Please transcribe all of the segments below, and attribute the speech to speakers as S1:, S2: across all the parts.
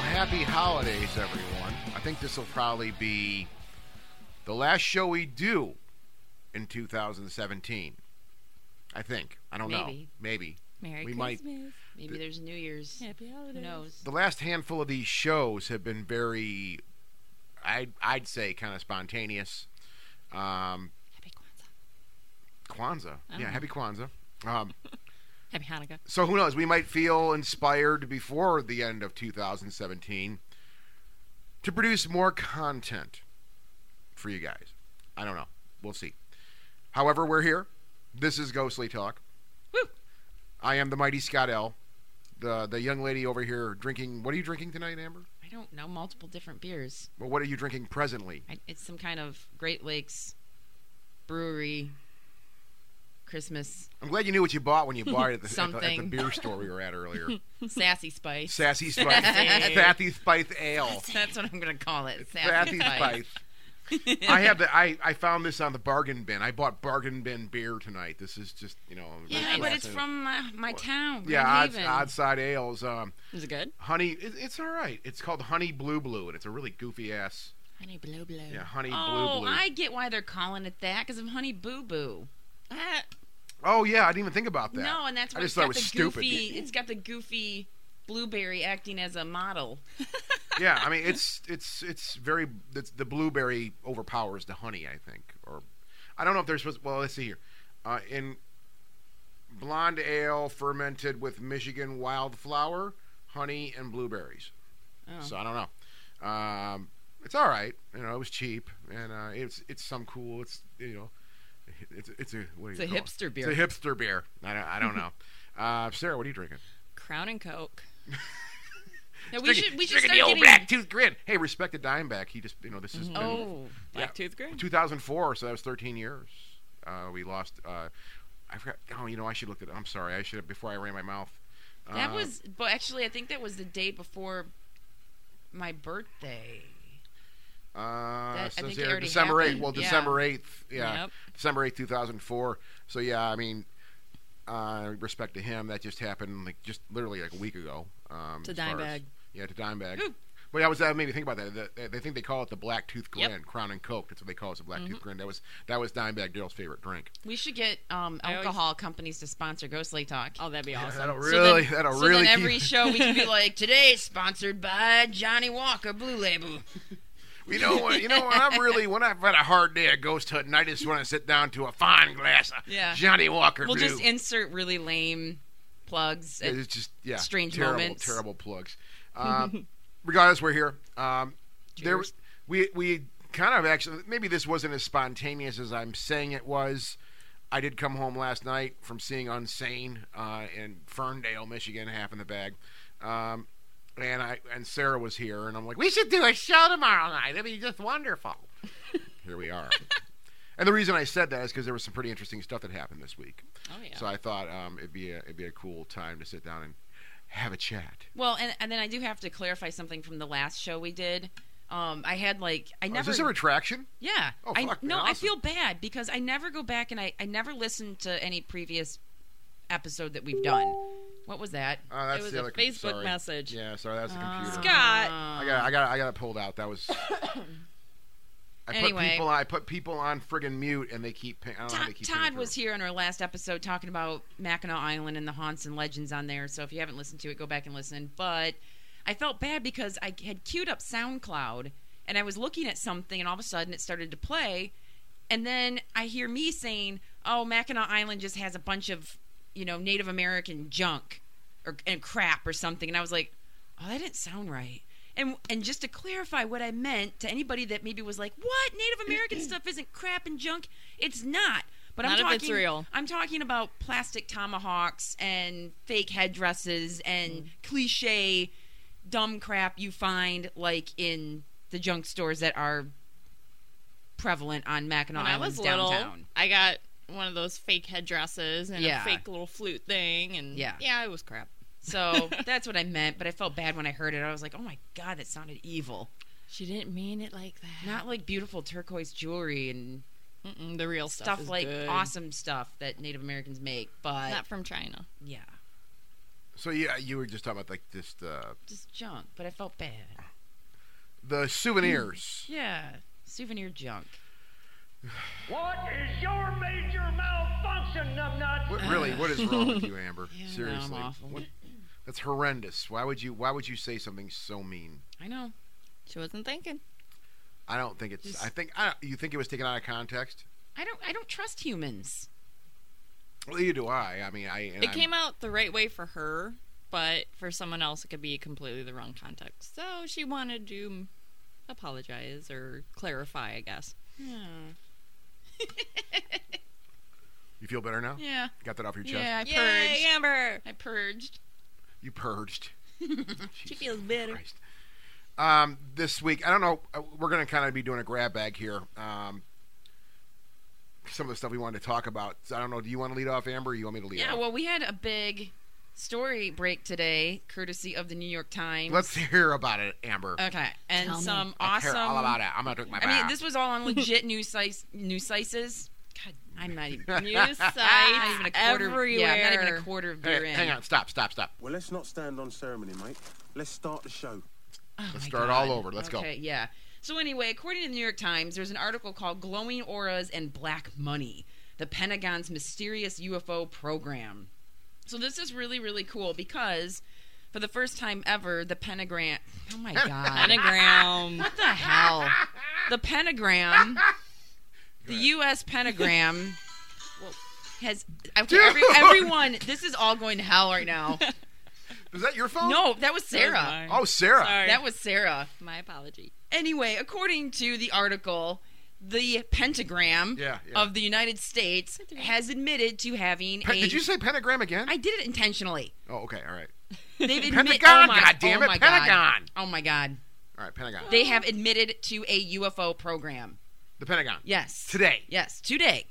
S1: happy holidays, everyone. I think this will probably be the last show we do in 2017. I think. I don't know.
S2: Maybe.
S1: Maybe.
S3: Merry
S1: We might-
S3: Christmas.
S2: Maybe there's New Year's.
S3: Happy
S2: Who
S3: holidays.
S2: knows?
S1: The last handful of these shows have been very, I'd, I'd say, kind of spontaneous. Um,
S3: Happy Kwanzaa.
S1: Kwanzaa.
S2: I don't
S3: Oh.
S1: Yeah,
S2: know.
S1: happy Kwanzaa. Um,
S3: Happy Hanukkah.
S1: so who knows? We might feel inspired before the end of 2017 to produce more content for you guys. I don't know. We'll see. However, we're here. This is Ghostly Talk.
S2: Woo.
S1: I am the mighty Scott L. The the young lady over here drinking. What are you drinking tonight, Amber?
S2: I don't know. Multiple different beers.
S1: Well, what are you drinking presently?
S2: I, it's some kind of Great Lakes brewery Christmas
S1: I'm glad you knew what you bought when you bought it at the, at the, at the
S2: Something.
S1: beer store we were at earlier.
S2: sassy spice.
S1: Sassy Spice,
S2: Sassy.
S1: Fathy Spice Ale.
S2: That's what I'm gonna call it. Sassy
S1: Sassy
S2: spice.
S1: Spice. I have the I, I found this on the bargain bin. I bought bargain bin beer tonight. This is just you know.
S2: Yeah, but
S1: classic-
S2: it's from my, my town.
S1: yeah,
S2: Grand
S1: odds,
S2: Haven.
S1: Oddside Ales. Um,
S2: Is it good?
S1: honey, it, it's all right. It's called Honey Blue Blue, and it's a really goofy ass.
S2: Honey Blue Blue.
S1: Yeah, Honey
S2: Oh,
S1: Blue Blue.
S2: I get why they're calling it that because of Honey Boo Boo. Ah,
S1: Oh yeah, I didn't even think about that.
S2: No, and that's
S1: I
S2: why
S1: just
S2: it's
S1: thought
S2: got
S1: it was
S2: the
S1: stupid.
S2: goofy. It's got the goofy blueberry acting as a model.
S1: Yeah, I mean it's it's it's very it's, the blueberry overpowers the honey. I think, or I don't know if they're supposed. Well, let's see here. Uh, in blonde ale fermented with Michigan wildflower, honey, and blueberries.
S2: Oh.
S1: So I don't know. Um, it's all right. You know, it was cheap, and uh, it's it's some cool. It's you know, it's it's a what do
S2: It's
S1: you
S2: a
S1: call it?
S2: hipster
S1: It's
S2: beer.
S1: a hipster beer. I don't, I don't know. Uh, Sarah, what are you drinking?
S3: Crown and Coke.
S2: no, we
S1: Drinking-
S2: should we should start
S1: drinking the old
S2: getting.
S1: black tooth grin. Hey, respect the dime back. He just you know this is
S2: Oh,
S3: Black Tooth Green.
S1: 2004, so that was 13 years. Uh, we lost. Uh, I forgot. Oh, you know, I should look at. I'm sorry. I should have before I ran my mouth.
S2: that
S1: Uh,
S2: was. But actually, I think that was the day before my birthday.
S1: uh,
S2: that- I
S1: so
S2: think it
S1: here,
S2: already
S1: December 8th.
S2: happened.
S1: Well,
S2: Yeah.
S1: December 8th. Yeah.
S3: Yep.
S1: December eighth, two 2004. So, yeah, I mean, uh, respect to him, that just happened like just literally like a week ago. Um,
S3: To
S1: as far
S3: Dimebag.
S1: as- Yeah, to Dimebag.
S2: Ooh.
S1: But that was that made me think about that. The- They, think they call it the black tooth
S2: Yep. Mm-hmm.
S1: grin, crown and coke. That's what they call it, the black tooth grin. That was that was Dimebag Daryl's favorite drink.
S2: We should get um,
S3: I always-
S2: alcohol companies to sponsor Ghostly Talk.
S3: Oh, that'd be awesome.
S1: That'll
S2: So then-
S1: really, that'll
S2: so
S1: really
S2: then
S1: keep.
S2: every show we can be like, today's sponsored by Johnny Walker Blue Label.
S1: You know what? You know what? I'm really when I've had a hard day at ghost hunting, I just want to sit down to a fine glass of
S2: Yeah.
S1: Johnny Walker
S2: We'll
S1: Blue.
S2: just insert really lame plugs.
S1: it's just yeah,
S2: strange
S1: terrible,
S2: moments.
S1: terrible plugs. Um, regardless, we're here. Um, there,
S2: Cheers.
S1: we we kind of actually maybe this wasn't as spontaneous as I'm saying it was. I did come home last night from seeing Unsane uh, in Ferndale, Michigan, half in the bag. Um, and I and Sarah was here, and I'm like, we should do a show tomorrow night. It'd be just wonderful. here we are. And the reason I said that is because there was some pretty interesting stuff that happened this week.
S3: Oh, yeah.
S1: So I thought um, it'd be a, it'd be a cool time to sit down and have a chat.
S2: Well, and, and then I do have to clarify something from the last show we did. Um, I had like I
S1: Oh,
S2: never.
S1: is this a retraction?
S2: yeah.
S1: Oh,
S2: I,
S1: fuck, man,
S2: no, I
S1: awesome.
S2: feel bad because I never go back and I, I never listen to any previous episode that we've done. What was that?
S1: Oh, that's
S3: it was
S1: the
S3: a
S1: other
S3: Facebook
S1: sorry.
S3: message.
S1: Yeah, sorry, that's
S2: Uh,
S1: the computer.
S3: Scott.
S1: I got, I got, I got it pulled out. That was. I
S2: Anyway.
S1: put people, I put people on friggin' mute, and they keep. Ping, I don't know how they
S2: Todd,
S1: keep
S2: Todd
S1: pinging
S2: was
S1: through.
S2: here on our last episode talking about Mackinac Island and the haunts and legends on there. So if you haven't listened to it, go back and listen. But I felt bad because I had queued up SoundCloud and I was looking at something, and all of a sudden it started to play. And then I hear me saying, "Oh, Mackinac Island just has a bunch of, you know, Native American junk or and crap or something." And I was like, "Oh, that didn't sound right." And and just to clarify what I meant to anybody that maybe was like, "What Native American stuff isn't crap and junk? It's not." But I'm
S3: Not
S2: talking
S3: if it's real.
S2: I'm talking about plastic tomahawks and fake headdresses and
S3: Mm.
S2: cliche dumb crap you find like in the junk stores that are prevalent on Mackinac
S3: When I
S2: Island's
S3: was little,
S2: downtown.
S3: I got one of those fake headdresses and
S2: Yeah.
S3: a fake little flute thing, and
S2: Yeah.
S3: yeah, it was crap.
S2: So that's what I meant, but I felt bad when I heard it. I was like, oh my God, that sounded evil.
S3: She didn't mean it like that.
S2: Not like beautiful turquoise jewelry and
S3: Mm-mm, the real stuff,
S2: stuff,
S3: is
S2: like
S3: good.
S2: awesome stuff that Native Americans make, but
S3: Not from China.
S2: yeah.
S1: So yeah, you were just talking about like this uh,
S2: Just junk, but I felt bad.
S3: Ah.
S1: the souvenirs.
S2: Yeah, souvenir junk.
S4: What is your major malfunction, numbnuts?
S1: What, really, what is wrong with you, Amber?
S2: Yeah, no, I'm
S1: Seriously,
S2: awful.
S1: What- that's horrendous. Why would you? Why would you say something so mean?
S2: I know.
S3: She wasn't thinking.
S1: I don't think it's.
S2: Just-
S1: I think I, you think it was taken out of context.
S2: I don't. I don't trust humans.
S1: Well, you do I. I mean, I. And
S3: it came out the right way for her, but for someone else, it could be completely the wrong context. So she wanted to apologize or clarify, I guess.
S2: Yeah.
S1: You feel better now?
S2: Yeah.
S1: Got that off your chest.
S2: Yeah. I purged.
S3: Yay, Amber!
S2: I purged.
S1: You purged.
S3: She
S1: Jesus
S3: feels better.
S1: Christ. Um, this week, I don't know. uh, We're going to kind of be doing a grab bag here. Um, some of the stuff we wanted to talk about. So I don't know. Do you want to lead off, Amber? Or you want me to lead
S2: Yeah.
S1: off?
S2: Well, we had a big story break today, courtesy of the New York Times.
S1: Let's hear about it, Amber.
S2: okay, and
S3: Tell me.
S2: some
S1: I
S2: uh, awesome.
S1: care all about it. I'm going to drink my
S2: I mean,
S1: bath.
S2: this was all on legit news sites. News sites. God, I'm not even.
S3: New sites
S2: Not even a quarter.
S3: everywhere.
S2: Yeah, I'm not even a quarter of
S1: Hey,
S2: beer in.
S1: hang on. Stop, stop, stop.
S5: Well, let's not stand on ceremony, mate. Let's start the show.
S2: Oh
S1: Let's
S2: my
S1: start all over. Let's go.
S2: okay, yeah. So anyway, according to the New York Times, there's an article called "Glowing Auras and Black Money: The Pentagon's Mysterious UFO Program." So this is really really cool because for the first time ever, the Pentagram. Oh my god!
S3: Anagram.
S2: what the hell? The Pentagram, the
S1: ahead.
S2: U.S. Pentagram. well, Has okay,
S1: Dude!
S2: every, everyone? This is all going to hell right now.
S1: Is that your phone?
S2: No, that was Sarah.
S3: mine.
S1: Oh, Sarah.
S3: Sorry.
S2: That was Sarah.
S3: My apology.
S2: Anyway, according to the article, the pentagram
S1: Yeah, yeah.
S2: of the United States has admitted to having
S1: Pe-
S2: a.
S1: did you say pentagram again?
S2: I did it intentionally.
S1: oh, okay. All right.
S2: They've admitted.
S1: Pentagon,
S2: oh my,
S1: God damn
S2: oh
S1: it,
S2: my
S1: Pentagon.
S2: God. Oh my God.
S1: All right. Pentagon.
S2: They have admitted to a UFO program.
S1: the Pentagon.
S2: Yes.
S1: Today.
S2: Yes, today.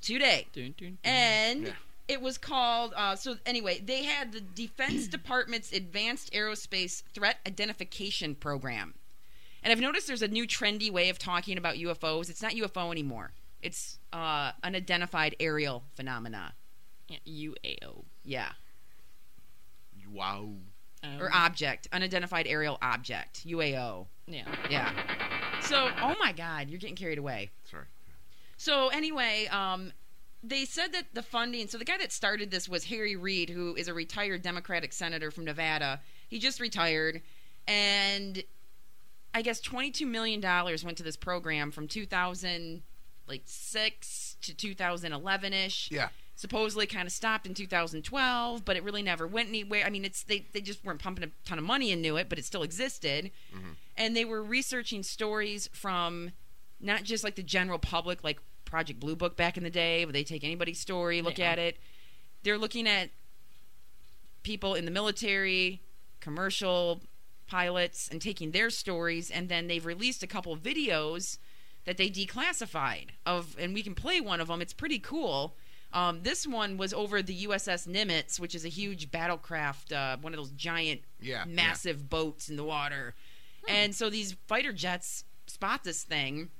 S2: Today.
S3: Dun, dun, dun.
S2: and
S1: Yeah.
S2: it was called uh, so anyway they had the defense department's advanced aerospace threat identification program and i've noticed there's a new trendy way of talking about ufos it's not ufo anymore it's uh, unidentified aerial phenomena
S3: UAO.
S2: yeah
S1: Wow.
S3: Um,
S2: or object unidentified aerial object uao
S3: yeah.
S2: yeah so oh my god you're getting carried away
S1: Sorry.
S2: So anyway, um, they said that the funding. So the guy that started this was Harry Reid, who is a retired Democratic senator from Nevada. He just retired, and I guess twenty-two million dollars went to this program from two thousand, like six to two thousand eleven ish.
S1: Yeah.
S2: Supposedly, kind of stopped in 2012, but it really never went anywhere. I mean, it's they they just weren't pumping a ton of money into it, but it still existed and they were researching stories from not just like the general public, like Project Blue Book back in the day, where they take anybody's story, look
S3: Yeah.
S2: at it. They're looking at people in the military, commercial pilots, and taking their stories, and then they've released a couple videos that they declassified of, and we can play one of them. It's pretty cool. Um, this one was over the USS Nimitz, which is a huge battlecraft, uh, one of those giant
S1: Yeah. Hmm. yeah.
S2: massive boats in the water. And so these fighter jets spot this thing.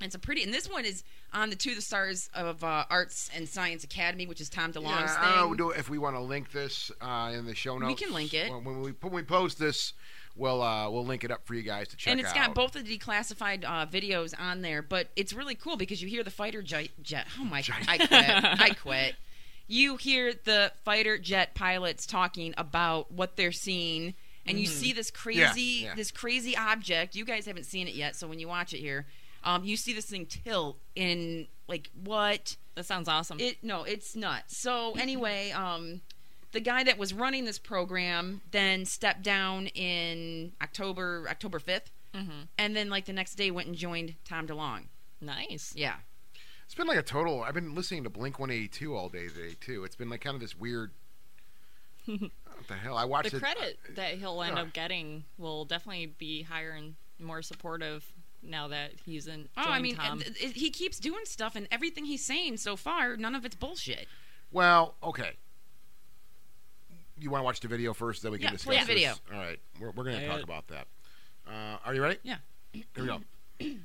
S2: And it's a pretty, and this one is on the To the Stars of uh, Arts and Science Academy, which is Tom DeLong's
S1: I don't know
S2: thing.
S1: uh, do- if we want to link this uh, in the show notes.
S2: can link it.
S1: when, when we when we post this. We'll uh, we'll link it up for you guys to check
S2: and it's
S1: out.
S2: got both of the declassified uh, videos on there, but it's really cool because you hear the fighter jet. jet oh my!
S1: Giant.
S2: I quit. I quit. You hear the fighter jet pilots talking about what they're seeing, and you see this crazy,
S1: Mm-hmm. yeah.
S2: this crazy object. You guys haven't seen it yet, so when you watch it here, um, you see this thing tilt in like what?
S3: That sounds awesome.
S2: It no, it's nuts. So anyway, um, the guy that was running this program then stepped down in October October 5th and then like the next day went and joined Tom DeLong.
S3: nice.
S2: Yeah,
S1: It's been like a total. I've been listening to Blink 182 all day today too. It's been like kind of this weird. what the hell? I watched
S3: the
S1: it. uh,
S3: credit that he'll end
S1: yeah.
S3: up getting will definitely be higher and more supportive now that he's in.
S2: Oh, I
S3: joined
S2: mean, and
S3: Tom.
S2: th- it- he keeps doing stuff, and everything he's saying so far, none of it's bullshit.
S1: Well, okay. You want to watch the video first, then we can
S2: Yeah,
S1: discuss
S2: play the
S1: this?
S2: video.
S1: All right, we're, we're going to
S3: Play
S1: talk
S3: it.
S1: about that. Uh, are you ready?
S2: Yeah. Mm-hmm.
S1: Here we go.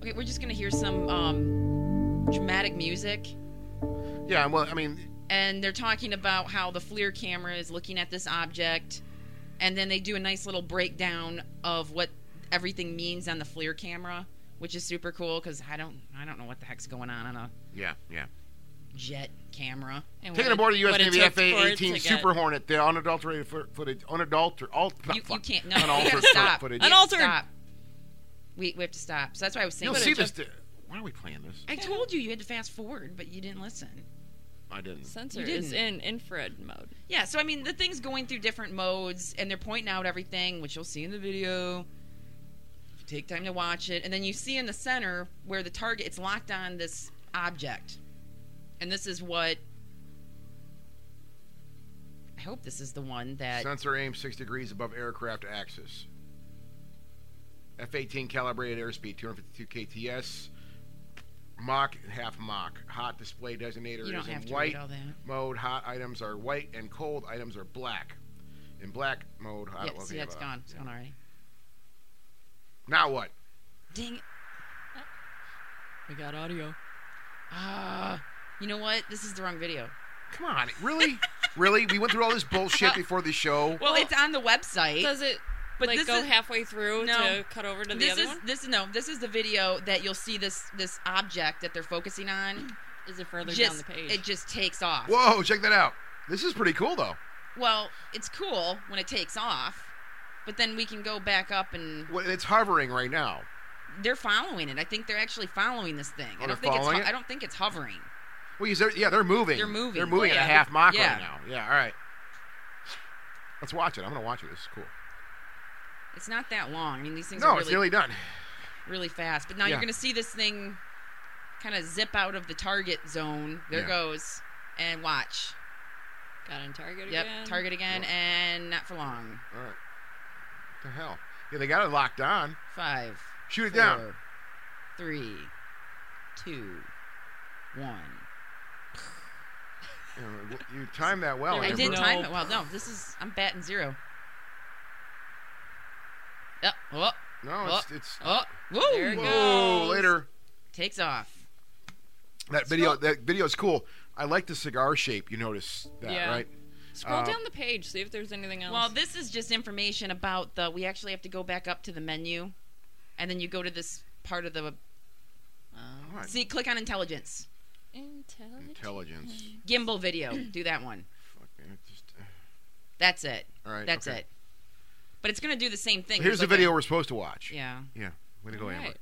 S2: Okay, we're just gonna hear some um, dramatic music.
S1: Yeah, well, I mean,
S2: and they're talking about how the FLIR camera is looking at this object, and then they do a nice little breakdown of what everything means on the FLIR camera, which is super cool because I don't I don't know what the heck's going on on a
S1: Yeah, yeah.
S2: jet camera.
S3: And
S1: Taking
S3: what
S1: aboard
S3: it-
S1: a U.S.
S3: what it
S1: Navy
S3: took for it to
S1: F-18
S3: get-
S1: Super Hornet, the unadulterated fo- footage, unadulterated, all
S2: You, you can't. No, we have
S1: unaltered
S2: to stop.
S1: footage.
S2: We have to
S3: Unaltered.
S2: Stop. We we have to stop. So that's why I was saying.
S1: You'll see this. di- Why are we playing this?
S2: I told you you had to fast forward, but you didn't listen.
S1: I didn't.
S3: Sensor
S2: You
S3: is in
S2: didn't.
S3: infrared mode.
S2: Yeah, so I mean, the thing's going through different modes, and they're pointing out everything, which you'll see in the video. Take time to watch it, and then you see in the center where the target it's locked on this object, and this is what I hope this is the one that
S1: Sensor aimed six degrees above aircraft axis. F-18 calibrated airspeed, 252 kts. Mach and half Mach. Hot display designator
S2: you don't
S1: is in
S2: have to
S1: white
S2: read all that.
S1: mode. Hot items are white, and cold items are black. In black mode, I don't
S2: Yeah,
S1: know if
S2: see,
S1: you
S2: that's
S1: have a-
S2: gone. It's gone already.
S1: Now what?
S2: Ding.
S3: We got audio.
S2: Ah, you know what? This is the wrong video.
S1: Come on, really, really? We went through all this bullshit before the show.
S2: Well, it's on the website.
S3: Does it
S2: But
S3: like
S2: this
S3: go
S2: is-
S3: halfway through
S2: No.
S3: to cut over to the
S2: this
S3: other
S2: is
S3: one?
S2: this no this is the video that you'll see this this object that they're focusing on
S3: Is it further
S2: just
S3: down the page?
S2: it just takes off
S1: Whoa, check that out. This is pretty cool, though.
S2: well it's cool when it takes off but then we can go back up and
S1: Well, It's hovering right now.
S2: they're following it i think they're actually following this thing
S1: Oh,
S2: i
S1: they're
S2: don't think it's
S1: following
S2: ho-
S1: it?
S2: i don't think it's hovering
S1: Well, is there, yeah, they're moving.
S2: They're moving. Oh,
S1: They're moving
S2: Yeah.
S1: at a half Mach
S2: Yeah.
S1: right now. Yeah, all right. Let's watch it. I'm gonna watch it. This is cool.
S2: it's not that long i mean these things
S1: no,
S2: are
S1: it's
S2: really
S1: nearly done.
S2: really fast but now
S1: Yeah.
S2: you're gonna see this thing kind of zip out of the target zone there
S1: Yeah.
S2: goes and watch
S3: got in target
S2: yep
S3: again.
S2: target again
S1: Cool.
S2: and not for long
S1: All right. What the hell? Yeah, they got it locked on.
S2: five
S1: Shoot it down.
S2: Four, three, two, one.
S1: You know, You timed that well.
S3: I
S2: I
S1: Amber.
S2: did
S3: No.
S2: time it well. No, this is I'm batting zero. Yep. Oh,
S1: No, it's, it's
S2: oh, woo!
S3: There it
S1: whoa.
S3: goes.
S1: Later.
S2: Takes off.
S1: That video. That video is cool. I like the cigar shape. You notice that,
S3: Yeah.
S1: right?
S3: Scroll
S1: Uh,
S3: down the page, see if there's anything else.
S2: Well, this is just information about the. We actually have to go back up to the menu, and then you go to this part of the.
S1: All right.
S2: See, click on intelligence.
S3: intelligence.
S1: Intelligence.
S2: Gimbal video. Do that one.
S1: Fuck, man, it's just- uh,
S2: That's it.
S1: all right.
S2: That's
S1: okay.
S2: it. But it's going to do the same thing.
S1: So here's the
S2: There's like
S1: video we're supposed to watch.
S2: a- yeah.
S1: Way to go,
S3: All
S1: Amber.
S3: right.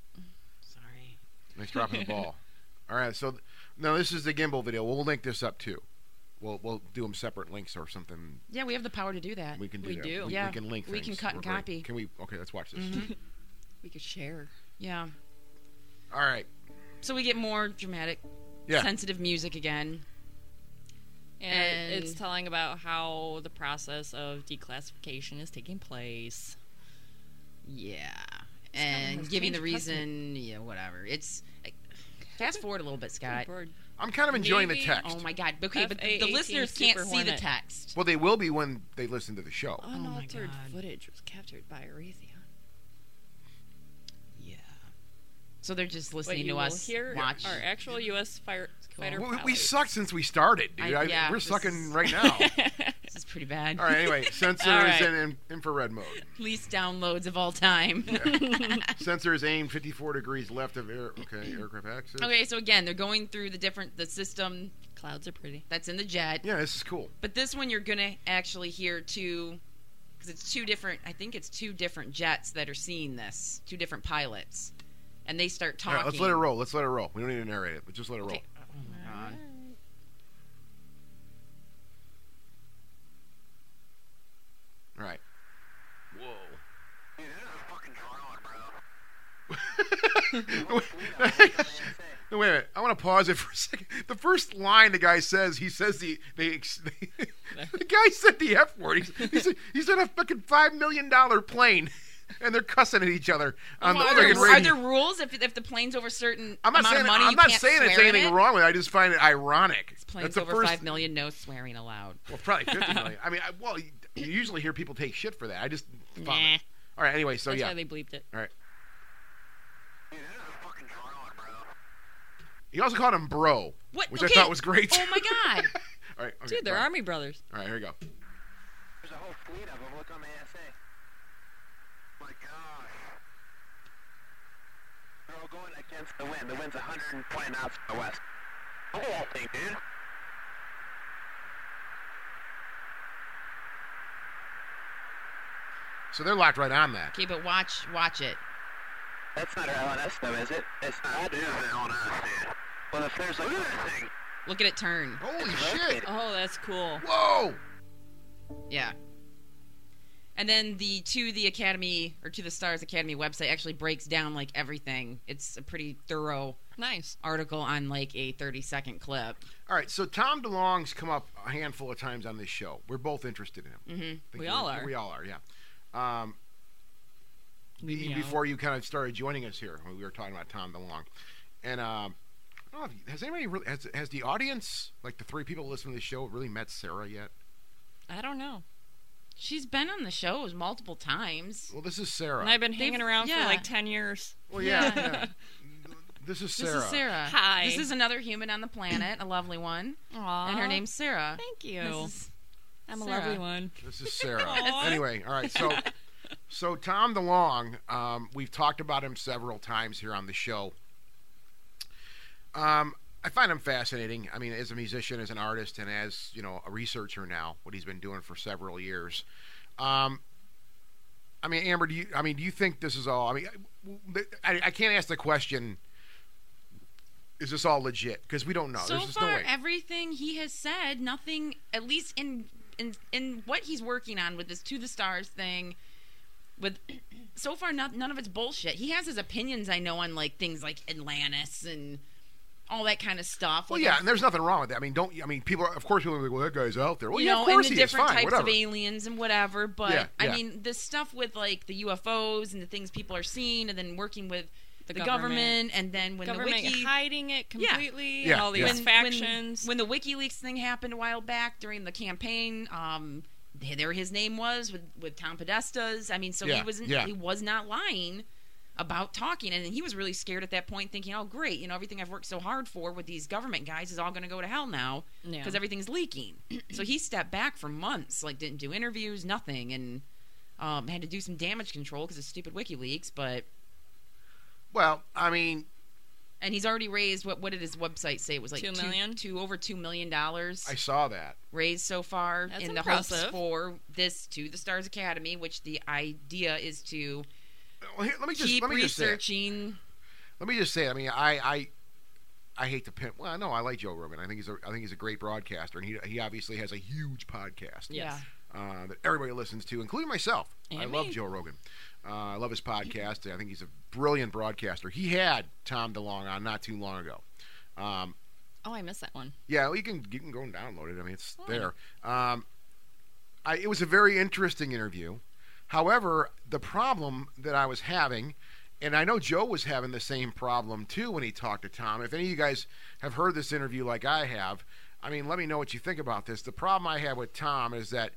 S2: Sorry.
S1: Nice dropping the ball. All right, so th- no, this is the gimbal video. We'll link this up too. We'll we'll do them separate links or something.
S2: Yeah, we have the power to do that.
S1: We can do
S3: We
S1: that.
S3: do.
S1: We,
S2: Yeah.
S1: we can link.
S2: We can
S1: things.
S2: cut and
S1: We're great.
S2: copy.
S1: Can we? Okay, let's watch this.
S2: Mhm.
S3: We could share.
S2: Yeah.
S1: All right.
S2: So we get more dramatic,
S1: Yeah.
S2: sensitive music again.
S3: And,
S2: And-
S3: it's telling about how the process of declassification is taking place.
S2: Yeah.
S3: kinda
S2: And
S3: has
S2: giving the
S3: changed precedent.
S2: reason, yeah, whatever. It's like, fast forward a little bit, Scott.
S3: Board.
S1: I'm kind of enjoying
S3: Maybe-
S1: the text.
S2: Oh my God. Okay, but the, the
S3: FA-18
S2: listeners can't
S3: Super
S2: see the
S3: Hornet.
S2: text.
S1: Well, they will be when they listen to the show.
S2: Oh my
S3: Unaltered
S2: God.
S3: footage was captured by Aretheon.
S2: Yeah. So they're just
S3: What
S2: listening to
S3: you will
S2: us
S3: hear
S2: watch.
S3: are actual U.S. fire,
S2: cool.
S3: fighter
S1: We, we
S3: pilots.
S1: suck since we started, dude.
S2: I-
S1: I-
S2: yeah,
S1: we're
S2: this
S1: sucking
S2: is-
S1: right now.
S2: Oh. This is pretty bad.
S1: all right. Anyway, sensors
S3: All right.
S1: and in, infrared mode.
S2: Least downloads of all time.
S1: Sensors aimed 54 degrees left of air. Okay, aircraft axis.
S2: okay, so again, they're going through the different the system
S3: Clouds are pretty.
S2: that's in the jet.
S1: Yeah, this is cool.
S2: But this one you're gonna actually hear two, because it's two different. I think it's two different jets that are seeing this. Two different pilots, and they start
S1: All
S2: talking.
S1: right, let's let it roll. Let's let it roll. We don't need to narrate it. Let's just let it roll.
S2: Okay. Oh my god.
S1: All right. Whoa. No, wait a minute. I want to pause it for a second. The first line the guy says, he says the they, ex- the guy said the F word. He's, he's, he's on a fucking five million dollar plane, and they're cussing at each other on
S2: Well,
S1: the
S2: are,
S1: friggin'
S2: there,
S1: radio.
S2: are there rules if, if the plane's over certain
S1: I'm not
S2: amount
S1: saying
S2: of money?
S1: I'm
S2: you
S1: not
S2: can't
S1: saying
S2: swear
S1: it's
S2: in
S1: anything
S2: it?
S1: wrong with it. I just find it ironic.
S2: Planes
S1: That's the
S2: over
S1: first
S2: five million, no swearing allowed.
S1: Well, probably fifty million. I mean, I, well, you you usually hear people take shit for that. I just found
S3: Nah.
S1: it. All right. Anyway, so
S2: Oh,
S3: That's
S1: yeah,
S3: why they bleeped it.
S1: all right. He also called him bro,
S2: What?
S1: which
S2: okay.
S1: I thought was great.
S2: Oh my god!
S1: All right. Okay,
S3: Dude, they're
S1: bye.
S3: army brothers.
S1: All right, here we go.
S6: There's a whole fleet of them. Look on the SA. My gosh. They're all going against the wind. The wind's 120 knots to the west. Look at that thing, dude.
S1: So they're locked right on that.
S2: Okay, but watch, watch it.
S6: That's not our LNS, though, is it? It's not. That is an LNS, dude. Well, if there's a... Look at that thing.
S2: Look at it turn.
S1: Holy
S6: It's
S1: shit!
S3: Oh, that's cool.
S1: Whoa!
S2: Yeah. And then the to the Academy or to the Stars Academy website actually breaks down like everything. It's a pretty thorough
S3: Nice.
S2: article on like a 30 second clip.
S1: All right, so Tom DeLong's come up a handful of times on this show. We're both interested in him.
S2: Mhm.
S1: I think
S3: Mm-hmm. We all
S1: we're-
S3: are.
S1: We all are, yeah. Um,
S3: Leave me out.
S1: before you kind of started joining us here, we were talking about Tom DeLong, and um, I don't know if- has anybody really has, has the audience, like the three people listening to the show, really met Sarah yet?
S3: I don't know.
S2: She's been on the shows multiple times.
S1: Well, this is Sarah.
S3: And I've been hanging around
S2: yeah.
S3: for like 10 years.
S1: well, yeah,
S2: Yeah.
S1: yeah. This is
S2: This
S1: Sarah.
S2: is Sarah.
S3: Hi.
S2: This is another human on the planet, a lovely one,
S3: Aww.
S2: and her name's Sarah.
S3: Thank you.
S2: This is-
S3: I'm a
S2: Sarah.
S3: lovely one.
S1: This is Sarah.
S3: Aw.
S1: anyway, all right. So, so Tom DeLong, um, we've talked about him several times here on the show. Um, I find him fascinating. I mean, as a musician, as an artist, and as you know, a researcher now, what he's been doing for several years. Um, I mean, Amber, do you? I mean, do you think this is all? I mean, I, I can't ask the question. Is this all legit? Because we don't know.
S2: so
S1: There's just no
S2: far,
S1: way.
S2: everything he has said, nothing, at least in in in what he's working on with this to the stars thing, with so far not, none of it's bullshit. He has his opinions, I know, on like things like Atlantis and all that kind of stuff.
S1: Well,
S2: Like,
S1: yeah, and there's nothing wrong with that. I mean, don't I mean people? Are, of course, people are like, "Well, that guy's out there." Well,
S2: you
S1: yeah,
S2: know,
S1: of course
S2: and the
S1: he is.
S2: different
S1: Fine,
S2: types
S1: whatever.
S2: of e- aliens and whatever. But
S1: Yeah,
S2: I
S1: yeah.
S2: mean, the stuff with like the UFOs and the things people are seeing, and then working with the,
S3: The
S2: government.
S3: government.
S2: and then when
S3: Government
S2: the wiki.
S3: hiding it
S2: Yeah.
S3: completely
S1: Yeah,
S3: and all these
S1: yeah.
S2: when-
S3: factions.
S2: When, when the WikiLeaks thing happened a while back during the campaign, um, th- there his name was with with Tom Podesta's. I mean, so
S1: Yeah,
S2: he wasn't
S1: yeah.
S2: he was not lying about talking, and he was really scared at that point, thinking, "Oh, great, you know, everything I've worked so hard for with these government guys is all going to go to hell now
S3: Yeah.
S2: because everything's leaking." so he stepped back for months, like didn't do interviews, nothing, and. Um, had to do some damage control because of stupid WikiLeaks, but
S1: Well, I mean,
S2: and he's already raised what? What did his website say? It was like
S3: Two million?
S2: two over two million dollars
S1: I saw that.
S2: raised so far
S3: That's
S2: in the hopes
S3: impressive.
S2: for this to the Stars Academy, which the idea is to
S1: Well, here, let me just
S2: keep
S1: let me just say. it.
S2: researching.
S1: Let me just say. it. I mean, I I I hate to pimp. Well, no, I like Joe Rogan. I think he's a I think he's a great broadcaster, and he he obviously has a huge podcast
S3: Yes.
S1: uh, that everybody listens to, including myself. I
S3: And
S1: love
S3: me.
S1: Joe Rogan. Uh, I love his podcast. I think he's a brilliant broadcaster. He had Tom DeLong on not too long ago. Um,
S3: Oh, I missed that one.
S1: Yeah, well, you can you can go and download it. I mean, it's
S3: Oh.
S1: there. Um, I, it was a very interesting interview. However, the problem that I was having, and I know Joe was having the same problem too when he talked to Tom. If any of you guys have heard this interview like I have, I mean, let me know what you think about this. The problem I have with Tom is that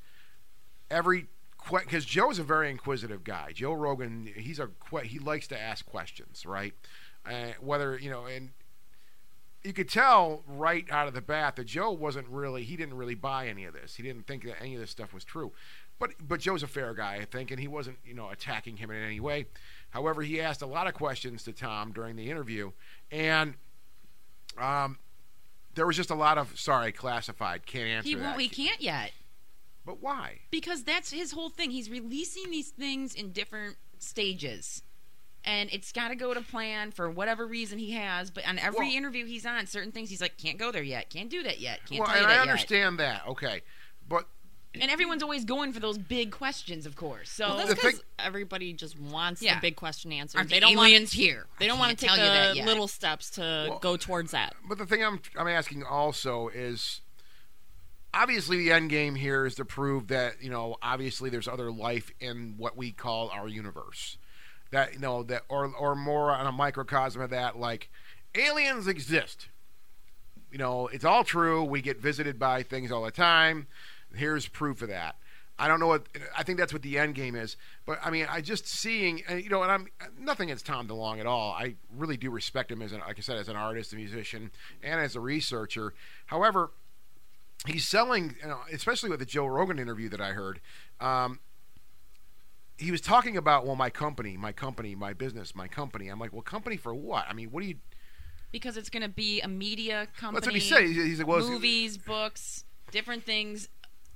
S1: every because Joe's a very inquisitive guy. Joe Rogan, he's a que- he likes to ask questions, right? Uh, whether you know, and you could tell right out of the bat that Joe wasn't really he didn't really buy any of this. He didn't think that any of this stuff was true. But but Joe's a fair guy, I think, and he wasn't, you know, attacking him in any way. However, he asked a lot of questions to Tom during the interview and um there was just a lot of sorry, classified, can't answer
S2: He
S1: that.
S2: won't. He can't yet
S1: But why?
S2: because that's his whole thing. He's releasing these things in different stages. And it's got to go to plan for whatever reason he has. But on every
S1: Well-
S2: interview he's on, certain things he's like, can't go there yet, can't do that yet, can't
S1: well,
S2: tell you
S1: and
S2: that
S1: I
S2: yet."
S1: understand that. Okay. But
S2: And everyone's always going for those big questions, of course. So
S3: Well, that's
S1: the
S3: because
S1: thing-
S3: everybody just wants
S2: Yeah.
S3: the big question answered.
S2: are
S3: they don't want
S2: aliens here?
S3: they don't want
S2: Can't
S3: to take
S2: tell you that
S3: the
S2: yet.
S3: little steps to
S1: Well-
S3: go towards that.
S1: but the thing I'm I'm asking also is obviously the end game here is to prove that you know obviously there's other life in what we call our universe that you know that or or more on a microcosm of that like aliens exist you know it's all true we get visited by things all the time here's proof of that i don't know what i think that's what the end game is but i mean i just seeing and, you know and i'm nothing against tom delong at all i really do respect him as an like i said as an artist a musician and as a researcher however he's selling, you know, especially with the Joe Rogan interview that I heard. Um, he was talking about well, my company, my company, my business, my company. I'm like, well, company for what? I mean, what do you?
S2: because it's going to be a media company.
S1: That's what he said. He, he said, well, it's-
S2: movies, books, different things.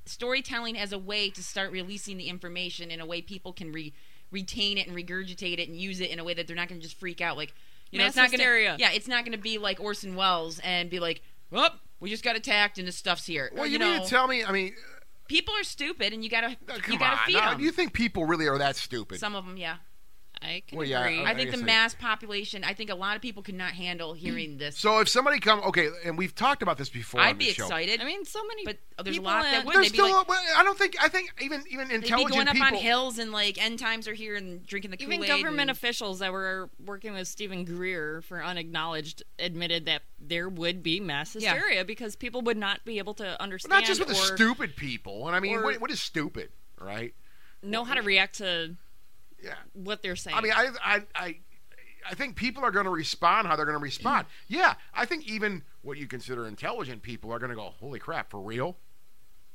S2: Storytelling as a way to start releasing the information in a way people can re- retain it and regurgitate it and use it in a way that they're not going to just freak out. Like, you know,
S3: Mass
S2: it's not
S3: hysteria.
S2: going to. Yeah, it's not going to be like Orson Welles and be like, "Well, we just got attacked and this stuff's here."
S1: Well,
S2: Or,
S1: you, mean
S2: know,
S1: to tell me? I mean,
S2: people are stupid, and you got to
S1: uh,
S2: you
S1: come
S2: got to
S1: on.
S2: feed
S1: no,
S2: them.
S1: do you think people really are that stupid?
S2: Some of them, yeah.
S3: I can
S1: Well, yeah, uh,
S3: agree.
S1: Oh, I-
S2: I think the
S1: guess
S2: mass population. I think a lot of people could not handle hearing this.
S1: so if somebody come, okay, and we've talked about this before. on
S2: I'd be
S1: this show.
S2: excited.
S3: I mean, so many.
S2: But there's a
S3: people
S2: lot that
S3: in-
S2: wouldn't.
S1: There's
S2: they'd be
S1: still.
S2: like-
S1: well, I don't think. I think even even
S2: They'd be
S1: intelligent
S2: going up
S1: people.
S2: on hills and like end times are here and drinking the
S3: Even
S2: Kool-Aid
S3: government
S2: and-
S3: officials that were working with Stephen Greer for unacknowledged admitted that there would be mass
S2: Yeah.
S3: hysteria because people would not be able to understand
S1: not just with the
S3: or
S1: stupid people. And I mean,
S3: or-
S1: what, what is stupid, right?
S3: know how to react to
S1: Yeah.
S3: what they're saying.
S1: I mean, I, I, I, I think people are going to respond how they're going to respond. yeah, I think even what you consider intelligent people are going to go, "Holy crap, for real?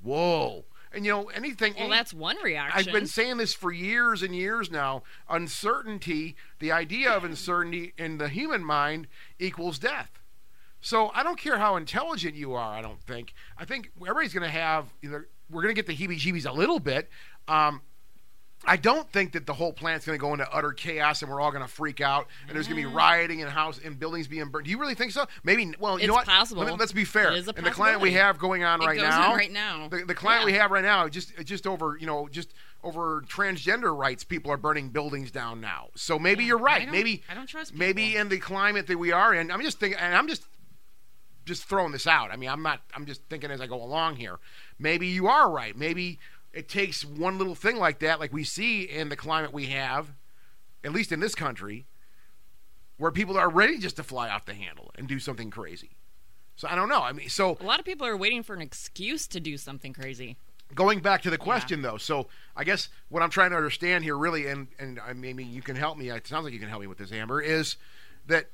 S1: Whoa!" And you know, anything.
S3: well,
S1: any-
S3: that's one reaction.
S1: I've been saying this for years and years now. Uncertainty, the idea of uncertainty in the human mind equals death. So I don't care how intelligent you are, I don't think. I think everybody's going to have, either, we're going to get the heebie jeebies a little bit. Um, I don't think that the whole planet's going to go into utter chaos and we're all going to freak out and there's
S3: Mm-hmm.
S1: going to be rioting and house and buildings being burned. Do you really think so? Maybe. Well, you
S3: It's
S1: know what?
S3: possible.
S1: Let me- let's be fair.
S3: It is a
S1: and the client we
S3: possibility.
S1: have going on
S2: It
S1: right
S2: goes
S1: now,
S2: on right now.
S1: the, the client
S3: Yeah.
S1: we have right now, just just over you know, just over transgender rights, people are burning buildings down now. So maybe
S2: Yeah,
S1: you're
S2: I
S1: right.
S2: don't-
S1: Maybe
S2: I don't trust
S1: Maybe
S2: people.
S1: in the climate that we are in, I'm just thinking, and I'm just just throwing this out. I mean, I'm not. I'm just thinking as I go along here. Maybe you are right. Maybe it takes one little thing like that, like we see in the climate we have, at least in this country, where people are ready just to fly off the handle and do something crazy. So I don't know. I mean, so
S3: a lot of people are waiting for an excuse to do something crazy.
S1: going back to the question though so i guess what i'm trying to understand here really and and i mean you can help me it sounds like you can help me with this amber is that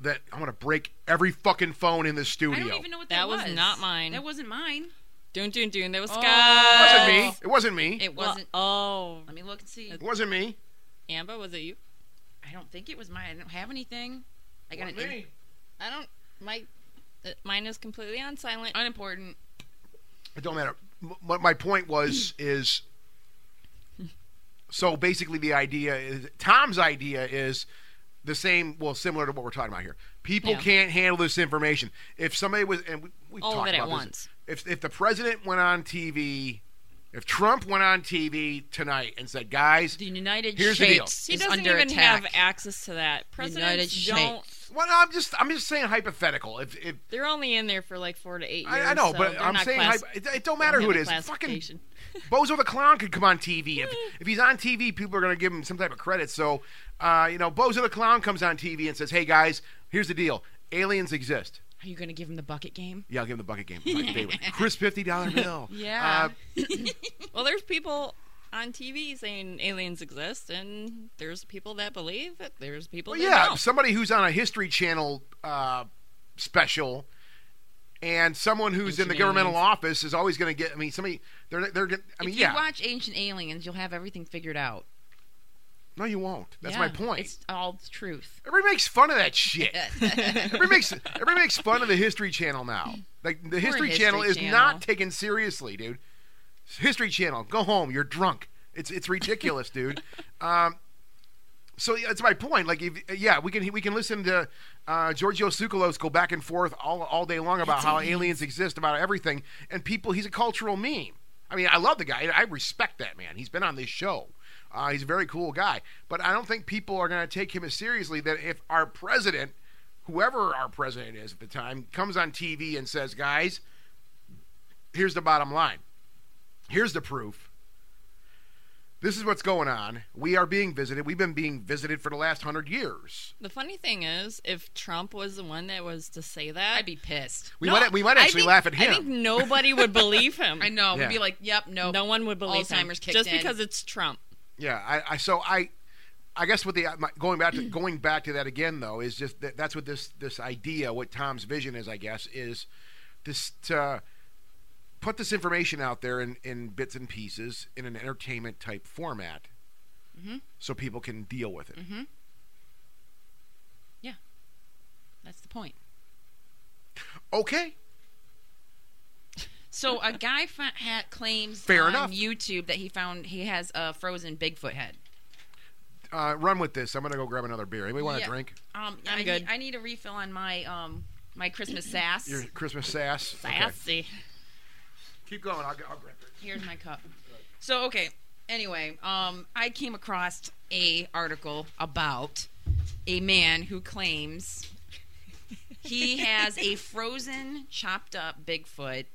S1: that i'm gonna break every fucking phone in the
S2: I
S1: studio
S2: don't even know what that,
S3: That was not mine.
S2: That wasn't mine.
S3: Dun dun dun. That was
S2: Oh.
S1: it
S3: Scott.
S1: wasn't me it wasn't me
S2: It
S3: Well,
S2: wasn't.
S3: oh,
S2: Let me look and see.
S1: it wasn't me
S3: Amba, was it you?
S2: I don't think it was mine. I don't have anything. I got an in-
S3: I don't. My uh, mine is completely on silent.
S2: unimportant.
S1: it don't matter M- my, my point was is so basically the idea is tom's idea is the same well similar to what we're talking about here people
S3: Yeah.
S1: can't handle this information if somebody was and we, we've
S3: All of
S1: talked
S3: it at
S1: about this.
S3: once.
S1: if if the president went on tv if trump went on tv tonight and said guys
S2: The United
S1: Here's the deal.
S2: States
S3: He
S2: is
S3: doesn't
S2: under
S3: even
S2: attack.
S3: have access to that. Presidents
S2: United
S3: don't.
S2: States.
S1: well i'm just i'm just saying hypothetical if if
S3: They're only in there for like four to eight years.
S1: I, I know,
S3: so
S1: but
S3: they're
S1: I'm
S3: not
S1: saying
S3: class-
S1: hypo- it, it don't
S3: they don't
S1: matter who it
S3: have a
S1: is. Fucking
S3: classification.
S1: Bozo the Clown could come on TV. If, if he's on TV, people are going to give him some type of credit. So, uh, you know, Bozo the Clown comes on TV and says, hey, guys, here's the deal. Aliens exist.
S2: Are you going to give him the bucket game?
S1: Yeah, I'll give him the bucket game. My favorite. Chris $50 bill.
S2: Yeah.
S1: Uh,
S3: Well, there's people on TV saying aliens exist, and there's people that believe it. There's people
S1: well,
S3: that
S1: yeah,
S3: don't.
S1: somebody who's on a History Channel uh, special and someone who's in the
S3: Ancient
S1: governmental
S3: aliens.
S1: office is always going to get, I mean, somebody, they're, they're, gonna- I mean,
S2: if
S1: yeah.
S2: you watch Ancient Aliens, you'll have everything figured out.
S1: no, you won't. That's
S2: Yeah,
S1: my point.
S2: It's all the truth.
S1: Everybody makes fun of that shit. everybody makes everybody makes fun of the History Channel now. Like the History,
S2: History
S1: Channel is
S2: Channel.
S1: not taken seriously, dude. History Channel, go home. You're drunk. It's it's ridiculous, dude. Um, so yeah, that's my point. Like, if, yeah, we can we can listen to uh, Giorgio Tsoukalos go back and forth all all day long about how aliens exist, about everything, and people. He's a cultural meme. I mean, I love the guy. I respect that man. He's been on this show. Uh, he's a very cool guy. But I don't think people are going to take him as seriously. That if our president, whoever our president is at the time, comes on TV and says, "Guys, here's the bottom line. Here's the proof." this is what's going on. We are being visited. We've been being visited for the last hundred years.
S3: The funny thing is, if Trump was the one that was to say that,
S2: I'd be pissed.
S1: We
S3: No,
S1: might we might
S3: I
S1: actually
S3: think-
S1: laugh at him.
S3: I think nobody would believe him.
S2: I know.
S1: Yeah.
S2: We'd be like, yep, no.
S3: No one would believe him.
S2: Alzheimer's kicked
S3: just
S2: in.
S3: because it's Trump.
S1: yeah, I, I so I I guess what the uh, my, going back to going back to that again though is just that that's what this this idea, what Tom's vision is, I guess, is this to put this information out there in, in bits and pieces in an entertainment type format,
S3: Mm-hmm.
S1: so people can deal with it.
S2: That's the point.
S1: Okay,
S2: So a guy fa- ha- claims
S1: Fair
S2: on
S1: enough.
S2: YouTube that he found he has a frozen Bigfoot head.
S1: uh, run with this. I'm gonna go grab another beer. Anybody want
S2: Yeah.
S1: a drink?
S2: Um,
S3: I'm
S2: I
S3: good.
S2: Need, I need a refill on my um my Christmas sass.
S1: Your Christmas sass. Okay.
S3: Sassy.
S1: Keep going. I'll, g- I'll grab it.
S2: Here's my cup. So okay. Anyway, um, I came across a article about a man who claims he has a frozen, chopped up Bigfoot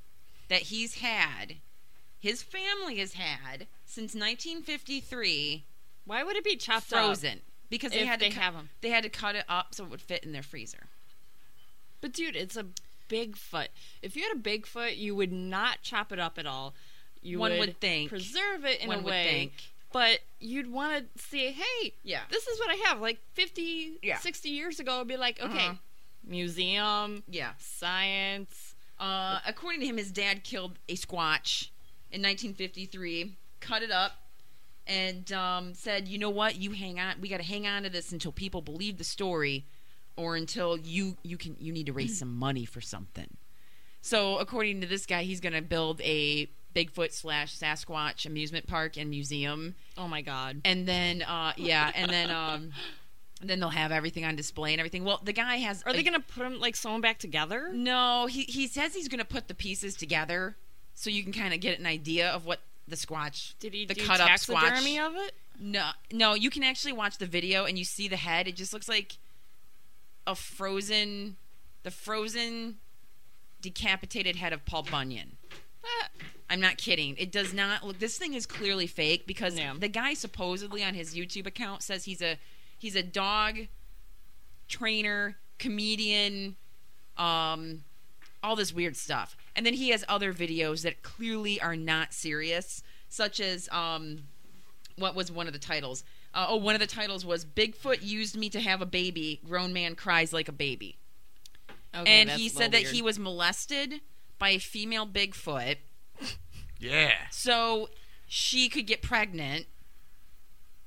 S2: that he's had, his family has had since 1953,
S3: Why would it be chopped up?
S2: frozen because they
S3: if
S2: had
S3: they
S2: to cu-
S3: have 'em.
S2: They had to cut it up so it would fit in their freezer.
S3: But dude, it's a Bigfoot. If you had a Bigfoot, you would not chop it up at all. You
S2: One would think.
S3: preserve it in
S2: One
S3: a
S2: would
S3: way,
S2: think.
S3: but you'd want to say, "Hey,
S2: Yeah.
S3: this is what I have." Like 50,
S2: Yeah.
S3: 60 years ago, I'd be like, "Okay,
S2: Uh-huh.
S3: museum,
S2: Yeah.
S3: science."
S2: Uh, according to him, his dad killed a squatch in 1953, cut it up, and um, said, "You know what? You hang on. We got to hang on to this until people believe the story, or until you you can you need to raise some money for something." So, according to this guy, he's going to build a Bigfoot slash Sasquatch amusement park and museum,
S3: Oh my god.
S2: and then uh, yeah, and then um, then they'll have everything on display and everything. Well, the guy has
S3: Are
S2: a-
S3: they gonna put them like sew 'em back together?
S2: no, he he says he's going to put the pieces together so you can kind of get an idea of what the squatch
S3: Did he
S2: the
S3: do
S2: cut up
S3: taxidermy
S2: squatch.
S3: of it?
S2: No, no, you can actually watch the video and you see the head. It just looks like a frozen, the frozen, decapitated head of Paul Bunyan.
S3: Ah,
S2: I'm not kidding. It does not look. This thing is clearly fake because
S3: Yeah.
S2: the guy supposedly on his YouTube account says he's a he's a dog trainer, comedian, um, all this weird stuff. And then he has other videos that clearly are not serious, such as um, what was one of the titles? Uh, oh, one of the titles was "Bigfoot used me to have a baby. Grown man cries like a baby."
S3: okay,
S2: and
S3: that's
S2: he
S3: a
S2: said
S3: little
S2: that he
S3: weird.
S2: was molested by a female Bigfoot
S1: Yeah.
S2: so she could get pregnant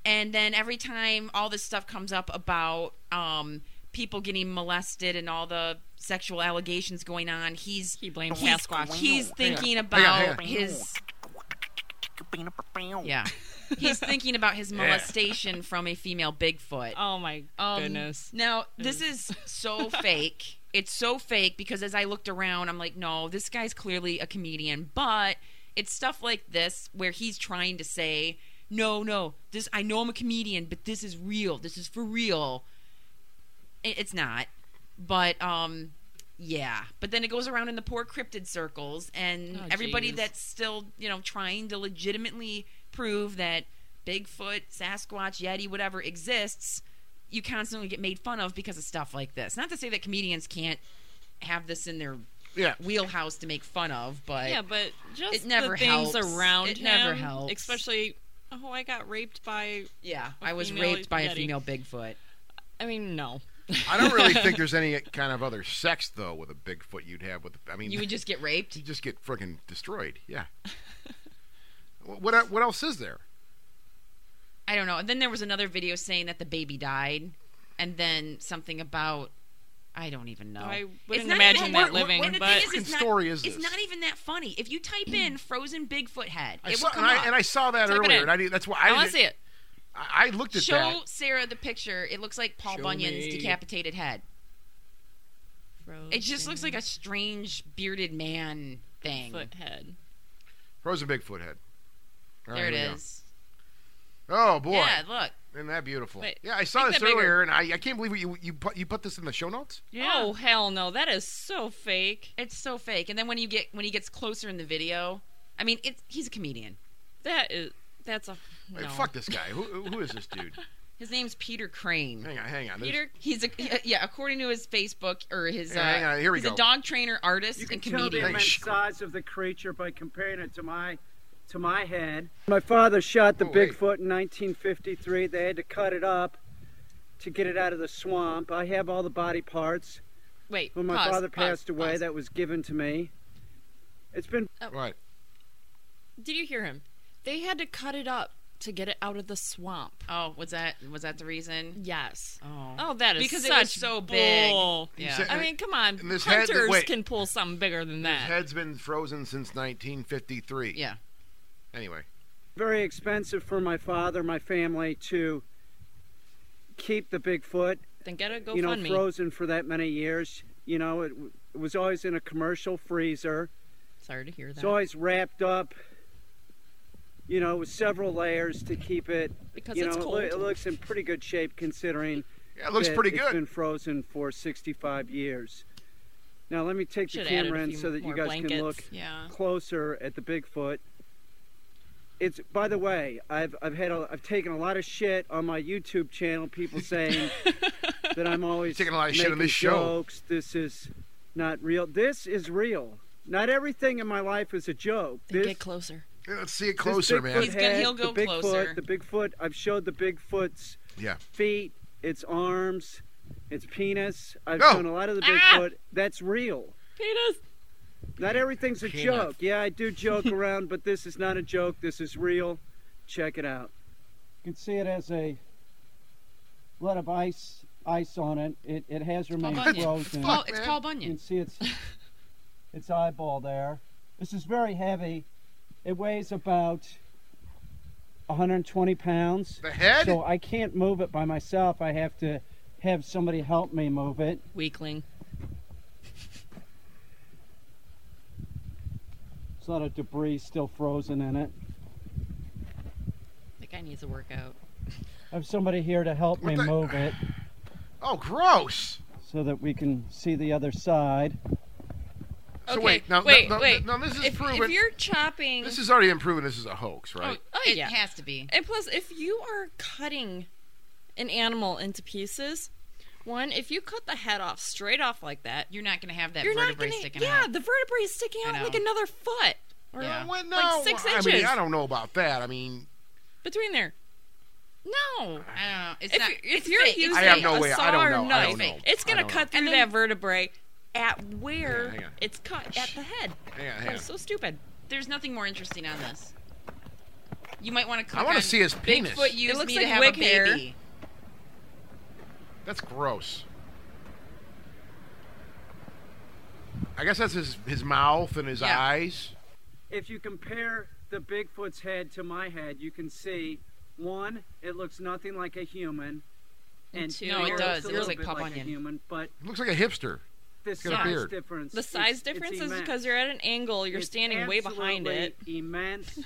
S2: and then every time all this stuff comes up about um, people getting molested and all the sexual allegations going on he's
S3: He blamed
S2: he's,
S3: Sasquatch.
S2: he's thinking
S1: Hang on, hang
S2: about
S1: on.
S2: his yeah he's thinking about his molestation from a female bigfoot
S3: Oh my
S2: um,
S3: goodness.
S2: Now this is so fake. It's so fake because as I looked around, I'm like, no, this guy's clearly a comedian. But it's stuff like this where he's trying to say, no, no, this I know I'm a comedian, but this is real. This is for real. It, it's not. But um, yeah. But then it goes around in the poor cryptid circles, and
S3: Oh,
S2: everybody
S3: jeez.
S2: that's still you know trying to legitimately prove that Bigfoot, Sasquatch, Yeti, whatever exists, you constantly get made fun of because of stuff like this. Not to say that comedians can't have this in their
S1: Yeah.
S2: wheelhouse to make fun of, but
S3: Yeah, but just
S2: It never
S3: the things
S2: helps.
S3: around
S2: It
S3: him,
S2: never helps.
S3: Especially, oh, I got raped by.
S2: yeah,
S3: A
S2: I was
S3: female
S2: raped by a
S3: Yeti.
S2: female Bigfoot.
S3: I mean, no.
S1: I don't really think there's any kind of other sex though with a Bigfoot you'd have with. I mean,
S2: You would just get
S1: you
S2: raped.
S1: just get freaking destroyed. Yeah. Wh- what what else is there?
S2: I don't know. And then there was another video saying that the baby died, and then something about I don't even know.
S3: I
S2: It's
S3: wouldn't
S2: not
S3: imagine
S2: even-
S3: that
S2: what- what-
S3: living,
S2: what the thing
S3: but-
S2: is,
S1: Freaking
S2: it's not-
S1: story is
S2: it's
S1: this? Mm.
S2: not even that funny. If you type in frozen Bigfoot head,
S1: I
S2: it
S1: saw,
S2: will come
S1: and,
S2: up.
S1: I, and I saw that
S3: Type it
S1: earlier,
S3: in.
S1: and I did, that's why
S3: I,
S1: I,
S3: want
S1: didn't-
S3: to see it.
S1: I, I looked at
S2: Show
S1: that.
S2: Sarah the picture. It looks like Paul
S3: Show
S2: Bunyan's
S3: me.
S2: decapitated head. It just looks
S3: Mm.
S2: like a strange bearded man thing.
S3: foothead.
S1: Frozen Bigfoot head. All
S2: There
S1: right,
S2: it
S1: here we go.
S2: is.
S1: Oh boy,
S2: Yeah, look.
S1: isn't that beautiful?
S3: Wait,
S1: yeah, I saw
S3: make
S1: this
S3: that bigger.
S1: earlier, and I, I can't believe you you put, you put this in the show notes.
S3: Oh hell no! That is so fake.
S2: It's so fake. And then when you get when he gets closer in the video, I mean, it's he's a comedian.
S3: That is. That's a.
S1: Wait,
S3: No.
S1: fuck this guy. Who who is this dude?
S2: His name's Peter Crane.
S1: hang on, hang on. There's-
S3: Peter.
S2: He's a uh, yeah. According to his Facebook or his
S1: Yeah, hang
S2: uh,
S1: on, here we
S2: he's
S1: go.
S2: a dog trainer, artist,
S7: You can
S2: and
S7: tell the
S2: comedian.
S1: Thanks.
S7: immense size of the creature by comparing it to my to my head. My father shot the
S1: Oh, wait.
S7: Bigfoot in 1953. They had to cut it up to get it out of the swamp. I have all the body parts.
S3: Wait.
S7: When my
S3: pause,
S7: father
S3: pause,
S7: passed away,
S3: pause.
S7: that was given to me. It's been
S1: Right.
S3: Did you hear him? They had to cut it up to get it out of the swamp.
S2: Oh, was that was that the reason?
S3: Yes.
S2: Oh,
S3: Oh, that is
S2: because
S3: such
S2: it was so big.
S3: bull.
S1: You
S2: Yeah.
S1: said-
S3: I mean, come on.
S1: And this head that-
S3: Hunters
S1: wait.
S3: can pull something bigger than
S1: His
S3: that.
S1: head's been frozen since 1953.
S2: yeah.
S1: Anyway,
S7: very expensive for my father, my family to keep the Bigfoot,
S3: then get a
S7: you know,
S3: GoFundMe.
S7: frozen for that many years. You know, it, w- it was always in a commercial freezer.
S3: Sorry to hear that.
S7: It's always wrapped up. You know, with several layers to keep it.
S3: because
S7: You know,
S3: it's
S7: it,
S3: cold.
S7: loo- it looks in pretty good shape considering
S1: yeah, it looks
S7: that
S1: pretty
S7: It's
S1: good.
S7: been frozen for 65 years. Now let me take the
S3: Should've added
S7: camera
S3: a
S7: in
S3: few
S7: so that you
S3: more
S7: guys can
S3: blankets.
S7: look
S2: Yeah.
S7: closer at the Bigfoot. It's by the way, I've I've had a, I've taken a lot of shit on my YouTube channel. People saying that I'm always
S1: Taking a lot of shit on
S7: making
S1: this show.
S7: Jokes. This is not real. This is real. Not everything in my life is a joke.
S3: Then
S7: This,
S3: get closer.
S1: Yeah, Let's see it
S7: this
S1: closer,
S7: Bigfoot
S1: man.
S2: He's gonna-
S7: head,
S2: he'll go
S7: the Bigfoot,
S2: closer.
S7: The Bigfoot. I've showed the Bigfoot's
S1: Yeah.
S7: feet, its arms, its penis. I've
S1: No.
S7: shown a lot of the
S3: Ah!
S7: Bigfoot. That's real.
S3: Penis.
S7: Not everything's a
S1: Peanut.
S7: joke. Yeah, I do joke around, but this is not a joke. This is real. Check it out. You can see it has a lot of ice ice on it. It, it has
S2: Paul
S7: remained
S2: Bunyan. It's
S7: frozen.
S2: Paul, it's
S1: man.
S2: Paul
S7: You
S2: Bunyan.
S7: can see its its eyeball there. This is very heavy. It weighs about 120 pounds.
S1: The head?
S7: So I can't move it by myself. I have to have somebody help me move it.
S3: Weakling.
S7: There's a lot of debris still frozen in it.
S3: The guy needs a workout.
S7: I have somebody here to help
S1: What
S7: me
S1: the-
S7: move it
S1: Oh, gross.
S7: so that we can see the other side.
S1: So
S3: okay.
S1: wait, now-
S3: wait,
S1: now- now-
S3: wait.
S1: now this is
S3: if,
S1: proven-
S3: If you're chopping,
S1: This is already improving. This is a hoax, right?
S3: oh
S2: it
S3: yeah.
S2: has to be.
S3: And plus, if you are cutting an animal into pieces, one, if you cut the head off straight off like that,
S2: You're not gonna have that
S3: you're not
S2: vertebrae
S3: going to.
S2: sticking
S3: Yeah,
S2: out.
S3: the vertebrae is sticking
S2: I
S3: out like
S2: know.
S3: another foot
S1: Or-
S2: Yeah.
S1: well, no,
S3: Like six
S1: I mean,
S3: inches.
S1: I don't know about that. I mean,
S3: between there. No.
S2: I don't know. It's
S3: If,
S2: not.
S3: you-
S2: it's
S3: if you're
S2: fake. It's
S3: using
S1: I have
S2: fake.
S1: no
S3: a
S1: way.
S3: saw
S1: I don't
S3: or
S1: know. I
S3: knife,
S1: don't know.
S3: it's
S1: I
S3: going
S1: don't
S3: to
S1: know.
S3: cut through
S2: And then-
S3: that vertebrae at where
S1: Yeah, hang on.
S3: it's cut at the head.
S1: hang on,
S3: That
S1: hang on.
S3: was so stupid.
S2: There's nothing more interesting on this. You might want to click
S1: I want
S2: on
S1: to see his penis.
S2: Bigfoot used
S3: It looks
S2: me
S3: like
S2: to have
S3: wig
S2: a
S3: hair.
S2: baby.
S1: That's gross. I guess that's his his mouth and his
S2: Yeah.
S1: eyes.
S7: If you compare the Bigfoot's head to my head, you can see one, it looks nothing like a human. And
S3: two, No, it
S2: does.
S7: looks a
S2: It looks
S7: little
S2: like
S7: bit
S2: Paul
S7: a
S2: Bunyan.
S7: human, but
S1: He looks like a hipster.
S7: the
S1: got a
S7: size
S1: beard.
S7: difference.
S3: The size
S7: is-
S3: difference
S7: it's
S3: is
S7: immense.
S3: because you're at an angle, you're
S7: It's
S3: standing way behind
S7: absolutely
S3: it.
S7: Immense.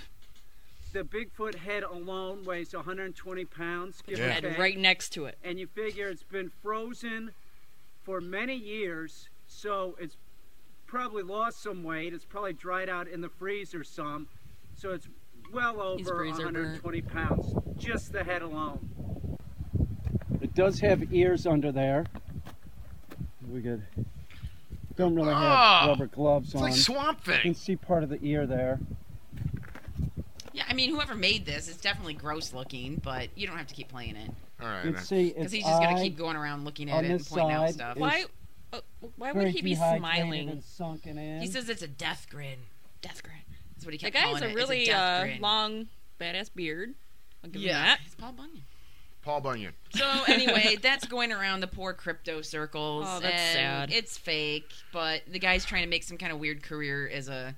S7: The Bigfoot head alone weighs 120 pounds. Give or
S1: Yeah.
S3: And
S7: take.
S3: right next to it.
S7: and you figure it's been frozen for many years, so it's probably lost some weight. It's probably dried out in the freezer some, so it's well
S3: He's
S7: over
S3: freezer burnt.
S7: 120 pounds, just the head alone. It does have ears under there. We could don't really
S1: Ah!
S7: have rubber gloves
S1: It's
S7: on.
S1: like Swamp
S7: you can
S1: Thing.
S7: see part of the ear there.
S2: Yeah, I mean, whoever made this, it's definitely gross looking, but you don't have to keep playing it
S1: All right.
S7: You
S1: uh,
S7: can see
S2: because
S7: its
S2: he's just gonna
S7: eye
S2: keep going around looking
S7: on
S2: at it and
S7: this
S2: pointing out
S7: side
S2: stuff.
S7: is-
S3: Why? Uh, why would
S7: very
S3: he be
S7: dehydrated
S3: smiling?
S7: and sunken in.
S2: He says it's a death grin. Death grin. That's what he
S3: The
S2: kept
S3: guy
S2: calling
S3: has
S2: it.
S3: a
S2: It's
S3: really
S2: death
S3: uh,
S2: grin.
S3: long, badass beard. I'll give him
S2: Yeah,
S3: that.
S2: it's Paul Bunyan.
S1: Paul Bunyan.
S2: So anyway, that's going around the poor crypto circles.
S3: Oh, that's
S2: and
S3: sad.
S2: It's fake, but the guy's trying to make some kind of weird career as a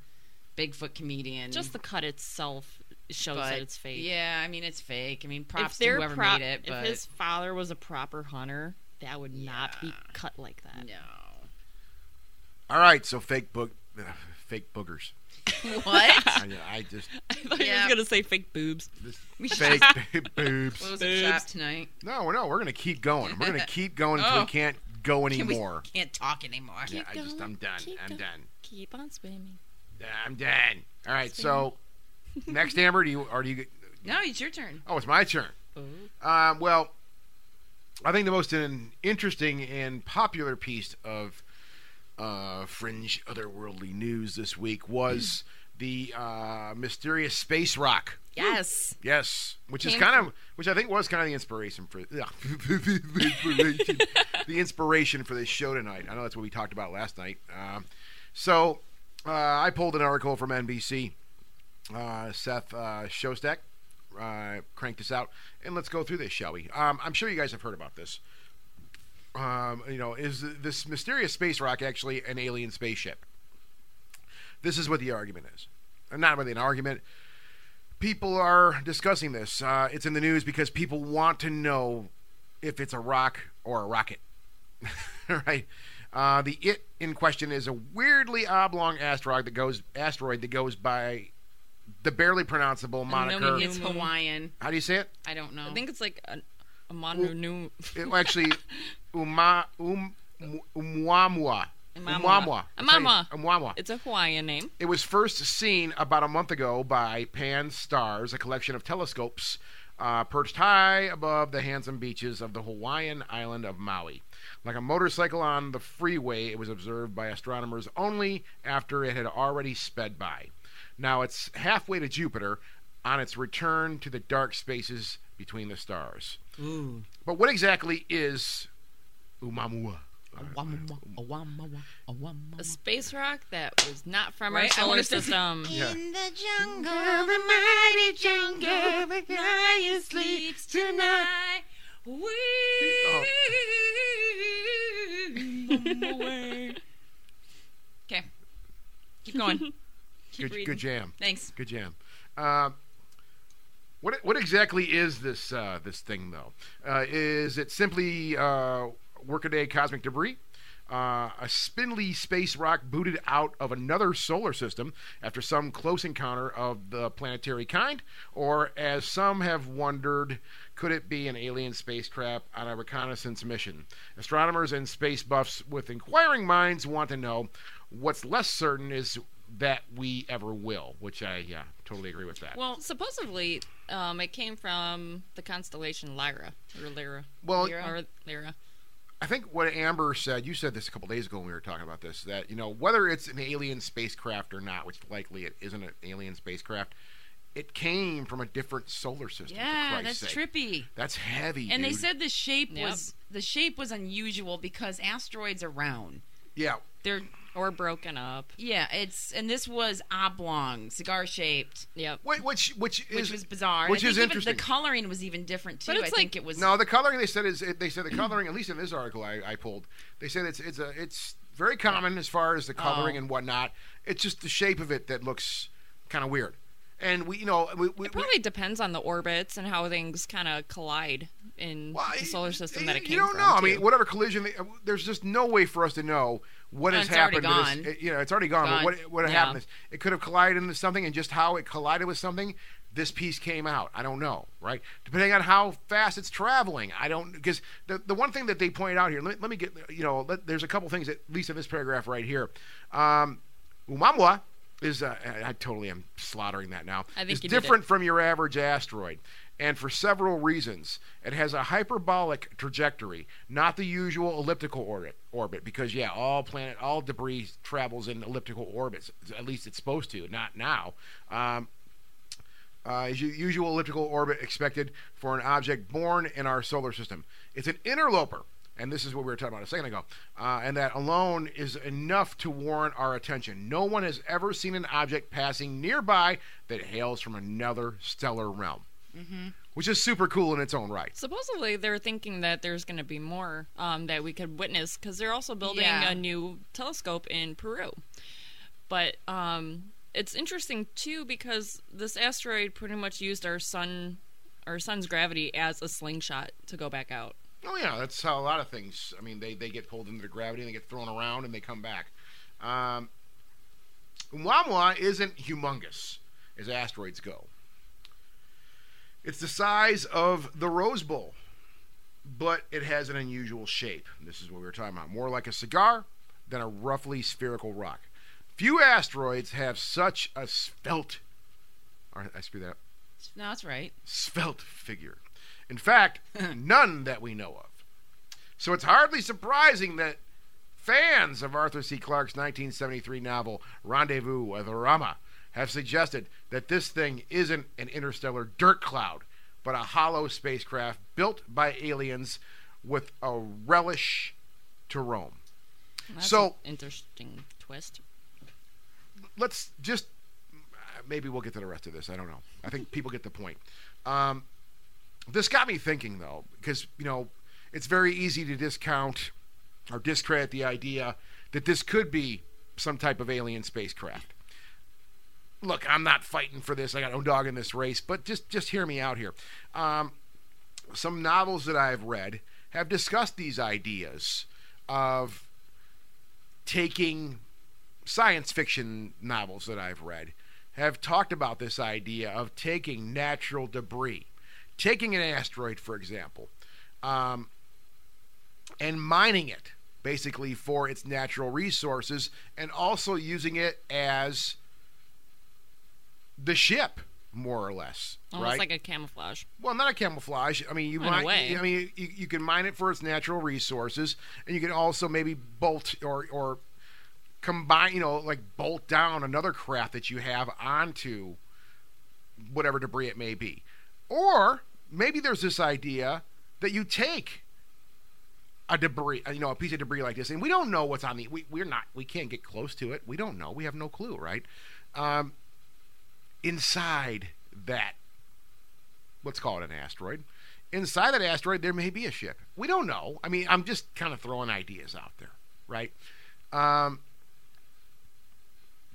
S2: Bigfoot comedian.
S3: Just the cut itself shows
S2: but,
S3: that it's fake.
S2: Yeah, I mean it's fake. I mean
S3: If
S2: props to
S3: their
S2: whoever
S3: prop,
S2: made it, but
S3: if his father was a proper hunter, that would not be cut like that.
S2: no.
S1: All right. So fake book, uh, fake boogers.
S2: What?
S1: I, I just
S3: I thought he
S2: Yeah.
S3: was gonna say fake boobs.
S1: this
S2: We should-
S1: fake boobs.
S2: What was it shop
S3: Boobs.
S2: tonight?
S1: No, we're- no, we're gonna keep going. We're gonna keep going until
S2: Oh.
S1: we can't go
S2: Can we-
S1: anymore.
S2: can't talk anymore.
S1: yeah, I just,
S3: going,
S1: I'm done.
S3: keep
S1: I'm
S3: going.
S1: done.
S3: Keep on swimming.
S1: I'm done. All right. So next, Amber, do you or do you?
S2: No, it's your turn.
S1: Oh, it's my turn.
S3: Oh.
S1: Um, well, I think the most in, interesting and popular piece of uh, fringe otherworldly news this week was the uh, mysterious space rock.
S2: Yes.
S1: Yes, which is
S3: Came
S1: kind of, which I think was kind of the inspiration for yeah. inspiration, the inspiration for this show tonight. I know that's what we talked about last night. Um, so uh, I pulled an article from NBC. Uh, Seth uh, Shostak uh, cranked this out, and let's go through this, shall we? Um, I'm sure you guys have heard about this. Um, you know, is this mysterious space rock actually an alien spaceship? This is what the argument is. Uh, Not really an argument people are discussing this. Uh, it's in the news because people want to know if it's a rock or a rocket. right? Uh, the it in question is a weirdly oblong asteroid that goes asteroid that goes by the barely pronounceable
S3: know
S1: moniker.
S3: we
S2: It's
S3: Moon.
S2: Hawaiian.
S1: How do you say it?
S2: I don't know.
S3: I think it's like a, a Manu
S1: it Eh, well, actually, Uma um, um, Umwamwa.
S3: Umwamwa.
S1: Umwamwa. That's how you-
S3: Umwamwa.
S1: Umwamwa.
S3: It's a Hawaiian name.
S1: It was first seen about a month ago by Pan Stars, a collection of telescopes uh, perched high above the handsome beaches of the Hawaiian island of Maui. Like a motorcycle on the freeway, it was observed by astronomers only after it had already sped by. Now it's halfway to Jupiter on its return to the dark spaces between the stars. But what exactly is Umamua?
S3: A space rock that was not from our
S2: Right? I
S3: solar
S2: wanted to-
S3: system.
S1: Yeah.
S2: the jungle, um, the mighty jungle, the lion sleeps tonight. We Okay. Keep going. Keep
S1: Good,
S2: reading.
S1: good jam.
S2: Thanks.
S1: Good jam. Uh, what what exactly is this uh, this thing though? Uh, is it simply uh, workaday cosmic debris? Uh, a spindly space rock booted out of another solar system after some close encounter of the planetary kind, or as some have wondered, could it be an alien spacecraft on a reconnaissance mission? Astronomers and space buffs with inquiring minds want to know. What's less certain is that we ever will, which I yeah totally agree with that.
S3: Well, supposedly um, it came from the constellation Lyra or Lyra.
S1: Well,
S3: Lyra. Or Lyra.
S1: I think what Amber said, you said this a couple days ago when we were talking about this, that you know whether it's an alien spacecraft or not, which likely it isn't an alien spacecraft, it came from a different solar system. for
S2: Yeah,
S1: Christ's
S2: that's
S1: sake.
S2: trippy.
S1: That's heavy.
S2: And they
S1: dude.
S2: said the shape
S3: Yep.
S2: was the shape was unusual because asteroids are round.
S1: yeah,
S2: They're
S3: Or broken up.
S2: yeah, it's and this was oblong, cigar shaped,
S3: Yep.
S1: Wh- which which
S2: which
S1: is
S2: was bizarre.
S1: which
S2: I think
S1: is
S2: even
S1: interesting.
S2: The coloring was even different too.
S3: But it's
S2: I think
S3: like-
S2: it was
S1: No, the coloring they said is they said the coloring at least in this article I, I pulled they said it's it's a it's very common as far as the coloring
S2: Oh.
S1: and whatnot. It's just the shape of it that looks kind of weird, and we you know we, we,
S3: It probably depends on the orbits and how things kind of collide in
S1: Well,
S3: the
S1: I-
S3: solar system
S1: you-
S3: that it came
S1: You don't
S3: from.
S1: know. I
S3: too.
S1: mean, whatever collision, they, there's just no way for us to know what
S2: No,
S1: has
S2: it's already
S1: happened. to this-
S2: gone.
S1: it- you know, it's already gone. But
S2: Gone.
S1: what what
S3: Yeah.
S1: happened is it could have collided into something, and just how it collided with something, this piece came out. I don't know, right? Depending on how fast it's traveling, I don't because the the one thing that they pointed out here. Let, let me get you know. Let, there's a couple things at least in this paragraph right here. Um, Umamwa is uh, I I totally am slaughtering that now.
S3: I think
S1: is
S3: you did it.
S1: different from your average asteroid, and for several reasons. It has a hyperbolic trajectory, not the usual elliptical orbit. Orbit because yeah, all planet, all debris travels in elliptical orbits. At least it's supposed to. Not now. Um, uh, is u- usual elliptical orbit expected for an object born in our solar system. It's an interloper, and this is what we were talking about a second ago, uh, and that alone is enough to warrant our attention. No one has ever seen an object passing nearby that hails from another stellar realm, which is super cool in its own right.
S3: Supposedly, they're thinking that there's going to be more um, that we could witness because they're also building
S2: Yeah.
S3: a new telescope in Peru. But um, it's interesting too because this asteroid pretty much used our sun, our sun's gravity as a slingshot to go back out.
S1: Oh yeah, that's how a lot of things. I mean, they they get pulled into the gravity and they get thrown around and they come back. Um, Oumuamua isn't humongous as asteroids go. It's the size of the Rose Bowl, but it has an unusual shape. This is what we were talking about. More like a cigar than a roughly spherical rock. Few asteroids have such a svelte. all right, I screwed that up
S2: No, that's right.
S1: svelte figure. In fact, none that we know of. So it's hardly surprising that fans of Arthur C. Clarke's 1973 novel Rendezvous with Rama have suggested that this thing isn't an interstellar dirt cloud, but a hollow spacecraft built by aliens with a relish to roam.
S3: That's
S1: So-
S3: an interesting twist.
S1: let's just maybe we'll get to the rest of this. I don't know. I think people get the point. Um, this got me thinking though, because you know it's very easy to discount or discredit the idea that this could be some type of alien spacecraft. Look, I'm not fighting for this. I got no dog in this race, but just just hear me out here. Um, some novels that I've read have discussed these ideas of taking science fiction novels that I've read have talked about this idea of taking natural debris, taking an asteroid, for example, um, and mining it basically for its natural resources and also using it as the ship, more or less.
S3: Almost
S1: right?
S3: like a camouflage.
S1: Well, not a camouflage. I mean, you
S3: Oh, In a
S1: mine.
S3: way.
S1: I mean, you, you can mine it for its natural resources, and you can also maybe bolt or or combine, you know, like bolt down another craft that you have onto whatever debris it may be, or maybe there's this idea that you take a debris, you know, a piece of debris like this, and we don't know what's on the. We, we're not. We can't get close to it. We don't know. We have no clue, right? Um, inside that let's call it an asteroid. Inside that asteroid, there may be a ship. We don't know. I mean, I'm just kind of throwing ideas out there, right? Um,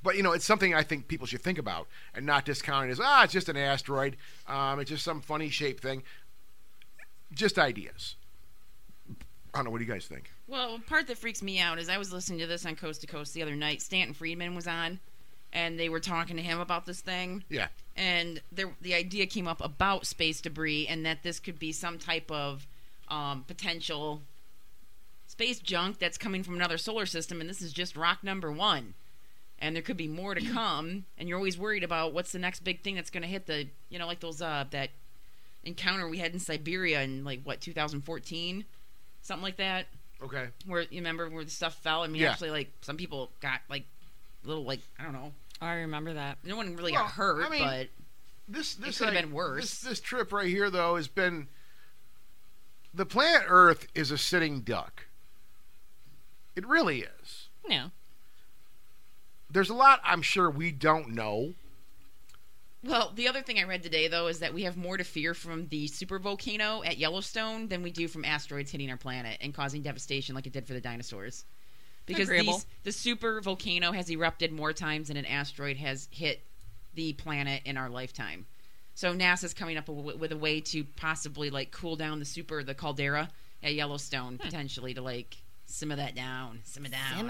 S1: but you know, it's something I think people should think about and not discount it as ah, it's just an asteroid. Um, it's just some funny shaped thing. Just ideas. I don't know. What do you guys think?
S2: Well, part that freaks me out is I was listening to this on Coast to Coast the other night. Stanton Friedman was on, and they were talking to him about this thing.
S1: Yeah.
S2: And there, the idea came up about space debris and that this could be some type of um, potential space junk that's coming from another solar system, and this is just rock number one. And there could be more to come, and you're always worried about what's the next big thing that's going to hit the, you know, like those uh that encounter we had in Siberia in like what 2014, something like that
S1: Okay.
S2: where you remember where the stuff fell. I mean,
S1: Yeah.
S2: actually, like some people got like little like I don't know,
S3: I remember that.
S2: no one really
S1: Well,
S2: got hurt,
S1: I mean,
S2: but
S1: This this
S2: could've
S1: I-
S2: been worse.
S1: This, this trip right here, though, has been the planet Earth is a sitting duck. It really is.
S3: Yeah.
S1: there's a lot I'm sure we don't know.
S2: well, the other thing I read today though is that we have more to fear from the super volcano at Yellowstone than we do from asteroids hitting our planet and causing devastation like it did for the dinosaurs. Because
S3: Agreeable.
S2: these, the super volcano has erupted more times than an asteroid has hit the planet in our lifetime. So NASA's coming up w- with a way to possibly like cool down the super the caldera at Yellowstone potentially to like simmer that down, simmer down.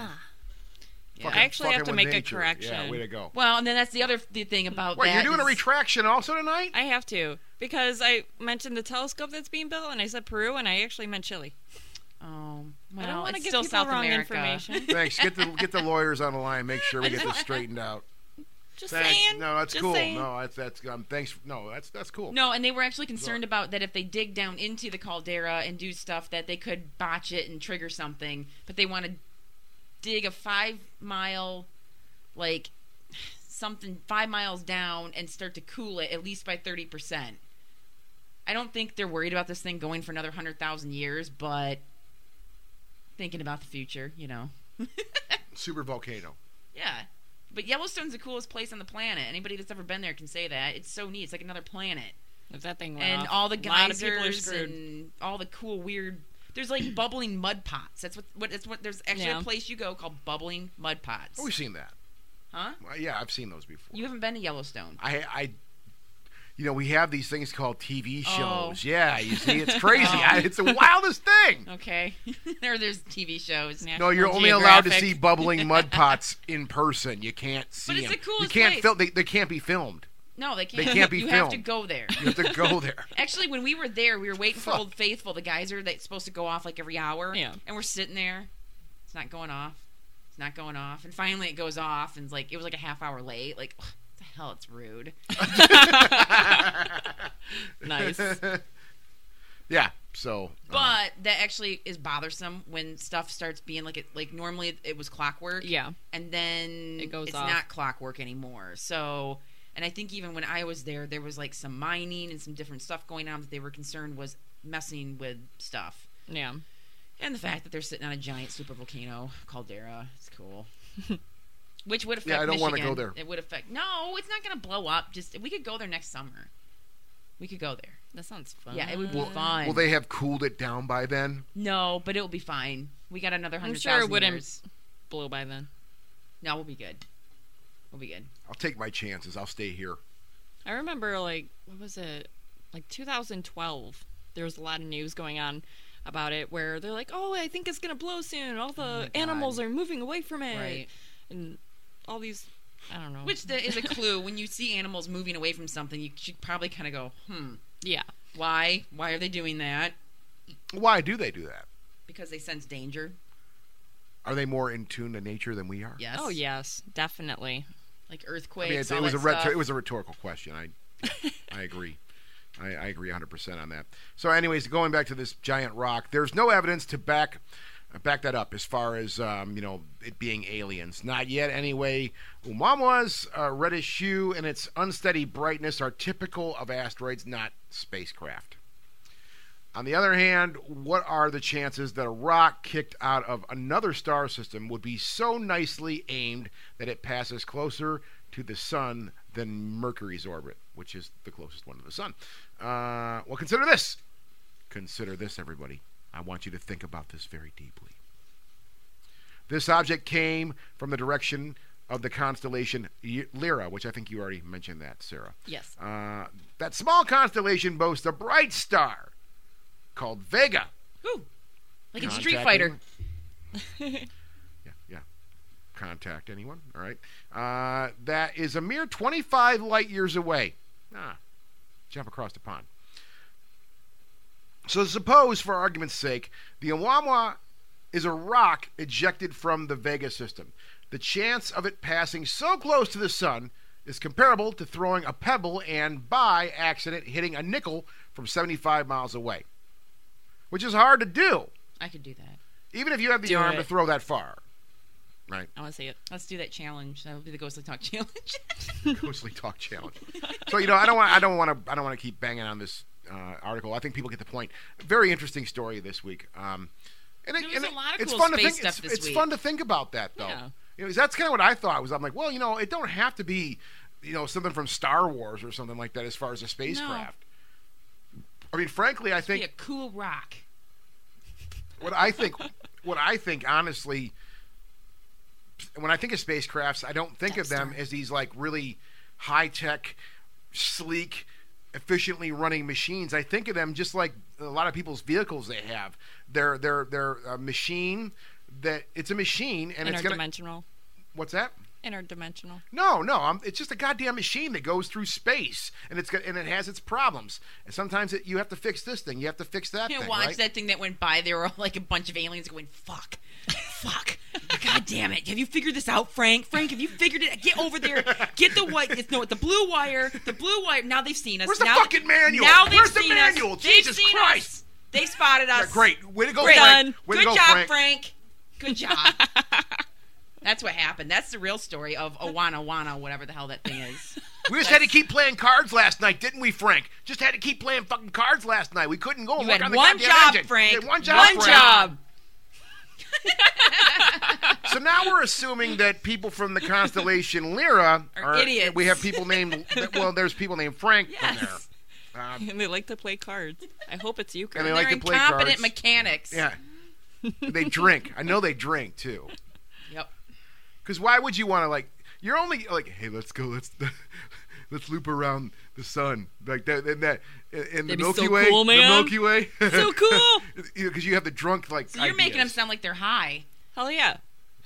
S1: Yeah.
S3: I actually have to make a correction.
S1: Yeah, way to go.
S2: Well, and then that's the other the thing about
S1: Wait, you're
S2: that
S1: doing a
S2: is-
S1: retraction also tonight?
S3: I have to because I mentioned the telescope that's being built, and I said Peru, and I actually meant Chile.
S2: Oh,
S3: I don't
S2: well,
S3: want
S2: it's
S3: to give
S2: still
S3: people
S2: South
S3: wrong
S2: America.
S3: information.
S1: Thanks. Get the get the lawyers on the line. Make sure we get this straightened out.
S3: Just
S1: Thanks.
S3: saying.
S1: No, that's
S3: Just
S1: cool.
S3: saying.
S1: No, that's that's um, thanks. No, that's that's cool.
S2: No, and they were actually concerned about that if they dig down into the caldera and do stuff that they could botch it and trigger something, but they want to dig a 5 mile like something 5 miles down and start to cool it at least by 30%. I don't think they're worried about this thing going for another 100,000 years, but thinking about the future, you know.
S1: Super volcano.
S2: Yeah. But Yellowstone's the coolest place on the planet. Anybody that's ever been there can say that. It's so neat. It's like another planet.
S3: If that thing went
S2: and
S3: off,
S2: all the
S3: a lot of people are
S2: geysers
S3: screwed.
S2: and all the cool weird there's like bubbling mud pots. That's what what it's what there's actually
S3: Yeah.
S2: a place you go called bubbling mud pots.
S1: Oh, we've seen that.
S2: Huh?
S1: Well, yeah, I've seen those before.
S2: You haven't been to Yellowstone.
S1: I I. You know, we have these things called TV
S2: Oh.
S1: shows. Yeah, you see, it's crazy. I, it's the wildest thing.
S2: Okay. there there's TV shows.
S3: Yeah.
S1: No, you're
S3: National
S1: only allowed to
S3: Geographic.
S1: see bubbling mud pots in person. You can't see
S2: it's
S1: them.
S2: the coolest
S1: you can't
S2: place.
S1: fil- they, they can't be filmed.
S2: No, they can't.
S1: can't be
S2: you have to
S1: filmed.
S2: go there.
S1: You have to go there.
S2: Actually, when we were there, we were waiting for
S1: Fuck.
S2: Old Faithful, the geyser that's supposed to go off like every hour.
S3: Yeah.
S2: And we're sitting there. It's not going off. It's not going off. And finally it goes off and it's like it was like a half hour late. Like what the hell it's rude.
S3: nice.
S1: yeah. So, uh,
S2: But that actually is bothersome when stuff starts being like it. Like normally it was clockwork.
S3: Yeah.
S2: and then
S3: It goes
S2: it's
S3: off.
S2: not clockwork anymore so and i think even when i was there there was like some mining and some different stuff going on that they were concerned was messing with stuff
S3: Yeah.
S2: and the fact that they're sitting on a giant super volcano caldera it's cool which would affect
S1: Yeah, I don't wanna
S2: michigan
S1: go there.
S2: it would affect no it's not going to blow up just we could go there next summer we could go there
S3: That sounds fun.
S2: yeah it would be
S1: will,
S2: fun
S1: will they have cooled it down by then?
S2: no but it'll be fine we got another
S3: I'm
S2: 100000
S3: sure it wouldn't
S2: years.
S3: blow by then.
S2: no we'll be good we'll be good
S1: I'll take my chances. I'll stay here.
S3: I remember like what was it? Like 2012. There was a lot of news going on about it where they're like, "Oh, I think it's going to blow soon. All the
S2: Oh God.
S3: animals are moving away from it."
S2: right
S3: And all these I don't know.
S2: Which that is a clue. when you see animals moving away from something, you should probably kind of go, hmm,
S3: yeah.
S2: why? Why are they doing that?
S1: Why do they do that?
S2: Because they sense danger.
S1: Are they more in tune to nature than we are?
S2: Yes.
S3: Oh yes, definitely.
S2: Like
S1: I mean,
S2: earthquakes.
S1: it's- it was a rhetor-
S2: stuff.
S1: it was a rhetorical question. I I agree. I, I agree 100% on that. So, anyways, going back to this giant rock, there's no evidence to back uh, back that up as far as um, you know it being aliens. Not yet, anyway. Umama's uh, reddish hue and its unsteady brightness are typical of asteroids, not spacecraft. On the other hand, what are the chances that a rock kicked out of another star system would be so nicely aimed that it passes closer to the sun than Mercury's orbit, which is the closest one to the sun? Uh, well, consider this. Consider this, everybody. I want you to think about this very deeply. This object came from the direction of the constellation Y- Lyra, which I think you already mentioned that, Sarah.
S3: Yes.
S1: Uh, that small constellation boasts a bright star called Vega.
S2: Ooh, like in Street
S1: Contact
S2: Fighter.
S1: anyone? yeah, yeah. Contact anyone. All right. Uh, that is a mere 25 light years away. Ah, jump across the pond. So suppose, for argument's sake, the Oumuamua is a rock ejected from the Vega system. The chance of it passing so close to the sun is comparable to throwing a pebble and, by accident, hitting a nickel from 75 miles away, which is hard to do,
S2: I could do that.
S1: even if you have the
S3: Do
S1: arm
S3: it.
S1: to throw that far.
S3: I want to see it.
S2: Let's do that challenge. That'll be the Ghostly Talk challenge.
S1: Ghostly Talk Challenge. So you know, I don't want, I don't want to, I don't want to keep banging on this uh, article. I think people get the point. Very interesting story this week. Um, and it,
S2: There was
S1: and
S2: a
S1: it-
S2: lot of
S1: it's
S2: cool
S1: fun to
S2: space
S1: think.
S2: stuff
S1: it's
S2: this
S1: it's
S2: week.
S1: fun to think about that though.
S3: Yeah.
S1: You know, that's kind of what I thought. Was I'm like, well, you know, it don't have to be, you know, something from Star Wars or something like that as far as a spacecraft. I mean, frankly, I
S2: be
S1: think
S2: a cool rock.
S1: what I think, what I think, honestly, when I think of spacecrafts, I don't think of them as these like really high tech, sleek, efficiently running machines. I think of them just like a lot of people's vehicles they have. They're they're they're a machine that it's a machine and it's gonna
S3: Interdimensional.
S1: what's that?
S3: Interdimensional.
S1: No, no. i it's just a goddamn machine that goes through space, and it's got, and it has its problems. And sometimes it, you have to fix this thing, you have to fix that
S2: You know,
S1: thing,
S2: watch
S1: right?
S2: that thing that went by. There were like a bunch of aliens going, "Fuck, fuck, god damn it! Have you figured this out, Frank? Frank, have you figured it? Get over there, get the white. It's, no, the blue wire, the blue wire. Now they've seen us.
S1: Where's the
S2: now,
S1: fucking manual?
S2: Now they've
S1: Where's the
S2: seen
S1: manual?
S2: Us.
S1: Jesus
S2: they've seen
S1: Christ.
S2: Us. They spotted us.
S1: Yeah, great, way to go,
S2: Great.
S1: Frank. Way
S2: Good
S1: to go,
S2: job,
S1: Frank.
S2: Good job. That's what happened. That's the real story of Owana Wana, whatever the hell that thing is.
S1: We just had to keep playing cards last night, didn't we, Frank? Just had to keep playing fucking cards last night. We couldn't go. and
S2: You
S1: work
S2: had
S1: on the
S2: one
S1: goddamn
S2: job,
S1: engine.
S2: Frank.
S1: You had one job.
S2: One
S1: Frank.
S2: job.
S1: So now we're assuming that people from the constellation Lyra
S2: Are idiots.
S1: We have people named. Well, there's people named Frank in there.
S2: Yes.
S3: and they like to play cards. I hope it's euchre.
S1: And they
S2: They're
S1: like to play
S2: incompetent
S1: cards.
S2: mechanics.
S1: Yeah. they drink. I know they drink too.
S2: Yep.
S1: Because why would you want to like? You're only like, hey, let's go, let's let's loop around the sun, like that, and that, in the
S3: That'd be
S1: Milky
S3: so
S1: Way,
S3: cool, man.
S1: the Milky Way,
S3: So cool.
S1: Because you have the drunk like.
S2: So you're making them
S1: ideas.
S2: sound like they're high.
S3: Hell yeah.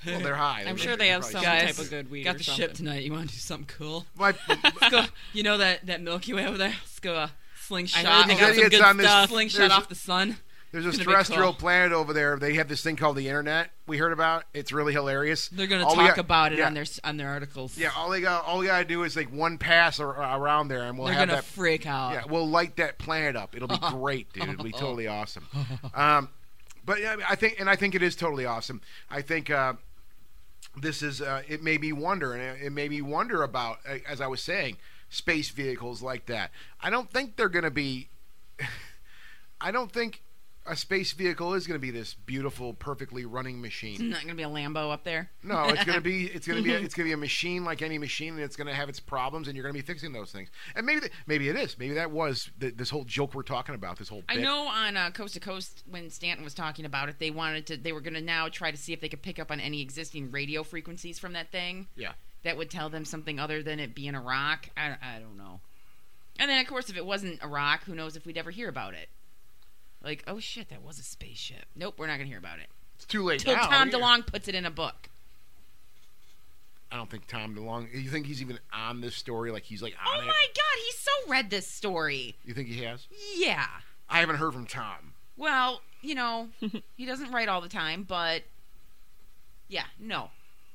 S1: Well, they're high.
S3: I'm sure they have
S1: probably
S3: some
S1: should.
S3: type of good weed.
S2: Got
S3: or
S2: the
S3: something.
S2: ship tonight. You want to do something cool?
S1: My,
S2: Go, you know that that Milky Way over there? Let's go uh, slingshot.
S3: I heard they
S1: got some
S2: Idiots
S1: good
S2: on this
S1: stuff.
S2: slingshot
S1: There's-
S2: off the sun.
S1: There's this
S3: Gonna be
S1: terrestrial
S3: cool.
S1: planet over there. They have this thing called the internet. We heard about. It's really hilarious.
S2: They're going to
S1: All we
S2: talk
S1: got-
S2: about it
S1: yeah,
S2: on their s- on their articles.
S1: Yeah, all they got, all we gotta do is like one pass ar- around there, and we'll
S2: They're
S1: have
S2: going to
S1: that.
S2: freak out.
S1: Yeah, we'll light that planet up. It'll be great, dude. It'll be totally awesome. Um, but yeah, I mean, I think, and I think it is totally awesome. I think uh, this is. Uh, it made me wonder, and it- it made me wonder about, uh, as I was saying, space vehicles like that. I don't think they're going to be. I don't think a space vehicle is going to be this beautiful, perfectly running machine.
S2: Not going to be a Lambo up there.
S1: No, it's gonna be it's gonna be it's gonna be a machine like any machine, and it's gonna have its problems, and you're gonna be fixing those things. And maybe th- maybe it is. Maybe that was th- this whole joke we're talking about. This whole
S2: I
S1: bit.
S2: know on uh, Coast to Coast when Stanton was talking about it, they wanted to. They were going to now try to see if they could pick up on any existing radio frequencies from that thing
S1: Yeah,
S2: that would tell them something other than it being a rock. I, I don't know. And then of course, if it wasn't a rock, who knows if we'd ever hear about it? Like, oh shit, that was a spaceship. Nope, we're not going to hear about it
S1: it's too late
S2: till
S1: now.
S2: Tom
S1: Yeah.
S2: DeLong puts it in a book.
S1: I don't think Tom DeLong. You think he's even on this story? Like he's like
S2: Oh
S1: on
S2: my
S1: it?
S2: god, he's so read this story.
S1: You think he has?
S2: Yeah.
S1: I haven't heard from Tom.
S2: Well, you know, he doesn't write all the time, but yeah, no.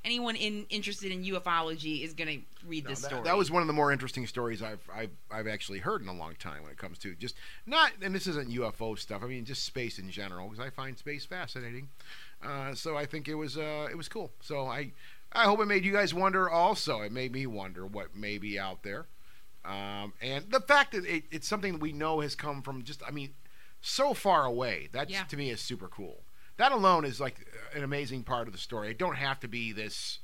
S2: Anyone in interested in ufology is going to read this
S1: that,
S2: story.
S1: that was one of the more interesting stories I've, I've I've actually heard in a long time when it comes to just not and this isn't UFO stuff. I mean just space in general because I find space fascinating. Uh, so I think it was uh, it was cool. So I I hope it made you guys wonder. Also, it made me wonder what may be out there, um, and the fact that it, it's something we know has come from just I mean so far away. That's
S2: Yeah.
S1: to me is super cool. That alone is like an amazing part of the story. It don't have to be this.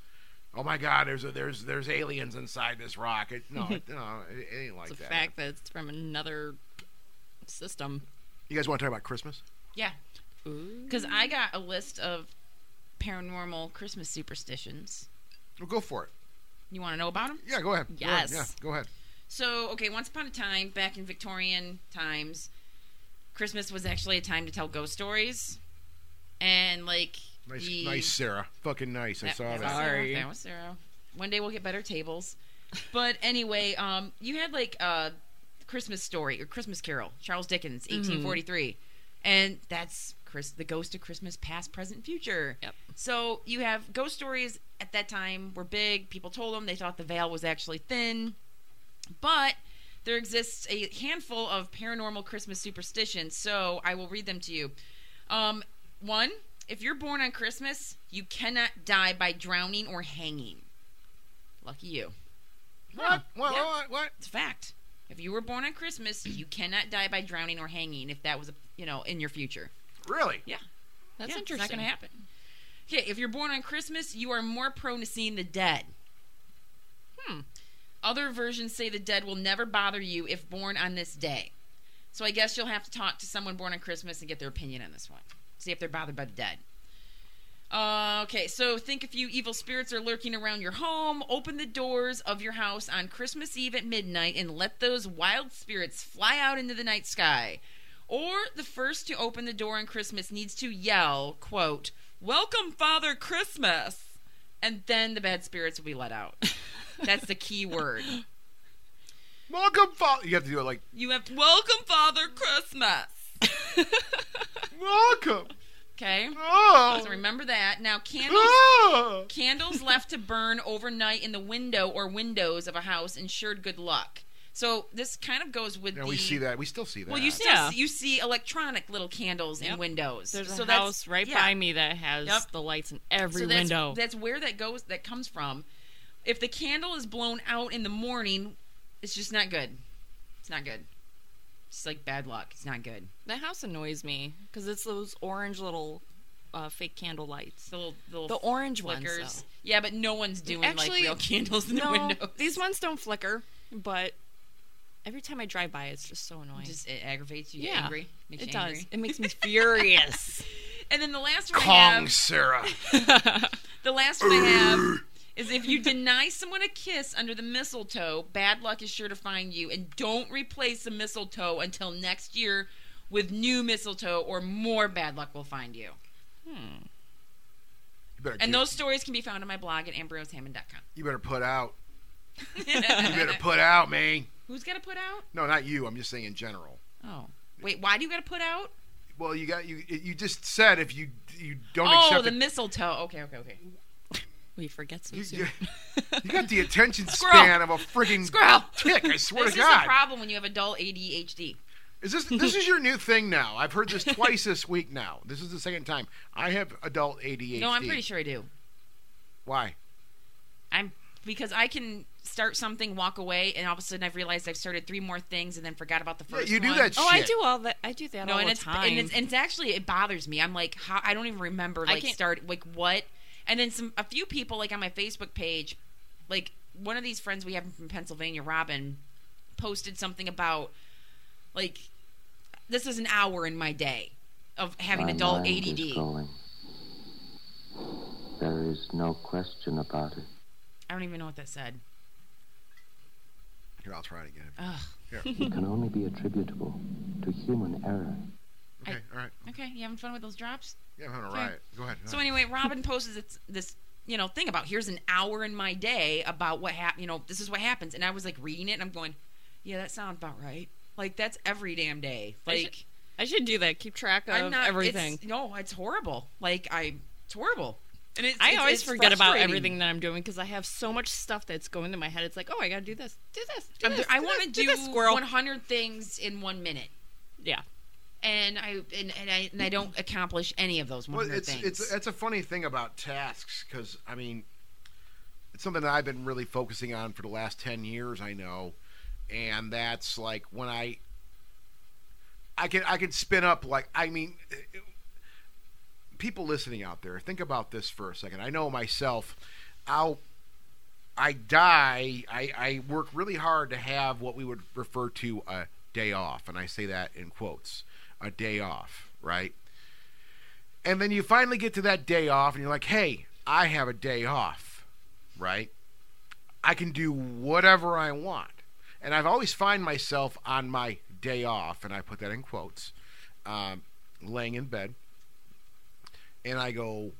S1: Oh my God! There's a, there's there's aliens inside this rock. It, no, it, no, it, it ain't like
S3: It's a
S1: that.
S3: fact that it's from another system.
S1: You guys want to talk about Christmas?
S2: yeah,
S3: Ooh.
S2: cuz I got a list of paranormal Christmas superstitions.
S1: Well, go for it.
S2: You want to know about them?
S1: Yeah, go ahead.
S2: Yes.
S1: Go ahead. Yeah, go ahead.
S2: So, okay, once upon a time, back in Victorian times, Christmas was actually a time to tell ghost stories. And like
S1: Nice,
S2: the-
S1: nice, Sarah. Fucking nice. I
S2: That-
S1: saw
S2: that
S1: that.
S2: was zero.
S3: Sorry.
S2: That was zero. One day we'll get better tables. But anyway, um, you had like uh, Christmas Story or Christmas Carol, Charles Dickens,
S3: Mm-hmm.
S2: 1843. And that's Chris, the ghost of Christmas, past, present, future.
S3: Yep.
S2: So you have ghost stories at that time were big. People told them they thought the veil was actually thin. But there exists a handful of paranormal Christmas superstitions, so I will read them to you. Um, one, if you're born on Christmas, you cannot die by drowning or hanging. Lucky you.
S1: What? What?
S2: Yeah.
S1: What? What?
S2: It's a fact. If you were born on Christmas, you cannot die by drowning or hanging if that was, a, you know, in your future.
S1: Really?
S3: That's
S2: Yeah,
S3: interesting.
S2: It's not going to happen. Okay, if you're born on Christmas, you are more prone to seeing the dead. Hmm. Other versions say the dead will never bother you if born on this day. So I guess you'll have to talk to someone born on Christmas and get their opinion on this one. See if they're bothered by the dead. Uh, okay, so think if you evil spirits are lurking around your home, open the doors of your house on Christmas Eve at midnight and let those wild spirits fly out into the night sky. Or the first to open the door on Christmas needs to yell, quote, Welcome, Father Christmas! And then the bad spirits will be let out. That's the key word.
S1: Welcome, Father. You have to do it like
S2: You have welcome, Father Christmas.
S1: welcome.
S2: Okay,
S1: Oh.
S2: so remember that. Now, candles
S1: Oh.
S2: Candles left to burn overnight in the window or windows of a house ensured good luck. So this kind of goes with
S1: Yeah,
S2: the.
S1: we see that. We still see that.
S2: Well, you still
S3: Yeah.
S2: see, you see electronic little candles in
S3: Yep.
S2: windows.
S3: There's a
S2: so that's-
S3: house right
S2: yeah.
S3: by me that has
S2: Yep.
S3: the lights in every
S2: so that's,
S3: window.
S2: That's where that goes. That comes from. If the candle is blown out in the morning, it's just not good. It's not good. It's like bad luck. It's not good.
S3: That house annoys me because it's those orange little uh, fake candle lights.
S2: It's the little, the
S3: The
S2: little
S3: orange
S2: flickers.
S3: ones.
S2: Yeah, but no one's doing like
S3: Actually,
S2: real candles
S3: though.
S2: in the
S3: no,
S2: windows.
S3: these ones don't flicker, but every time I drive by, it's just so annoying.
S2: just it aggravates you. You get
S3: yeah,
S2: angry. Makes
S3: it
S2: you
S3: does.
S2: angry.
S3: It makes me furious.
S2: And then the last one I
S1: Kong
S2: have,
S1: Sarah.
S2: the last one I have is if you deny someone a kiss under the mistletoe, bad luck is sure to find you. And don't replace the mistletoe until next year with new mistletoe, or more bad luck will find you.
S1: You better.
S2: And
S1: do-
S2: those stories can be found on my blog at ambrosehammond.com.
S1: You better put out. You better put out, man.
S2: Who's got to put out?
S1: No, not you. I'm just saying in general.
S2: Oh, wait, why do you got to put out?
S1: Well, you got you. You just said if you you don't
S2: oh,
S1: accept
S2: the
S1: it-
S2: mistletoe. Okay, okay, okay.
S3: We forget so
S1: you,
S3: soon.
S1: you- you got the attention
S2: Squirrel.
S1: span of a frigging
S2: Squirrel.
S1: tick. I swear
S2: this
S1: to
S2: is
S1: God.
S2: the problem when you have adult ADHD.
S1: Is this this is your new thing now? I've heard this twice this week now. This is the second time. I have adult ADHD.
S2: No, I'm pretty sure I do.
S1: Why?
S2: I'm because I can start something, walk away, and all of a sudden I've realized I've started three more things, and then forgot about the
S1: Yeah,
S2: first.
S1: you do
S2: one.
S1: that.
S3: oh, I
S1: shit.
S3: do all that. I do that
S2: No,
S3: all
S2: and
S3: the
S2: it's,
S3: time.
S2: and it's and it's actually it bothers me. I'm like, how I don't even remember
S3: I
S2: like
S3: can't-
S2: start like what, and then some a few people like on my Facebook page, like one of these friends we have from Pennsylvania, Robin, posted something about like this is an hour in my day of having
S8: My
S2: adult
S8: mind
S2: ADD.
S8: Is going. There is no question about it.
S2: I don't even know what that said.
S1: Here, I'll try it again.
S2: Ugh.
S8: It can only be attributable to human error.
S1: Okay, all right.
S2: Okay, you having fun with those drops?
S1: Yeah, I'm having a
S2: Sorry.
S1: riot. Go ahead.
S2: So anyway, Robin posted this, this you know thing about here's an hour in my day about what happened. You know, this is what happens, and I was like reading it, and I'm going, yeah, that sounds about right. Like that's every damn day.
S3: I should-
S2: Like
S3: I should do that. Keep track of
S2: I'm not it's-
S3: everything.
S2: no, it's horrible. Like I, it's horrible. And it's,
S3: I
S2: it's-
S3: always
S2: it's
S3: forget about
S2: frustrating.
S3: everything that I'm doing because I have so much stuff that's going through my head. It's like, oh, I gotta do this, do this, do
S2: I'm-
S3: this.
S2: I
S3: want
S2: want to do
S3: this, squirrel.
S2: 100 things in one minute,
S3: Yeah,
S2: and I and, and I and I don't accomplish any of those 100
S1: well, it's
S2: things.
S1: it's that's a funny thing about tasks because I mean, it's something that I've been really focusing on for the last ten years. I know, and that's like when I. I can I can spin up like I mean, people listening out there, think about this for a second. I know myself, I'll I die. I, I work really hard to have what we would refer to a day off, and I say that in quotes, a day off, right? And then you finally get to that day off, and you're like, hey, I have a day off, right? I can do whatever I want. And I've always find myself on my day off, and I put that in quotes, um, laying in bed, and I go,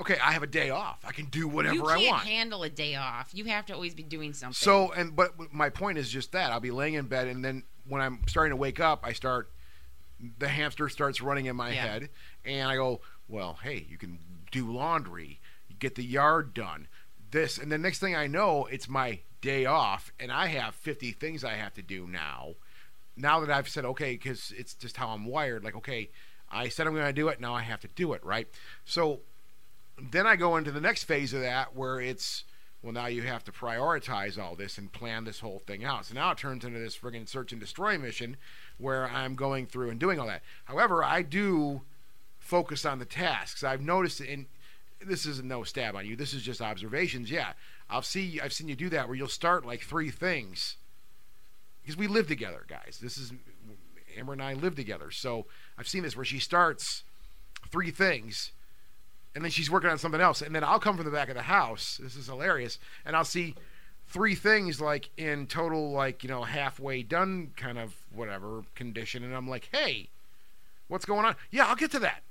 S1: okay, I have a day off. I can do whatever
S2: you
S1: I
S2: can't
S1: want.
S2: handle a day off. You have to always be doing something.
S1: So and but my point is just that I'll be laying in bed and then when I'm starting to wake up, I start the hamster starts running in my
S2: Yeah.
S1: head and I go, well, hey, you can do laundry, you get the yard done, this and the next thing I know, it's my day off and I have 50 things I have to do now. Now that I've said okay cuz it's just how I'm wired like okay, I said I'm going to do it, now I have to do it, right? So then I go into the next phase of that where it's well now you have to prioritize all this and plan this whole thing out. So now it turns into this friggin' search and destroy mission where I'm going through and doing all that. However, I do focus on the tasks. I've noticed in this is no stab on you. This is just observations. Yeah. I'll see I've seen you do that where you'll start like three things. Because we live together, guys. This is Amber and I live together. So I've seen this where she starts three things and then she's working on something else and then i'll come from the back of the house this is hilarious and i'll see three things like in total like you know halfway done kind of whatever condition and i'm like hey what's going on yeah i'll get to that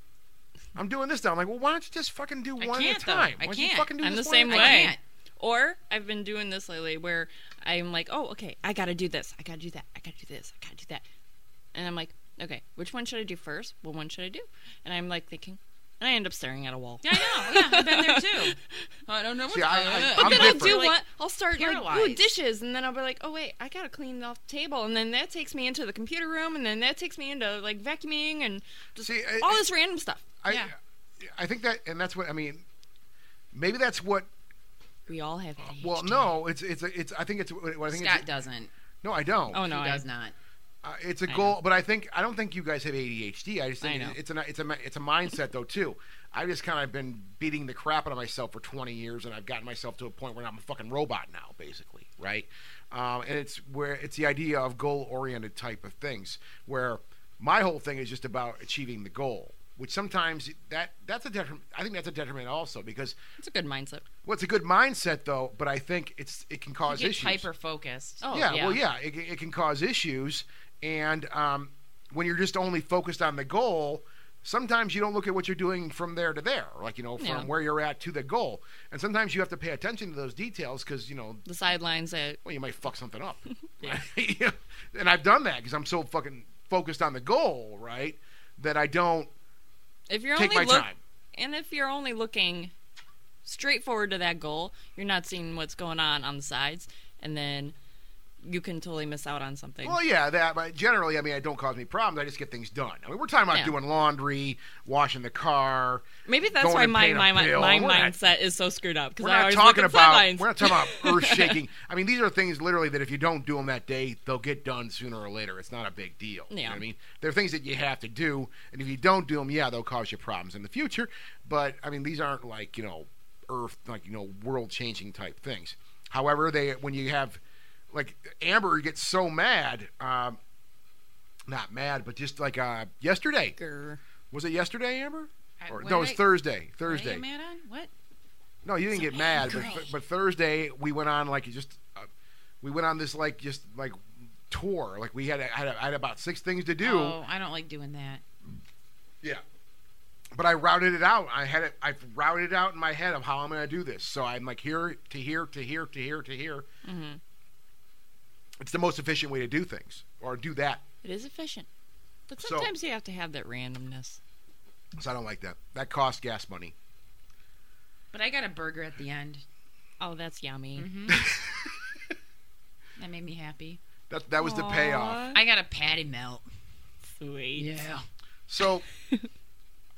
S1: i'm doing this now i'm like well why don't you just fucking do
S2: I
S1: one at
S2: can't,
S1: a
S2: though.
S1: time why
S2: I
S1: don't you
S2: can't.
S1: fucking do
S3: I'm the
S1: this one
S3: same
S1: at a
S2: I
S1: time?"
S3: way.
S2: can't.
S3: Or I've been doing this lately where I'm like, oh, okay, I gotta do this, I gotta do that, I gotta do this, I gotta do that, and I'm like, okay, which one should I do first? What one should I do? And I'm like thinking, and I end up staring at a wall.
S2: Yeah, I know. Yeah, I've been there too. I don't know what
S1: See, I- I-
S3: But
S1: I'm
S3: then
S1: different.
S3: I'll do
S2: Like,
S3: what? I'll start like ooh,
S2: paralyzed.
S3: dishes, and then I'll be like, oh wait, I gotta clean off the table, and then that takes me into the computer room, and then that takes me into like vacuuming and just
S1: See, I-
S3: all this random stuff.
S1: I,
S2: Yeah.
S1: I think that and that's what i mean maybe that's what
S3: We all have. ADHD.
S1: well no it's it's it's i think it's what i think
S2: Scott
S1: it's,
S2: doesn't.
S1: no i don't
S3: Oh no,
S2: he
S3: I-
S2: does not.
S1: Uh, it's a goal, but I think I don't think you guys have ADHD. I just think
S3: I know.
S1: it's a it's a it's a mindset though too. I've just kind of been beating the crap out of myself for 20 years, and I've gotten myself to a point where I'm a fucking robot now, basically, right? Um, and it's where it's the idea of goal-oriented type of things, where my whole thing is just about achieving the goal, which sometimes that that's a detriment. I think that's a detriment also because
S3: it's a good mindset.
S1: what's a good mindset though, but I think it's it can cause
S2: Get
S1: issues
S2: hyper focused.
S3: Oh
S1: yeah,
S3: yeah.
S1: well, yeah, it, it can cause issues, and um, when you're just only focused on the goal, sometimes you don't look at what you're doing from there to there, like you know, from
S3: Yeah.
S1: where you're at to the goal, and sometimes you have to pay attention to those details because you know,
S3: The sidelines that
S1: well, you might fuck something up, and I've done that because I'm so fucking focused on the goal, right? That I don't
S3: If you're
S1: take
S3: only
S1: my
S3: look-
S1: time.
S3: and if you're only looking straight forward to that goal, you're not seeing what's going on on the sides, and then you can totally miss out on something.
S1: Well, yeah, that. But generally, I mean, it don't cause me problems. I just get things done. I mean, we're talking about
S3: Yeah.
S1: doing laundry, washing the car.
S3: Maybe that's
S1: going
S3: why
S1: and
S3: my
S1: paying a
S3: my, my,
S1: bill.
S3: my
S1: We're not-
S3: mindset is so screwed up because
S1: We're
S3: I
S1: not
S3: always
S1: talking
S3: look at
S1: about
S3: sidelines.
S1: we're not talking about earth shaking. I mean, these are things literally that if you don't do them that day, they'll get done sooner or later. It's not a big deal. You know
S3: Yeah.
S1: what I mean, there are things that you have to do, and if you don't do them, yeah, they'll cause you problems in the future. But I mean, these aren't like you know, earth like you know, world changing type things. However, they when you have like Amber gets so mad, um, not mad, but just like uh, yesterday
S3: Grr.
S1: was it yesterday, Amber?
S2: I-
S1: Or,
S2: what
S1: no, it
S2: did
S1: was
S2: I-
S1: Thursday.
S2: What are
S1: Thursday.
S2: you mad on? What?
S1: No, you didn't get mad, but, but Thursday we went on like just uh, we went on this like just like tour. Like we had had, had about six things to do.
S2: Oh, I don't like doing that.
S1: Yeah. But I routed it out. I had it. I've routed it out in my head of how I'm going to do this. So I'm like here to here to here to here to here.
S3: Mhm.
S1: It's the most efficient way to do things or do that.
S3: It is efficient, but
S1: So-
S3: sometimes you have to have that randomness.
S1: So I don't like that. That costs gas money.
S2: But I got a burger at the end. Mm-hmm.
S3: Oh, that's yummy.
S2: That made me happy.
S1: That that was the payoff.
S2: I got a patty melt.
S3: Sweet.
S2: Yeah.
S1: So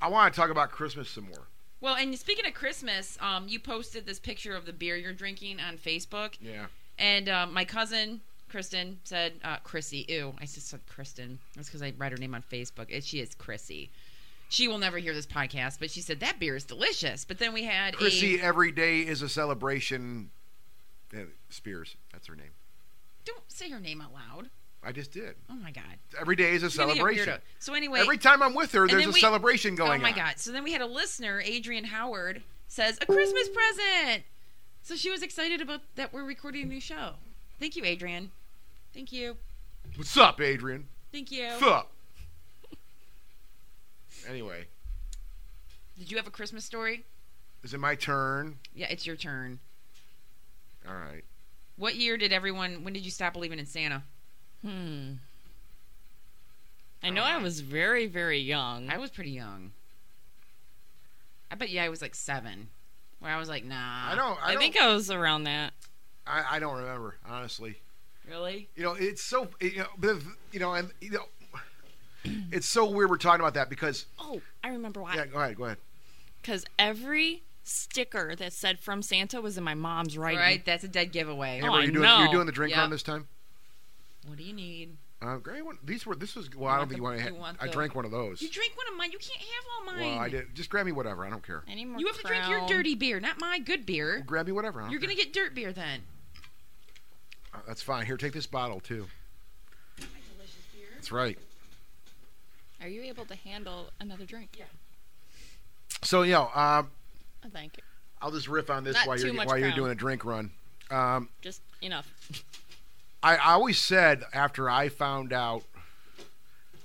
S1: I want to talk about Christmas some more.
S2: Well, and speaking of Christmas, um, you posted this picture of the beer you're drinking on Facebook,
S1: Yeah.
S2: and um, my cousin Kristen said, uh, "Chrissy, ew." I just said Kristen. That's because I read her name on Facebook. It, she is Chrissy. She will never hear this podcast, but she said that beer is delicious. But then we had a
S1: Chrissy, every day is a celebration. Yeah, Spears, that's her name.
S2: don't say her name out loud.
S1: I just did.
S2: Oh my god,
S1: Every day is a
S2: You're gonna be a
S1: celebration.
S2: weirdo. So anyway,
S1: Every time I'm with her,
S2: And
S1: there's
S2: then
S1: a
S2: we-
S1: celebration going on.
S2: Oh my god! So then we had a listener, Adrian Howard, says a Christmas present. So she was excited about that we're recording a new show. Thank you, Adrian. Thank you.
S1: What's up, Adrian?
S2: Thank you.
S1: What's up? Anyway,
S2: Did you have a Christmas story?
S1: is it my turn?
S2: Yeah, it's your turn.
S1: All right.
S2: What year did everyone? When did you stop believing in Santa?
S3: Hmm. I know I was very, very young.
S2: I was pretty young. I bet yeah, I was like seven. Where I was like, nah.
S1: I don't. I,
S3: I,
S1: don't,
S3: think I was around that.
S1: I, I don't remember honestly.
S2: really.
S1: You know, it's so you know, but, you know, and you know, it's so weird we're talking about that because
S3: Oh, I remember why.
S1: yeah. Go ahead. Go ahead.
S3: Because every sticker that said "From Santa" was in my mom's
S2: All
S3: writing.
S2: right, that's a dead giveaway.
S3: Oh,
S1: Amber,
S3: I
S1: you're doing
S3: know.
S1: you're doing the drink
S2: Yeah.
S1: round this time.
S2: What do you need?
S1: Uh, great one. These were. This was. Well, I don't
S3: want
S1: think
S3: the-
S1: you want to.
S3: you want
S1: I
S3: the-
S1: drank one of those.
S2: You drink one of mine. You can't have all mine.
S1: Well, I did. Just grab me whatever. I don't care.
S3: Any more
S2: You have to drink your
S3: crown?
S2: dirty beer, not my good beer.
S1: Grab me whatever. I don't
S2: You're gonna get dirt beer then.
S1: care. Uh, That's fine. Here, take this bottle too. That's right.
S3: Are you able to handle another drink? Yeah.
S1: So you know, um,
S3: Thank you.
S1: I'll just riff on this
S3: Not
S1: while
S3: too
S1: you're
S3: much
S1: while you're
S3: crown.
S1: doing a drink run. Um,
S3: Just enough.
S1: I, I always said after I found out. I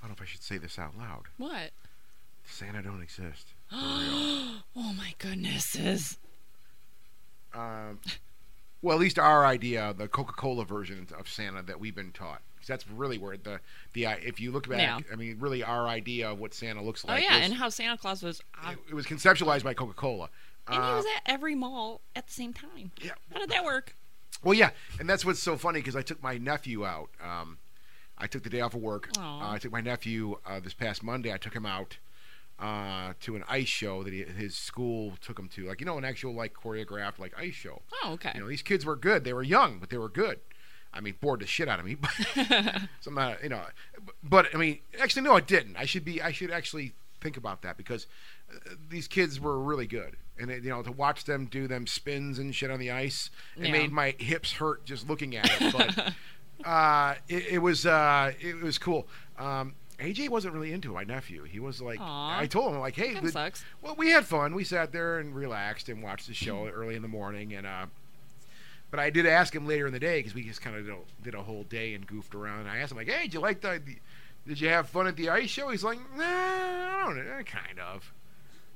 S1: don't know if I should say this out loud.
S3: What?
S1: Santa don't exist.
S3: oh my goodnesses.
S1: Um, well, at least our idea, the Coca-Cola version of Santa that we've been taught, 'Cause that's really where the the I- if you look back,
S3: Yeah.
S1: I mean, really our idea of what Santa looks
S3: Oh
S1: like.
S3: yeah,
S1: was-
S3: and how Santa Claus was, uh,
S1: it, it was conceptualized by Coca-Cola.
S3: and he
S1: Uh,
S3: was at every mall at the same time.
S1: Yeah.
S3: How did that work?
S1: Well, yeah, and that's what's so funny because I took my nephew out. Um, I took the day off of work. Uh,
S3: Aw.
S1: I took my nephew uh, this past Monday. I took him out uh, to an ice show that he, his school took him to, like you know, an actual like choreographed like ice show.
S3: Oh okay.
S1: You know, these kids were good. They were young, but they were good. I mean, bored the shit out of me. But so I'm not, you know, but I mean, actually, no, it didn't. I should be. I should actually think about that because uh, these kids were really good, and it, you know, to watch them do them spins and shit on the ice, it
S3: Yeah.
S1: made my hips hurt just looking at it. But uh, it, it was uh, it was cool. Um, AJ wasn't really into my nephew. He was like,
S3: Aw.
S1: I told him like, hey,
S3: Kinda
S1: we-
S3: sucks.
S1: well, we had fun. We sat there and relaxed and watched the show early in the morning. And uh, but I did ask him later in the day because we just kind of did a, did a whole day and goofed around. And I asked him like, "Hey, did you like the? the- Did you have fun at the ice show?" He's like, "Nah, I don't know, eh, kind of.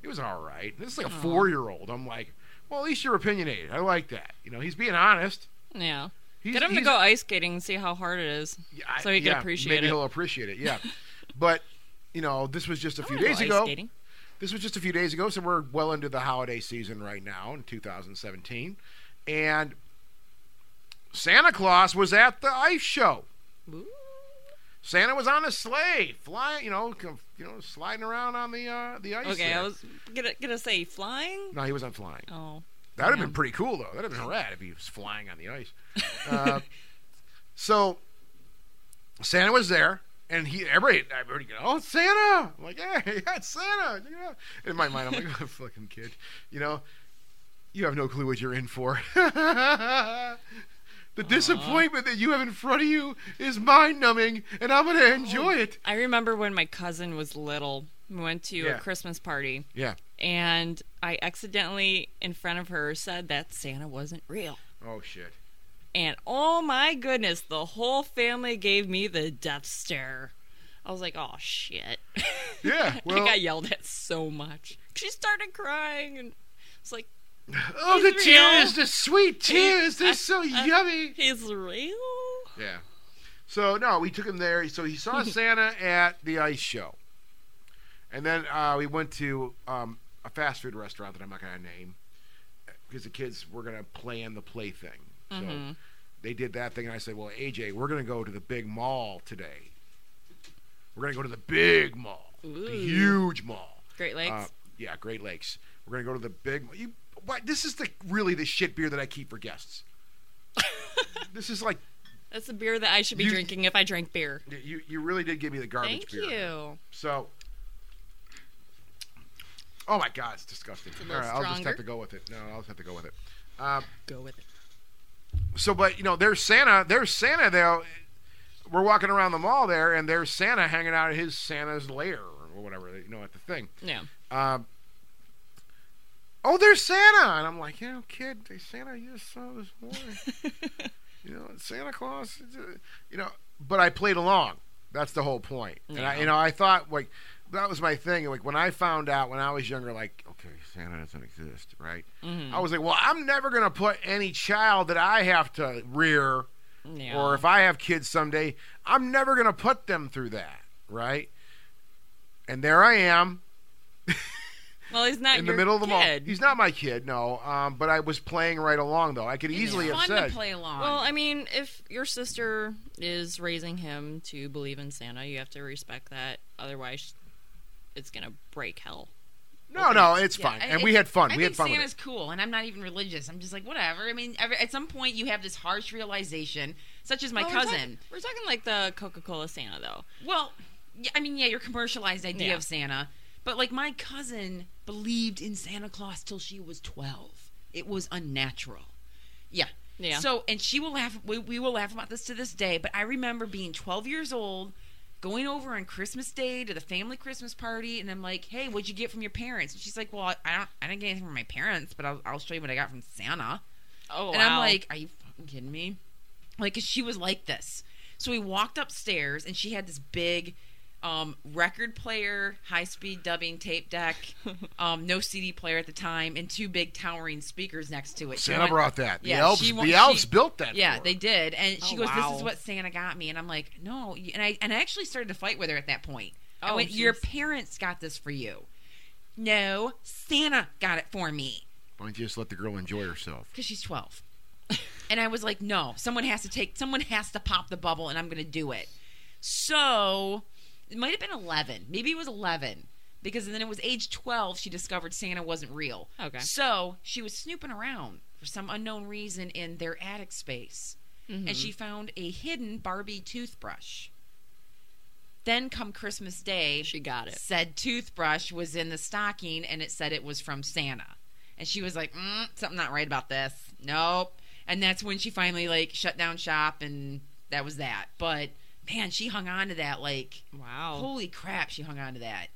S1: It was all right. This is like a four year old. I'm like, well, at least you're opinionated. I like that. You know, he's being honest.
S3: Yeah.
S1: He's,
S3: Get him to
S1: he's-
S3: go ice skating and see how hard it is.
S1: Yeah, I-
S3: so he can
S1: yeah,
S3: appreciate
S1: maybe
S3: it.
S1: he'll appreciate it. Yeah, but you know, this was just a
S3: I
S1: few
S3: wanna go
S1: days
S3: ice
S1: ago.
S3: skating.
S1: This was just a few days ago, so we're well into the holiday season right now in 2017, and Santa Claus was at the ice show.
S3: Ooh.
S1: Santa was on a sleigh, flying, you know, com- you know, sliding around on the uh, the ice.
S3: Okay, I
S1: there.
S3: was gonna gonna say flying.
S1: No, he wasn't flying.
S3: Oh,
S1: That would have been
S3: Yeah.
S1: pretty cool, though. That would have been rad if he was flying on the ice. Uh, so Santa was there, and he everybody, everybody go, oh, it's Santa! I'm like, yeah, yeah, it's Santa. Check it out." In my mind, I'm like, oh, fucking kid, you know, you have no clue what you're in for.
S3: Uh-huh.
S1: The disappointment that you have in front of you is mind numbing, and I'm going
S3: Oh.
S1: to enjoy it.
S3: I remember when my cousin was little. We went to
S1: Yeah.
S3: a Christmas party,
S1: Yeah.
S3: and I accidentally, in front of her, said that Santa wasn't real.
S1: Oh, shit.
S3: And oh my goodness, the whole family gave me the death stare. I was like, oh shit.
S1: Yeah.
S3: I
S1: Well,
S3: got yelled at so much. She started crying, and it's like,
S1: oh, the
S3: He's
S1: tears,
S3: real.
S1: the sweet tears, they're so
S3: I-
S1: yummy.
S3: he's real?
S1: Yeah. So no, we took him there. So he saw Santa at the ice show, and then uh, we went to um, a fast food restaurant that I'm not gonna name because the kids were gonna plan the play thing. So
S3: Mhm.
S1: they did that thing, and I said, "Well, AJ, we're gonna go to the big mall today. We're gonna go to the big mall, the
S3: Ooh.
S1: huge mall.
S3: Great Lakes.
S1: Uh, yeah, Great Lakes. We're gonna go to the big. You, why, this is the really the shit beer that I keep for guests. this is like
S3: That's the beer that I should be
S1: you-
S3: drinking if I drank beer.
S1: Y- You you really did give me the garbage
S3: Thank
S1: beer.
S3: you.
S1: So. Oh my God, it's disgusting.
S3: a
S1: All
S3: little
S1: right, I'll just have
S3: stronger.
S1: to go with it. No, I'll just have to go with it. Um,
S3: Go with it.
S1: so, but you know, there's Santa. There's Santa though. We're walking around the mall there, and there's Santa hanging out at his Santa's lair or whatever. You know, at the thing.
S3: Yeah.
S1: Um, oh, there's Santa, and I'm like, you know, kid, they Santa you just saw this morning. you know, Santa Claus. it's, uh, You know, but I played along. That's the whole point. And I, you know, I thought like that was my thing. Like when I found out when I was younger, like, okay, Santa doesn't exist, right? I was like, well, I'm never gonna put any child that I have to rear
S3: Yeah.
S1: or if I have kids someday, I'm never going to put them through that, right? And there I am
S3: well, he's not
S1: in the
S3: your
S1: middle of the mall.
S3: kid.
S1: He's not my kid, no, um, but I was playing right along though. I could easily
S2: it's
S1: have
S2: fun
S1: said,
S2: to play along.
S3: Well, I mean, if your sister is raising him to believe in Santa, you have to respect that. Otherwise, it's gonna break hell.
S1: "No, no, it's
S2: Yeah,
S1: fine."
S2: I-
S1: and
S2: it-
S1: we had fun.
S2: I
S1: we had fun
S2: think Santa's
S1: with
S2: cool, and I'm not even religious. I'm just like whatever. I mean, every, at some point you have this harsh realization, such as my
S3: Well, we're talking-
S2: cousin.
S3: We're talking, like the Coca-Cola Santa, though.
S2: Well, yeah, I mean, yeah, your commercialized idea
S3: Yeah.
S2: of Santa, but like my cousin believed in Santa Claus till she was 12. It was unnatural. Yeah.
S3: Yeah.
S2: So, and she will laugh. We, we will laugh about this to this day. But I remember being 12 years old, going over on Christmas Day to the family Christmas party, and I'm like, "Hey, what'd you get from your parents?" And she's like, "Well, I- I don't. I didn't get anything from my parents, but I'll, I'll show you what I got from Santa."
S3: Oh,
S2: And I'm
S3: wow.
S2: like, are you fucking kidding me? Like, 'cause she was like this. So we walked upstairs, and she had this big um, record player, high speed dubbing tape deck, um, no CD player at the time, and two big towering speakers next to it.
S1: it.
S2: She
S1: Santa
S2: went-
S1: brought that. The
S2: yeah,
S1: elves,
S2: she wa-
S1: the
S2: she-
S1: elves built that.
S2: Yeah,
S1: for
S2: they
S1: her.
S2: did. And she
S3: Oh,
S2: goes,
S3: wow.
S2: "This is what Santa got me," and I'm like, "No," you- and I and I actually started to fight with her at that point. I
S3: Oh,
S2: went, "Your
S3: jeez.
S2: parents got this for you." No, Santa got it for me
S1: Why don't you just let the girl enjoy herself?
S2: because she's 12 and i was like no someone has to take someone has to pop the bubble and i'm gonna do it so it might have been 11 maybe it was 11 because then it was age 12 she discovered santa wasn't real
S3: Okay.
S2: so she was snooping around for some unknown reason in their attic space
S3: Mm-hmm.
S2: and she found a hidden barbie toothbrush then come christmas day
S3: she got it.
S2: said toothbrush was in the stocking and it said it was from Santa. And she was like, mm, something not right about this. Nope. And that's when she finally like shut down shop and that was that. But man, she hung on to that like
S3: Wow.
S2: holy crap, she hung on to that.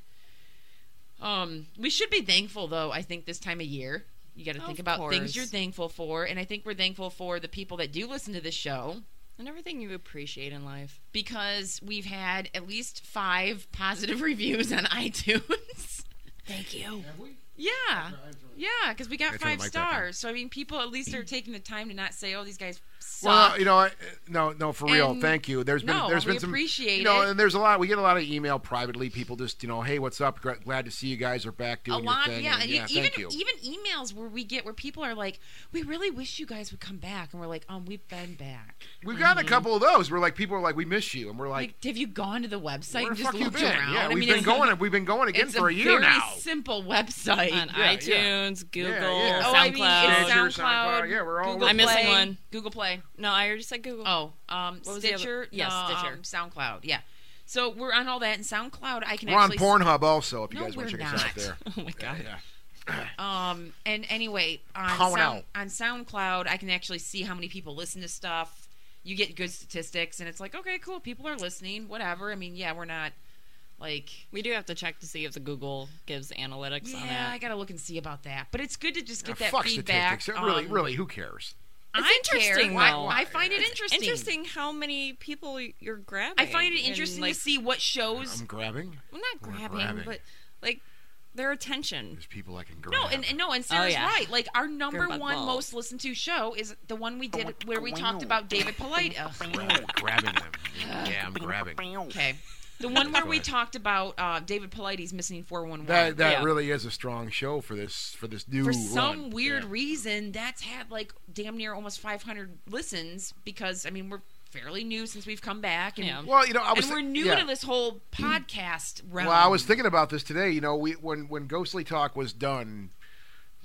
S2: Um, we should be thankful though, I think this time of year. You got to think
S3: Of
S2: about
S3: course.
S2: things you're thankful for and I think we're thankful for the people that do listen to this show
S3: and everything you appreciate in life.
S2: because we've had at least 5 positive reviews on iTunes. Thank you.
S1: Have we?
S2: Yeah. Yeah, because we got
S1: I turned
S2: five
S1: the mic back on. Mm.
S2: stars. So I mean, people at least are taking the time to not say, "Oh, these guys
S1: Well,
S2: suck."
S1: you know, I, no, no, for real.
S2: And-
S1: Thank you. There's been,
S2: No,
S1: there's been
S2: we
S1: some,
S2: appreciate
S1: you know,
S2: it.
S1: and there's a lot. We get a lot of email privately. People just, you know, hey, what's up? Gra- Glad to see you guys are back
S2: a
S1: doing
S2: lot,
S1: your thing.
S2: yeah.
S1: and
S2: and e-,
S1: yeah
S2: even
S1: thank you.
S2: even emails where we get where people are like, "We really wish you guys would come back," and we're like, "Um, we've been back.
S1: We've gotten a
S2: Mm-hmm.
S1: couple of those where like people are like, we miss you, and we're like,
S2: Like, have you gone to the website
S1: where
S2: and
S1: the
S2: just
S1: fuck you
S2: looked
S1: been?
S2: around?"
S1: Yeah,
S2: I
S1: we've
S2: mean,
S1: been
S2: it's-
S1: going. We've been going again
S2: it's
S1: for a, year
S2: very
S1: now.
S2: simple website.
S3: on
S1: yeah.
S3: iTunes, Google,
S1: yeah.
S2: Oh,
S3: SoundCloud.
S2: I mean, it's
S1: Stitcher,
S2: SoundCloud.
S1: SoundCloud, yeah, we're all-
S2: Google
S3: I'm missing
S2: Play,
S3: one.
S2: Google Play.
S3: no, I already said Google.
S2: Oh, um,
S3: What was the
S2: Stitcher.
S3: other- Yes,
S2: no,
S3: Stitcher.
S2: um, SoundCloud. Yeah. So we're on all that, and SoundCloud. I can
S1: We're on
S2: actually
S1: Pornhub also. If you
S2: No,
S1: guys want to
S2: we're
S1: check us out
S2: not.
S1: there,
S3: Oh my god.
S1: yeah.
S2: Um, and anyway, on,
S1: How
S2: Sound, on SoundCloud, I can actually see how many people listen to stuff. You get good statistics, and it's like, okay, cool, people are listening, whatever. I mean, yeah, we're not like,
S3: We do have to check to see if the Google gives analytics on
S2: yeah, I
S3: that.
S2: gotta look and see about that. But it's good to just get
S1: Yeah,
S2: that
S1: Ah, fuck
S2: feedback.
S1: statistics. It really,
S2: um,
S1: really, who cares?
S3: It's
S2: I
S3: interesting,
S2: care. Why-
S3: though.
S2: I find it interesting.
S3: Interesting how many people you're grabbing.
S2: I find it
S3: and,
S2: interesting
S3: like,
S2: to see what shows.
S1: I'm grabbing.
S3: Well, not
S1: We're
S3: grabbing,
S1: grabbing.
S3: but like their attention.
S1: There's people I can grab.
S2: No, and, and no, and Sarah's
S3: Oh, yeah.
S2: right. Like our number
S3: Grandpa
S2: one
S3: Ball.
S2: most listened to show is the one we did where we talked about David Polite. Ugh.
S1: Grab- grabbing them. Yeah, I'm grabbing.
S2: Okay. The one where we
S1: Right.
S2: talked about uh, David Pilates missing 411.
S1: That that
S3: Yeah.
S1: really is a strong show for this for this new
S2: For
S1: run.
S2: some weird
S1: Yeah.
S2: reason, that's had like damn near almost 500 listens because, I mean, we're fairly new since we've come back. And,
S3: Yeah.
S1: Well, you know, I was
S2: and we're
S1: thi-
S2: new
S1: yeah.
S2: to this whole podcast realm.
S1: Well, I was thinking about this today. You know, we when when Ghostly Talk was done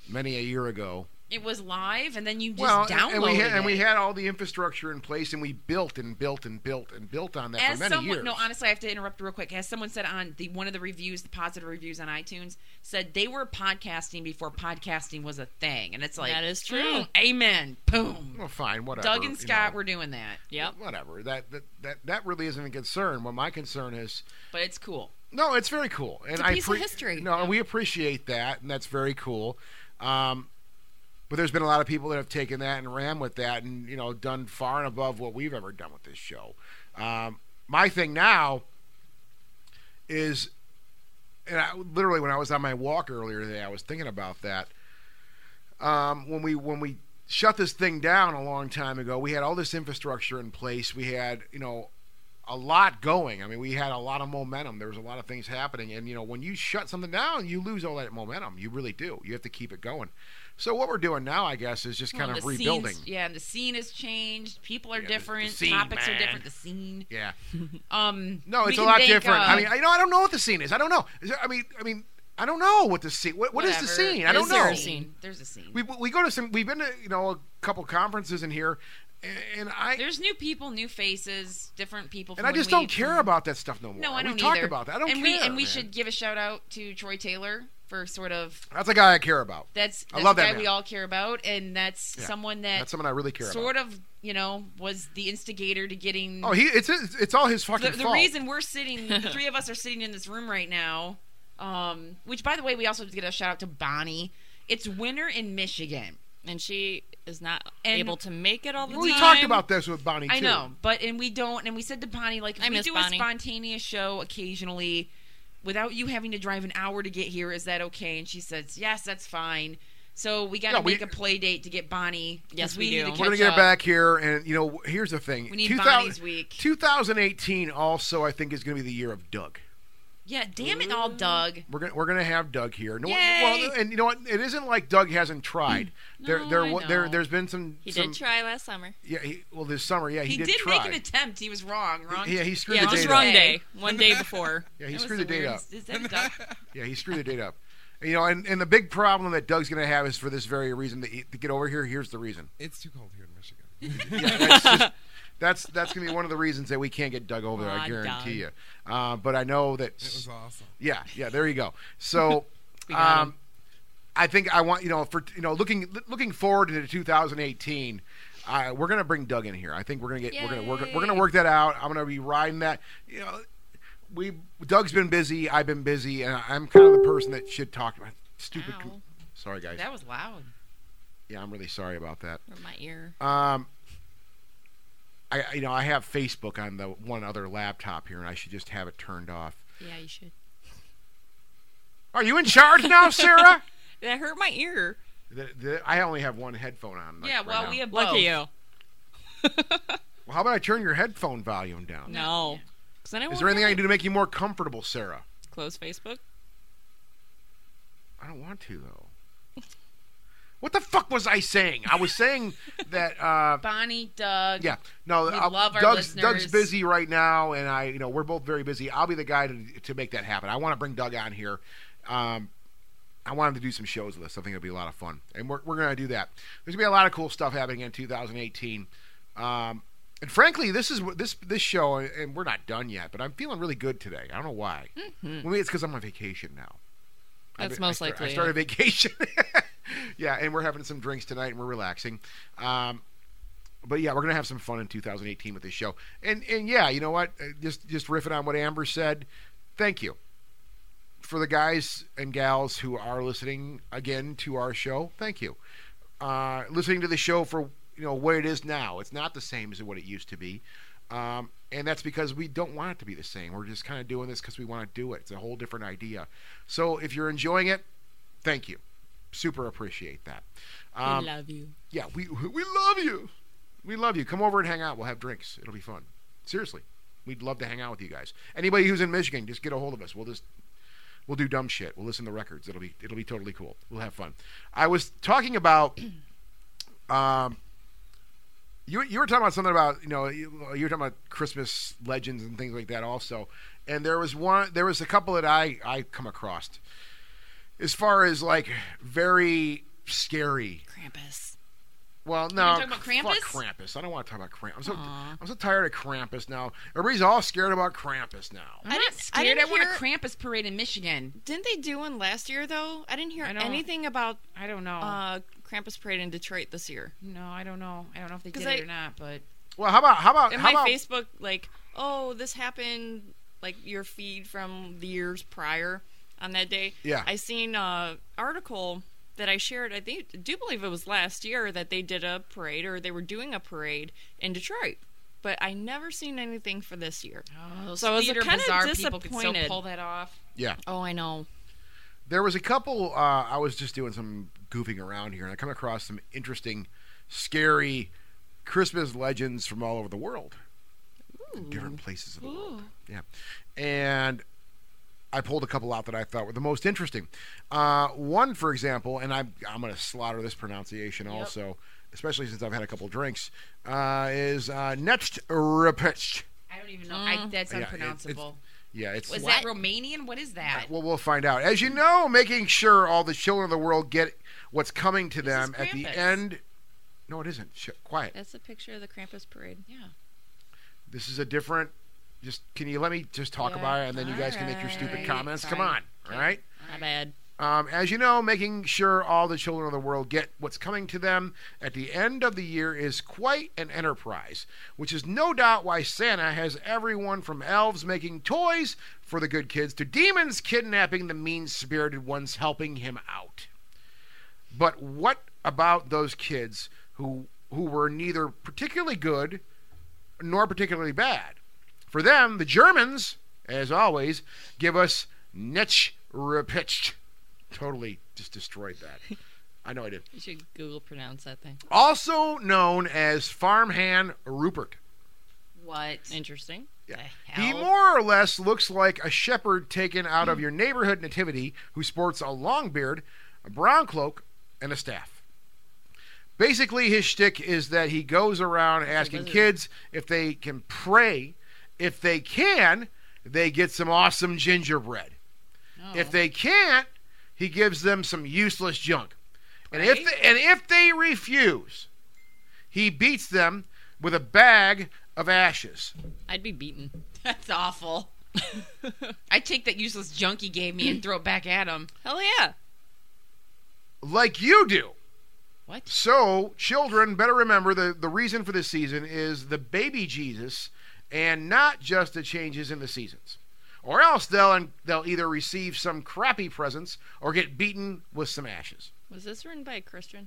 S1: many a year ago.
S2: It was live, and then you just
S1: well, and-
S2: downloaded
S1: and we had and we
S2: it.
S1: had all the infrastructure in place, and we built and built and built and built on that
S2: As
S1: for many
S2: someone,
S1: years.
S2: no, honestly, I have to interrupt real quick. As someone said on the one of the reviews, the positive reviews on iTunes, said they were podcasting before podcasting was a thing, and it's like
S3: That is true.
S2: mm, amen. Boom.
S1: well, fine, whatever.
S2: Doug and
S1: you
S2: Scott
S1: know.
S2: were doing that,
S3: Yep.
S1: whatever. That that that that really isn't a concern. What my concern is,
S2: but it's cool.
S1: no, it's very cool, and
S2: a
S1: I
S2: piece of history.
S1: No, and we appreciate that, and that's very cool. Um, but there's been a lot of people that have taken that and ran with that, and you know, done far and above what we've ever done with this show. Um, my thing now is, and I, literally when I was on my walk earlier today, I was thinking about that. Um, when we when we shut this thing down a long time ago, we had all this infrastructure in place. We had you know a lot going. I mean, we had a lot of momentum. There was a lot of things happening, and you know when you shut something down, you lose all that momentum. You really do. You have to keep it going. So what we're doing now, I guess, is just kind
S2: Well,
S1: of
S2: the scenes-
S1: rebuilding.
S2: yeah, and the scene has changed. People are
S1: the- the
S2: different.
S1: scene,
S2: topics
S1: man.
S2: are different. The scene.
S1: Yeah.
S2: Um.
S1: No,
S2: we
S1: it's a
S2: can
S1: lot
S2: thank,
S1: different.
S2: uh,
S1: I mean, I, you know, I don't know what the scene is. I don't know. Is there, I mean, I mean, I don't know what the scene. What, what is the
S2: whatever.
S1: scene? I don't
S2: Is there
S1: know.
S2: a scene? There's a scene.
S1: We we go to some. We've been to you know a couple conferences in here, and, and I
S2: There's new people, new faces, different people. From
S1: and I just
S2: when
S1: don't
S2: we-
S1: care about that stuff no more.
S2: No, I don't
S1: we talked
S2: either.
S1: about that. I don't
S2: and
S1: care.
S2: We, and we
S1: man.
S2: should give a shout out to Troy Taylor for sort of
S1: That's a guy I care about.
S2: that's,
S1: I
S2: that's
S1: love
S2: the
S1: that
S2: guy
S1: man.
S2: we all care about, and that's
S1: Yeah.
S2: someone
S1: That's
S2: that
S1: someone I really care
S2: sort
S1: about.
S2: of you know was the instigator to getting
S1: Oh, he it's it's it's all his fucking
S2: the, the
S1: fault.
S2: reason we're sitting, the three of us are sitting in this room right now, um, which by the way, we also have to get a shout out to Bonnie. It's winter in Michigan.
S3: And she is not
S2: And-
S3: able to make it all the
S1: Well, we
S3: time.
S1: talked about this with Bonnie. Too.
S2: I know, but and we don't, and we said to Bonnie, like, if
S3: I
S2: we
S3: miss
S2: do
S3: Bonnie.
S2: a spontaneous show occasionally without you having to drive an hour to get here, is that okay? And she says, yes, that's fine. So we got to
S1: Yeah, we-
S2: make a play date to get Bonnie. 'cause
S3: Yes, we
S2: need
S3: do.
S2: to
S3: We're
S1: We're gonna
S2: catch
S1: get
S2: up.
S1: it back here, and you know, here's the thing.
S2: We need
S1: 2000
S2: Bonnie's week.
S1: 2018 also, I think, is gonna be the year of Doug.
S2: Yeah, damn it all, Doug.
S1: We're gonna we're gonna have Doug here. No,
S2: Yay!
S1: well, and you know what? It isn't like Doug hasn't tried. there
S2: No,
S1: there
S2: I
S1: wa- there
S2: know.
S1: there's been some.
S3: He
S1: some,
S3: did try last summer.
S1: Yeah. He, well, this summer, yeah, he,
S2: He, did,
S1: try.
S2: make an attempt. He was wrong. Wrong.
S1: yeah, he screwed
S3: Yeah,
S1: the
S3: just
S1: date
S3: wrong
S1: up.
S3: day. One day before.
S1: Yeah, he
S2: That was
S1: screwed the, date up.
S2: weirdest- Is that a duck?
S1: Yeah, he screwed the date up. You know, and, and the big problem that Doug's going to have is for this very reason that he, to get over here. Here's the reason.
S9: It's too cold here in Michigan.
S1: That's that's going to be one of the reasons that we can't get Doug over there. I
S3: Aw,
S1: guarantee you. Uh, but I know that.
S9: It was awesome.
S1: Yeah, yeah. There you go. So,
S3: got
S1: um, I think I want you know for you know looking looking forward into 2018. Uh, we're gonna bring Doug in here. I think we're gonna get we're gonna work we're gonna work that out. I'm gonna be riding that. You know, we Doug's been busy. I've been busy, and I'm kind of the person that should talk about stupid.
S2: Ow.
S1: Sorry, guys.
S2: That was loud.
S1: Yeah, I'm really sorry about that.
S3: Or my ear.
S1: Um, I I- you know I have Facebook on the one other laptop here, and I should just have it turned off.
S3: Yeah, you should.
S1: Are you in charge now, Sarah?
S3: That hurt my ear.
S1: The, the, I only have one headphone on. like,
S2: yeah,
S1: right
S2: well,
S1: now.
S2: we have both.
S3: Lucky you.
S1: Well, how about I turn your headphone volume down?
S3: No. 'Cause then I
S1: Is
S3: won't
S1: there anything
S3: hear
S1: I
S3: it.
S1: can do to make you more comfortable, Sarah?
S3: Close Facebook.
S1: I don't want to though. What the fuck was I saying? I was saying that. Uh,
S2: Bonnie, Doug.
S1: yeah, no.
S2: We
S1: I'll-
S2: love our
S1: Doug's, Doug's
S2: listeners.
S1: busy right now, and I, you know, we're both very busy. I'll be the guy to to make that happen. I want to bring Doug on here. Um, I want him to do some shows with us. I think it'll be a lot of fun, and we're we're gonna do that. There's gonna be a lot of cool stuff happening in 2018. Um, and frankly, this is this this show, and we're not done yet. But I'm feeling really good today. I don't know why. Maybe it's because I'm on vacation now. I've
S3: Mm-hmm. That's
S1: been- I
S3: most
S1: start-
S3: likely.
S1: I started vacation. yeah, and we're having some drinks tonight, and we're relaxing. Um, but yeah, we're gonna have some fun in 2018 with this show. And and yeah, you know what? Uh, Just just riffing on what Amber said. Thank you for the guys and gals who are listening again to our show. Thank you. Uh, listening to the show for you know what it is now. It's not the same as what it used to be. Um, and that's because we don't want it to be the same. We're just kind of doing this because we want to do it. It's a whole different idea. So if you're enjoying it, thank you. Super appreciate that.
S3: I
S1: Um,
S3: love you.
S1: yeah, we we love you. We love you. Come over and hang out. We'll have drinks. It'll be fun. Seriously, we'd love to hang out with you guys. Anybody who's in Michigan, just get a hold of us. We'll just we'll do dumb shit. We'll listen to records. It'll be it'll be totally cool. We'll have fun. I was talking about um you you were talking about something about you know you, you were talking about Christmas legends and things like that also. And there was one there was a couple that I I come across as far as like very scary
S3: Krampus.
S1: well, no.
S2: gonna talk about
S1: fuck
S2: Krampus?
S1: Krampus. I don't want to talk about Krampus. I'm so, I'm so tired of Krampus now. Everybody's all scared about Krampus now.
S2: I'm not
S3: didn't- I
S2: scared. I,
S3: didn't
S2: want a
S3: hear-
S2: Krampus parade in Michigan.
S3: Didn't they do one last year though? I didn't hear
S2: I don't-
S3: anything about
S2: I don't know.
S3: uh, Krampus parade in Detroit this year.
S2: no, I don't know. I don't know if they
S3: 'cause
S2: did it
S3: I-
S2: or not, but
S1: Well, how about how about
S3: And
S1: how
S3: my
S1: about
S3: Facebook, like, oh, this happened, like your feed from the years prior on that day.
S1: Yeah.
S3: I seen a article that I shared. I think do believe it was last year that they did a parade or they were doing a parade in Detroit, but I never seen anything for this year.
S2: oh, those
S3: So I was
S2: theater
S3: kinda
S2: bizarre people could still
S3: disappointed.
S2: pull that off.
S1: yeah?
S3: Oh, I know.
S1: There was a couple. Uh, I was just doing some goofing around here, and I come across some interesting, scary Christmas legends from all over the world, different places of the world. Yeah, and I pulled a couple out that I thought were the most interesting. Uh, one, for example, and I'm I'm going to slaughter this pronunciation also, especially since I've had a couple drinks. Uh, is uh, next repetch.
S2: I don't even know.
S3: Mm.
S2: I, that's
S1: Yeah, it-
S2: unpronounceable.
S1: Yeah, it's
S2: Was that Romanian? What is that?
S1: well, we'll find out. As you know, making sure all the children of the world get what's coming to them
S2: is
S1: at the
S2: Krampus.
S1: end. No, it isn't. Sh- quiet.
S3: That's a picture of the Krampus parade.
S2: yeah.
S1: This is a different. Just can you let me just talk
S3: Yeah.
S1: about it, and then you guys can make your stupid
S2: Alright,
S1: comments. Come on,
S2: fine.
S1: all right?
S3: Not bad.
S1: Um, as you know, making sure all the children of the world get what's coming to them at the end of the year is quite an enterprise, which is no doubt why Santa has everyone from elves making toys for the good kids to demons kidnapping the mean spirited ones helping him out. But what about those kids who who were neither particularly good nor particularly bad? For them, the Germans, as always, give us Netsch repitched. Totally just destroyed that. I know I did.
S3: You should Google pronounce that thing.
S1: Also known as farmhand Rupert.
S2: What?
S3: Interesting.
S1: Yeah.
S3: The
S1: He
S3: hell?
S1: more or less looks like a shepherd taken out of your neighborhood nativity who sports a long beard, a brown cloak, and a staff. Basically, his shtick is that he goes around asking
S3: wizard.
S1: kids if they can pray. If they can, they get some awesome gingerbread. If they can't, he gives them some useless junk. And if they, and if they refuse, he beats them with a bag of ashes.
S3: I'd be beaten.
S2: That's awful. I take that useless junk he gave me and throw it back at him.
S3: Hell yeah.
S1: like you do.
S2: What?
S1: So, children, better remember the, the reason for this season is the baby Jesus and not just the changes in the seasons. Or else they'll, they'll either receive some crappy presents or get beaten with some ashes.
S3: Was this written by a Christian?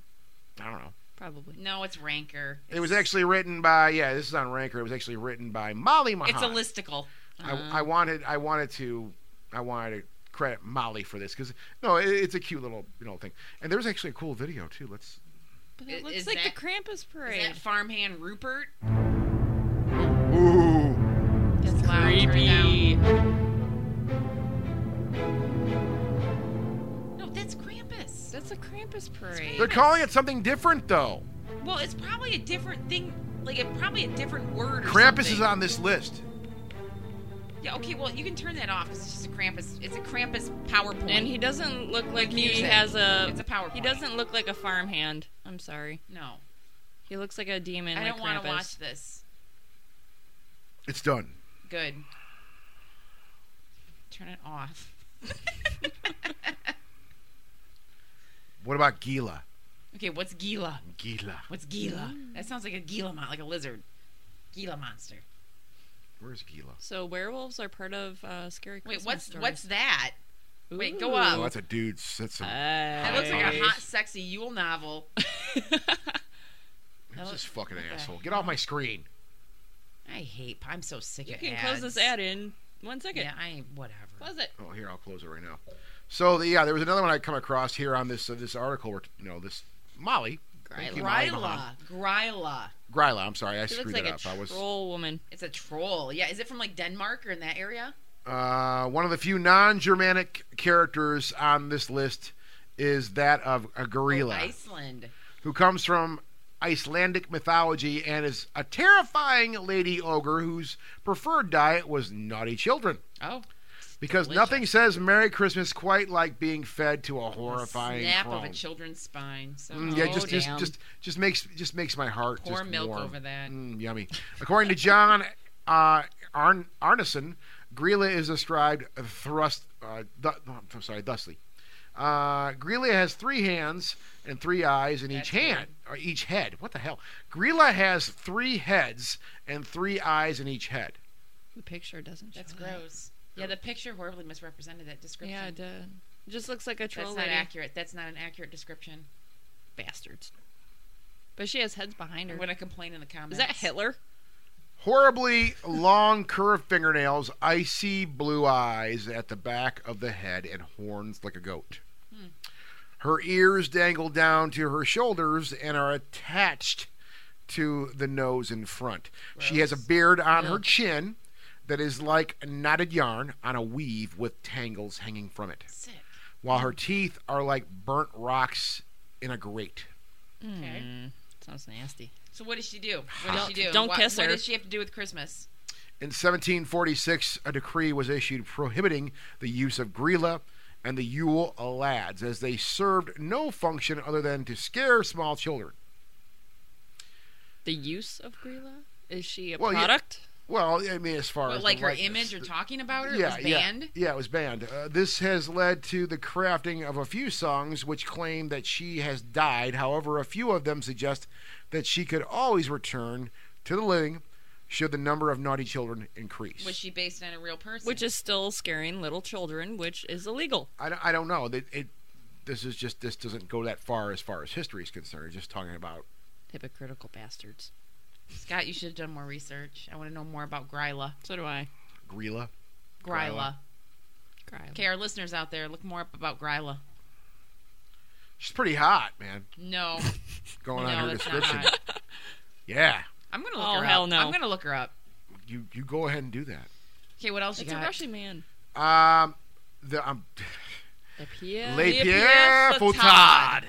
S1: I don't know.
S3: Probably.
S2: No, it's rancor.
S1: It was actually written by, yeah, this is on Ranker. It was actually written by Molly Mahan.
S2: It's a listicle.
S1: I, I wanted I wanted to I wanted to credit Molly for this because no, it, it's a cute little you know thing. And there's actually a cool video too. Let's
S3: But it
S2: I-
S3: looks
S2: is
S3: like
S2: that-
S3: the Krampus parade.
S2: Is that farmhand Rupert?
S1: ooh.
S2: That's loud. Turn it down.
S3: Creepy.
S2: No, that's Krampus.
S3: That's a Krampus parade.
S1: They're calling it something different though.
S2: Well, it's probably a different thing. Like, it, probably a different word. Or
S1: Krampus
S2: something.
S1: is on this list.
S2: Yeah, okay, well, you can turn that off 'cause it's just a Krampus. It's a Krampus PowerPoint.
S3: And he doesn't look like he
S2: Music.
S3: has a.
S2: It's a PowerPoint.
S3: He doesn't look like a farmhand. I'm sorry.
S2: No.
S3: He looks like a demon.
S2: I
S3: like
S2: don't want
S3: Krampus.
S2: to watch this.
S1: It's done.
S2: Good. Turn it off.
S1: What about Gila?
S2: Okay, what's Gila?
S1: Gila.
S2: What's Gila?
S3: Mm.
S2: That sounds like a Gila mon- like a lizard. Gila monster.
S1: Where's Gila?
S3: So werewolves are part of uh, scary.
S2: Wait,
S3: Christmas
S2: what's
S3: stories.
S2: what's that? wait, go
S3: Ooh.
S2: up.
S1: Oh, that's a dude's. That's a,
S3: Uh,
S2: That looks like a hot, sexy Yule novel.
S1: that's
S2: look-
S1: just
S3: oh,
S1: fucking
S2: what the
S1: asshole. Get off my screen.
S2: I hate. I'm so sick
S3: You
S2: of
S3: can
S2: ads.
S3: close this ad in one second.
S2: Yeah, I whatever.
S3: Close it.
S1: Oh, here I'll close it right now. So the, yeah, there was another one I come across here on this uh, this article where you know this Molly Thank you, Molly Mahan.
S2: Gryla. Gryla.
S1: Gryla. I'm sorry, I
S3: She
S1: screwed
S3: looks like
S1: that
S3: a
S1: up. I was
S3: troll woman.
S2: It's a troll. Yeah, is it from like Denmark or in that area?
S1: uh, one of the few non-Germanic characters on this list is that of a gorilla.
S3: Oh,
S2: Iceland.
S1: who comes from Icelandic mythology and is a terrifying lady ogre whose preferred diet was naughty children.
S2: Oh,
S1: Because
S2: Delicious.
S1: nothing says Merry Christmas quite like being fed to a horrifying
S2: snap
S1: crone.
S2: of a children's spine. So
S1: Mm, yeah,
S3: Oh,
S1: just, just
S3: damn.
S1: just just makes just makes my heart
S2: pour
S1: just
S2: milk
S1: warm.
S2: over that.
S1: Mm, yummy. According to John uh, Arn- Arneson, Grilla is ascribed thrust. Uh, th- I'm sorry, thusly. Uh, Grilla has three hands and three eyes in each
S2: That's
S1: hand or each head. What the hell? Grilla has three heads and three eyes in each head.
S3: The picture doesn't.
S2: That's
S3: show
S2: gross. Yeah, the picture horribly misrepresented that
S3: That.
S2: description.
S3: Mm. Yeah, it did. Just looks like a
S2: That's
S3: troll
S2: not
S3: lady.
S2: accurate. That's not an accurate description.
S3: Bastards. But she has heads behind her.
S2: I'm gonna complain in the comments.
S3: Is that Hitler?
S1: Horribly long, curved fingernails, icy blue eyes at the back of the head, and horns like a goat. Her ears dangle down to her shoulders and are attached to the nose in front. She has a beard on her chin that is like knotted yarn on a weave with tangles hanging from it,
S2: Sick.
S1: while her teeth are like burnt rocks in a grate.
S2: Okay.
S3: Sounds nasty.
S2: So what does she do? What does she do?
S3: Hmm. Don't
S2: Wha-
S3: kiss
S2: What
S3: her.
S2: does she have to do with Christmas?
S1: In 1746, a decree was issued prohibiting the use of grilla and the Yule lads, as they served no function other than to scare small children.
S3: The use of Grilla? Is she a
S1: Well, yeah.
S3: product?
S1: Well, I mean, as far
S2: What,
S1: as
S2: like
S1: the
S2: her
S1: likeness,
S2: image or
S1: the-
S2: talking about her?
S1: yeah,
S2: it was banned.
S1: yeah, yeah, it was banned. Uh, this has led to the crafting of a few songs which claim that she has died. However, a few of them suggest that she could always return to the living should the number of naughty children increase.
S2: Was she based on a real person?
S3: Which is still scaring little children, which is illegal.
S1: I don't, I don't know. It, it, this is just this doesn't go that far as far as history is concerned. Just talking about
S3: Hypocritical bastards.
S2: Scott, you should have done more research. I want to know more about Gryla.
S3: So do I.
S1: Grilla.
S2: Gryla.
S1: Gryla.
S3: Cry.
S2: Okay, our listeners out there, look more up about Gryla.
S1: She's pretty hot, man.
S2: No,
S1: Going
S2: no,
S1: on Oh, her
S2: that's not
S1: description.
S2: hot.
S1: Yeah,
S2: I'm gonna look
S3: Oh,
S2: her
S3: hell
S2: up.
S3: no.
S2: I'm gonna look her up.
S1: you you go ahead and do that.
S2: Okay, what else you
S3: It's a
S2: got?
S3: Russian man.
S1: Um, the um,
S2: Uh,
S3: Le
S1: Le
S3: Pierre.
S2: Le
S1: Pierre
S2: Pierre
S1: Fautard.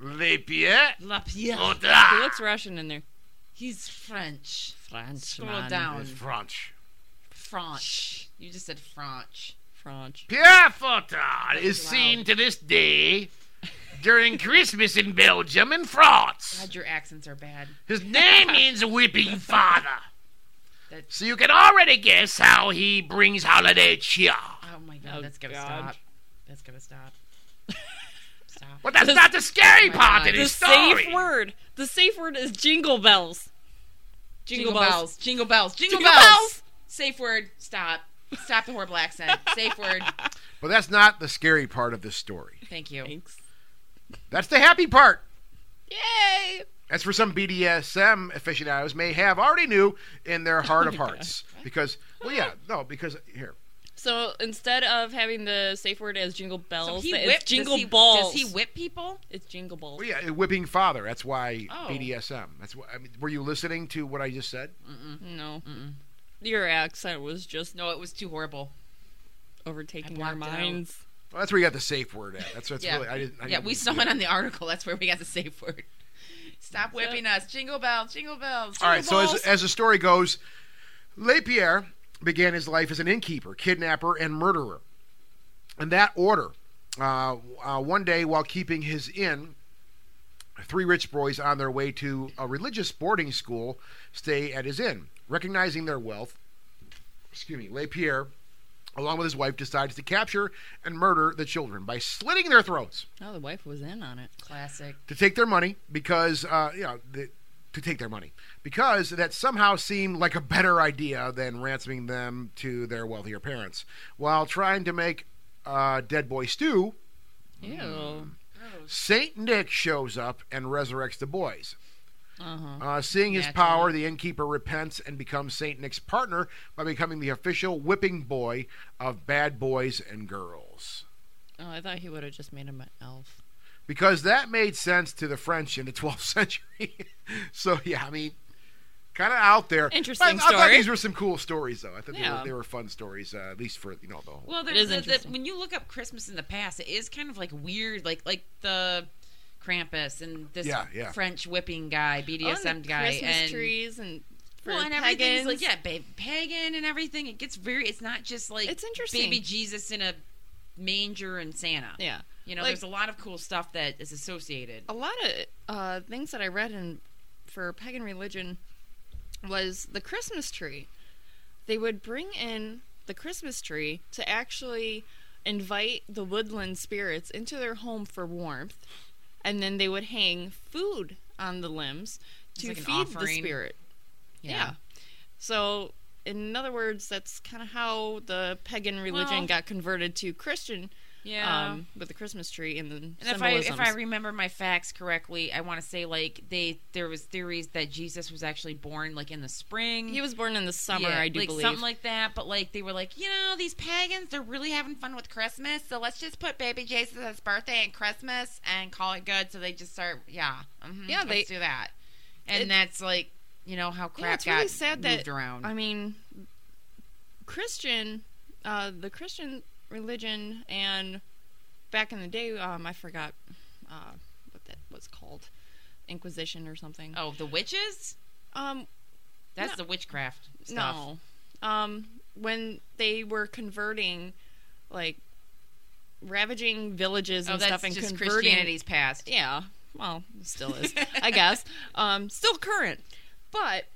S1: Le Pierre
S2: Lapierre.
S3: He
S1: Fautard.
S3: looks Russian in there.
S2: He's French.
S3: French.
S2: Scroll down.
S1: It's French.
S2: French. You just said French.
S3: French.
S1: Pierre Fautard is
S2: Wow.
S1: seen to this day during Christmas in Belgium and France.
S2: God, your accents are bad.
S1: His name means whipping father.
S2: That-
S1: So you can already guess how he brings holiday cheer.
S2: Oh my god,
S3: Oh,
S2: that's gonna
S3: God.
S2: stop. That's gonna stop. stop.
S1: But that's not the scary
S2: my
S1: part
S2: God.
S1: of
S3: The
S1: this story.
S3: safe word. The safe word is jingle bells. Jingle, bells.
S2: Jingle bells. Jingle,
S3: Jingle
S2: bells.
S3: bells.
S2: Safe word. Stop. Stop the horrible accent. Safe word.
S1: But that's not the scary part of this story.
S2: Thank you.
S3: Thanks.
S1: That's the happy part.
S3: Yay!
S1: As for some BDSM aficionados may have already knew in their heart of hearts. Because well yeah, no, because here.
S3: So instead of having the safe word as jingle bells,
S2: he
S3: it's
S2: whipped- does
S3: jingle
S2: he-
S3: balls.
S2: Does he whip people?
S3: It's jingle balls.
S1: Well, yeah, whipping father. That's why
S2: Oh.
S1: BDSM. That's why. I mean, were you listening to what I just said?
S3: No, your accent Oh, was just
S2: No, it was too horrible.
S3: overtaking
S2: I
S3: our
S2: blacked out.
S3: minds.
S1: Well, that's where you got the safe word at. That's that's
S2: Yeah.
S1: really. I didn't. I
S2: yeah,
S1: didn't
S2: we saw it on the article. That's where we got the safe word. Stop whipping us. Jingle bells, jingle bells.
S1: All right. So
S2: jingle
S1: as
S2: balls.
S1: as the story goes, Lapierre began his life as an innkeeper, kidnapper, and murderer. In that order, uh, uh, one day while keeping his inn, three rich boys on their way to a religious boarding school stay at his inn. Recognizing their wealth, excuse me, Lapierre, along with his wife, decides to capture and murder the children by slitting their throats
S3: Oh, the wife was in on it.
S2: classic.
S1: to take their money because uh, you know the, to take their money because that somehow seemed like a better idea than ransoming them to their wealthier parents while trying to make uh, dead boy stew
S3: Ew.
S2: Mm.
S1: saint nick shows up and resurrects the boys
S3: Uh huh.
S1: uh, seeing his
S2: Naturally.
S1: power the innkeeper repents and becomes saint nick's partner by becoming the official whipping boy of bad boys and girls
S3: Oh, I thought he would have just made him an elf.
S1: because that made sense to the French in the 12th century. so yeah, I mean, kind of out there. But I,
S3: Interesting
S1: I thought
S3: story.
S1: these were some cool stories, though. I thought they,
S3: Yeah.
S1: were, they were fun stories, uh, at least for you know the whole.
S2: Well, there,
S3: It is
S2: the- the-
S3: interesting.
S2: when you look up Christmas in the past, it is kind of like weird, like like the Krampus and this
S1: Yeah, yeah.
S2: French whipping guy, BDSM
S3: the
S2: guy,
S3: Christmas
S2: and
S3: trees and for
S2: well, and everything's like
S3: pagans.
S2: yeah, ba- pagan and everything. It gets very. It's not just like
S3: It's interesting.
S2: Baby Jesus in a manger and Santa.
S3: yeah.
S2: You know,
S3: Like-
S2: there's a lot of cool stuff that is associated.
S3: A lot of uh, things that I read in for pagan religion was the Christmas tree. They would bring in the Christmas tree to actually invite the woodland spirits into their home for warmth, and then they would hang food on the limbs to
S2: like an
S3: feed the
S2: offering.
S3: spirit. Yeah. So, in other words, that's kind of how the pagan religion
S2: Well-
S3: got converted to Christian
S2: Yeah.
S3: um, with the Christmas tree and the
S2: And if I if I
S3: symbolisms.
S2: remember my facts correctly, I want to say like they there was theories that Jesus was actually born like in the spring.
S3: he was born in the summer,
S2: Yeah,
S3: I do
S2: like
S3: believe.
S2: something like that. But like they were like, you know, these pagans they're really having fun with Christmas, so let's just put baby Jesus' birthday and Christmas and call it good. So they just start, yeah, mhm,
S3: Yeah,
S2: let's
S3: they-
S2: do that, and
S3: it-
S2: that's like you know how crap
S3: yeah, it's really
S2: got
S3: sad
S2: moved
S3: that
S2: around.
S3: I mean, Christian, uh, the Christian religion, and back in the day, um, I forgot uh, what that was called, Inquisition or something.
S2: oh, the witches?
S3: Um,
S2: That's
S3: No.
S2: the witchcraft stuff. Oh,
S3: No. Um, when they were converting, like, ravaging villages
S2: Oh,
S3: and
S2: that's
S3: stuff and
S2: just
S3: converting.
S2: Christianity's past.
S3: Yeah. Well, it still is, I guess. Um, still current. But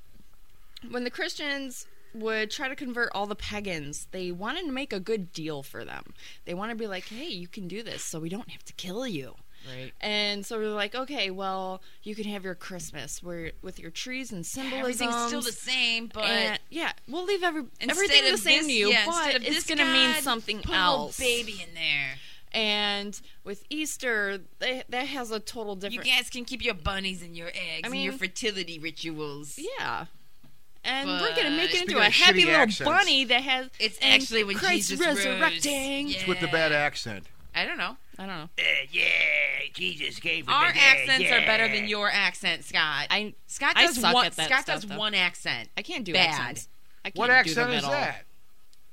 S3: when the Christians would try to convert all the pagans, they wanted to make a good deal for them. They want to be like, hey, you can do this, so we don't have to kill you.
S2: Right.
S3: And so we were like, okay, well, you can have your Christmas where with your trees and symbolism.
S2: Everything's still the same, but
S3: And- yeah, we'll leave every
S2: instead
S3: everything the
S2: of
S3: same
S2: this-
S3: to you,
S2: yeah,
S3: but
S2: instead of
S3: it's
S2: this
S3: going to mean
S2: God,
S3: something
S2: put a little
S3: else.
S2: baby in there.
S3: And with Easter, they, that has a total
S2: You
S3: different.
S2: guys can keep your bunnies and your eggs and your
S3: mean-
S2: fertility rituals.
S3: yeah. And we're gonna make
S2: But-
S3: it
S1: Speaking
S3: into a
S1: of
S3: happy
S1: shitty
S3: little
S1: accents.
S3: bunny that has.
S2: It's
S3: and
S2: actually when
S3: Christ
S2: Jesus rose.
S3: resurrecting.
S2: Yeah.
S1: With the bad accent,
S2: I don't know.
S3: I don't know.
S2: Our accents are better than your accent, Scott.
S3: I
S2: Scott
S3: I
S2: does
S3: suck
S2: one.
S3: at that
S2: Scott
S3: stuff,
S2: does
S3: though.
S2: one accent.
S3: I can't do
S2: Bad.
S3: accents. I can't
S1: what
S3: do
S1: accent
S3: them
S1: is
S3: at all.
S1: that?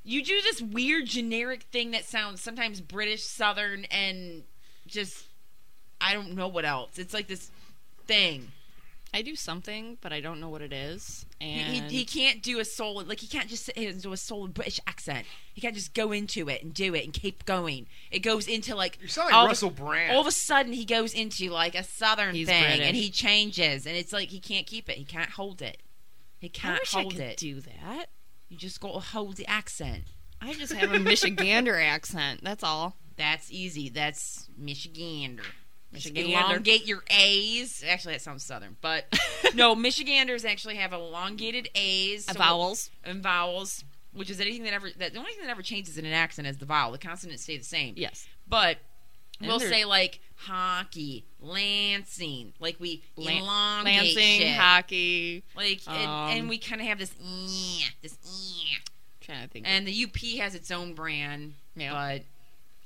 S2: You do this weird generic thing that sounds sometimes British, Southern, and just I don't know what else. It's like this thing.
S3: I do something, but I don't know what it is.
S2: He,
S3: And
S2: he, he can't do a solid like he can't just sit here and do a solid British accent. He can't just go into it and do it and keep going. It goes into like
S1: You sound like
S2: all of a-
S1: Russell Brand.
S2: all of a sudden he goes into like a southern
S3: He's
S2: thing
S3: British.
S2: and he changes and it's like he can't keep it he can't hold it he
S3: I
S2: can't
S3: wish I
S2: hold
S3: could
S2: it
S3: do that.
S2: you just gotta hold the accent
S3: I just have a Michigander accent. That's all.
S2: that's easy that's michigander Just
S3: Michigander.
S2: elongate your a's actually that sounds southern but no michiganders actually have elongated a's so-
S3: vowels.
S2: and vowels which is anything that ever that the only thing that ever changes in an accent is the vowel the consonants stay the same
S3: Yes.
S2: But
S3: And
S2: we'll
S3: they're-
S2: say like hockey, Lansing, like we
S3: Lan-
S2: elongate
S3: Lansing
S2: shit.
S3: hockey.
S2: like, and,
S3: um,
S2: and we kind of have this eh, this eh.
S3: trying to think.
S2: And the UP has its own brand,
S3: Yeah.
S2: but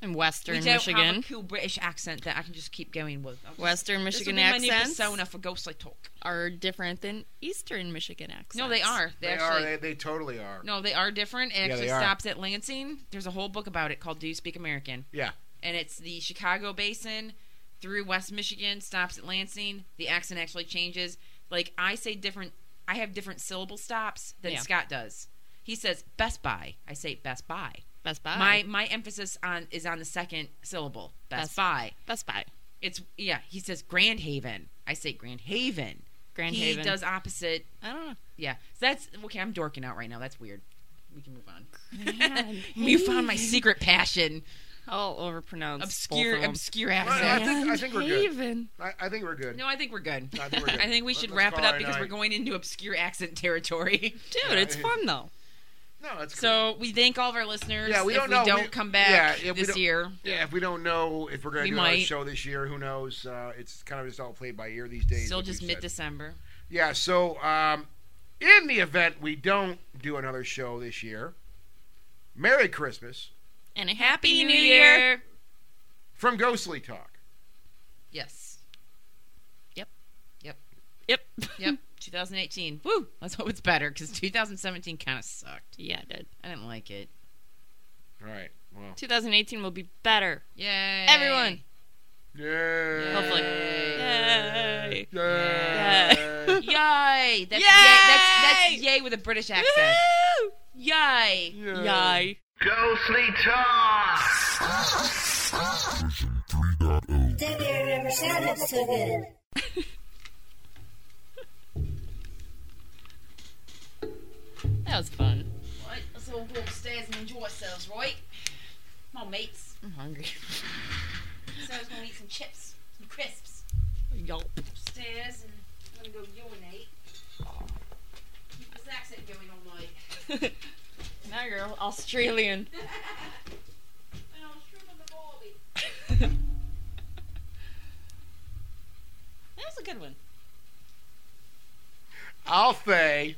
S3: in Western
S2: we don't have
S3: Michigan.
S2: a cool British accent that I can just keep going with. I'll just-
S3: Western
S2: this will
S3: Michigan
S2: be My new
S3: accents
S2: persona for Ghostly Talk.
S3: are different than Eastern Michigan accents.
S2: No, they are. They,
S1: They
S2: actually.
S1: are. They, they totally are.
S2: No, they are different. It
S1: Yeah,
S2: actually
S1: they are.
S2: stops at Lansing. There's a whole book about it called "Do You Speak American?"
S1: Yeah.
S2: and it's the Chicago Basin through West Michigan, stops at Lansing. The accent actually changes. Like I say different I have different syllable stops than
S3: Yeah.
S2: Scott does. He says Best Buy. I say Best Buy.
S3: Best Buy.
S2: My my emphasis on is on the second syllable. Best,
S3: Best-
S2: Buy.
S3: Best Buy.
S2: It's yeah, he says Grand Haven. I say Grand Haven.
S3: Grand
S2: he
S3: Haven.
S2: does opposite.
S3: I don't know.
S2: Yeah. So that's okay, I'm dorking out right now. That's weird. We can move on. you found my secret passion.
S3: I'll overpronounce.
S2: Obscure obscure accent.
S1: I think- I think we're good.
S3: Haven.
S1: I, I think we're good.
S2: No, I think we're good.
S1: I think we're good.
S2: I think we
S1: Let-
S2: should
S1: let's
S2: wrap it
S1: call
S2: up
S1: a
S2: because
S1: night.
S2: we're going into obscure accent territory.
S3: Dude, it's fun though.
S1: No, that's cool.
S2: so we thank all of our listeners.
S1: Yeah, we
S2: if
S1: don't
S2: we
S1: know.
S2: don't
S1: We-
S2: come back
S1: yeah, if we
S2: this
S1: don't-
S2: year.
S1: Yeah, if we don't know if we're going
S2: We
S1: to do
S2: might.
S1: another show this year, who knows? Uh, it's kind of just all played by ear these days.
S2: Still
S1: like
S2: just
S1: we said.
S2: mid December.
S1: Yeah, so um, in the event we don't do another show this year, Merry Christmas
S3: And a
S2: Happy New Year.
S1: from Ghostly Talk.
S2: Yes.
S3: Yep.
S2: Yep. 2018. Woo. Let's hope it's better because 2017 kind of sucked.
S3: Yeah, it did.
S2: I didn't like it.
S1: All right. Well.
S3: 2018 will be better.
S2: Yay.
S3: Everyone.
S1: Yay.
S3: Hopefully. Yay.
S1: Yay.
S3: Yay.
S2: Yay. That's yay. That's,
S3: Yay.
S2: that's yay with a British accent.
S3: Woo!
S2: Yay.
S3: Yay.
S6: Ghostly Talk!
S9: That beer never sounded so good.
S3: That was fun.
S2: Right, let's all go upstairs and enjoy ourselves, right? Come on, mates.
S3: I'm hungry.
S2: So I was going to eat some chips, some crisps.
S3: Yelp.
S2: upstairs and I'm gonna go urinate. Keep this accent going all night.
S3: now you're Australian.
S2: And I'll shrimp on the barbie.
S3: that was a good one.
S1: I'll say.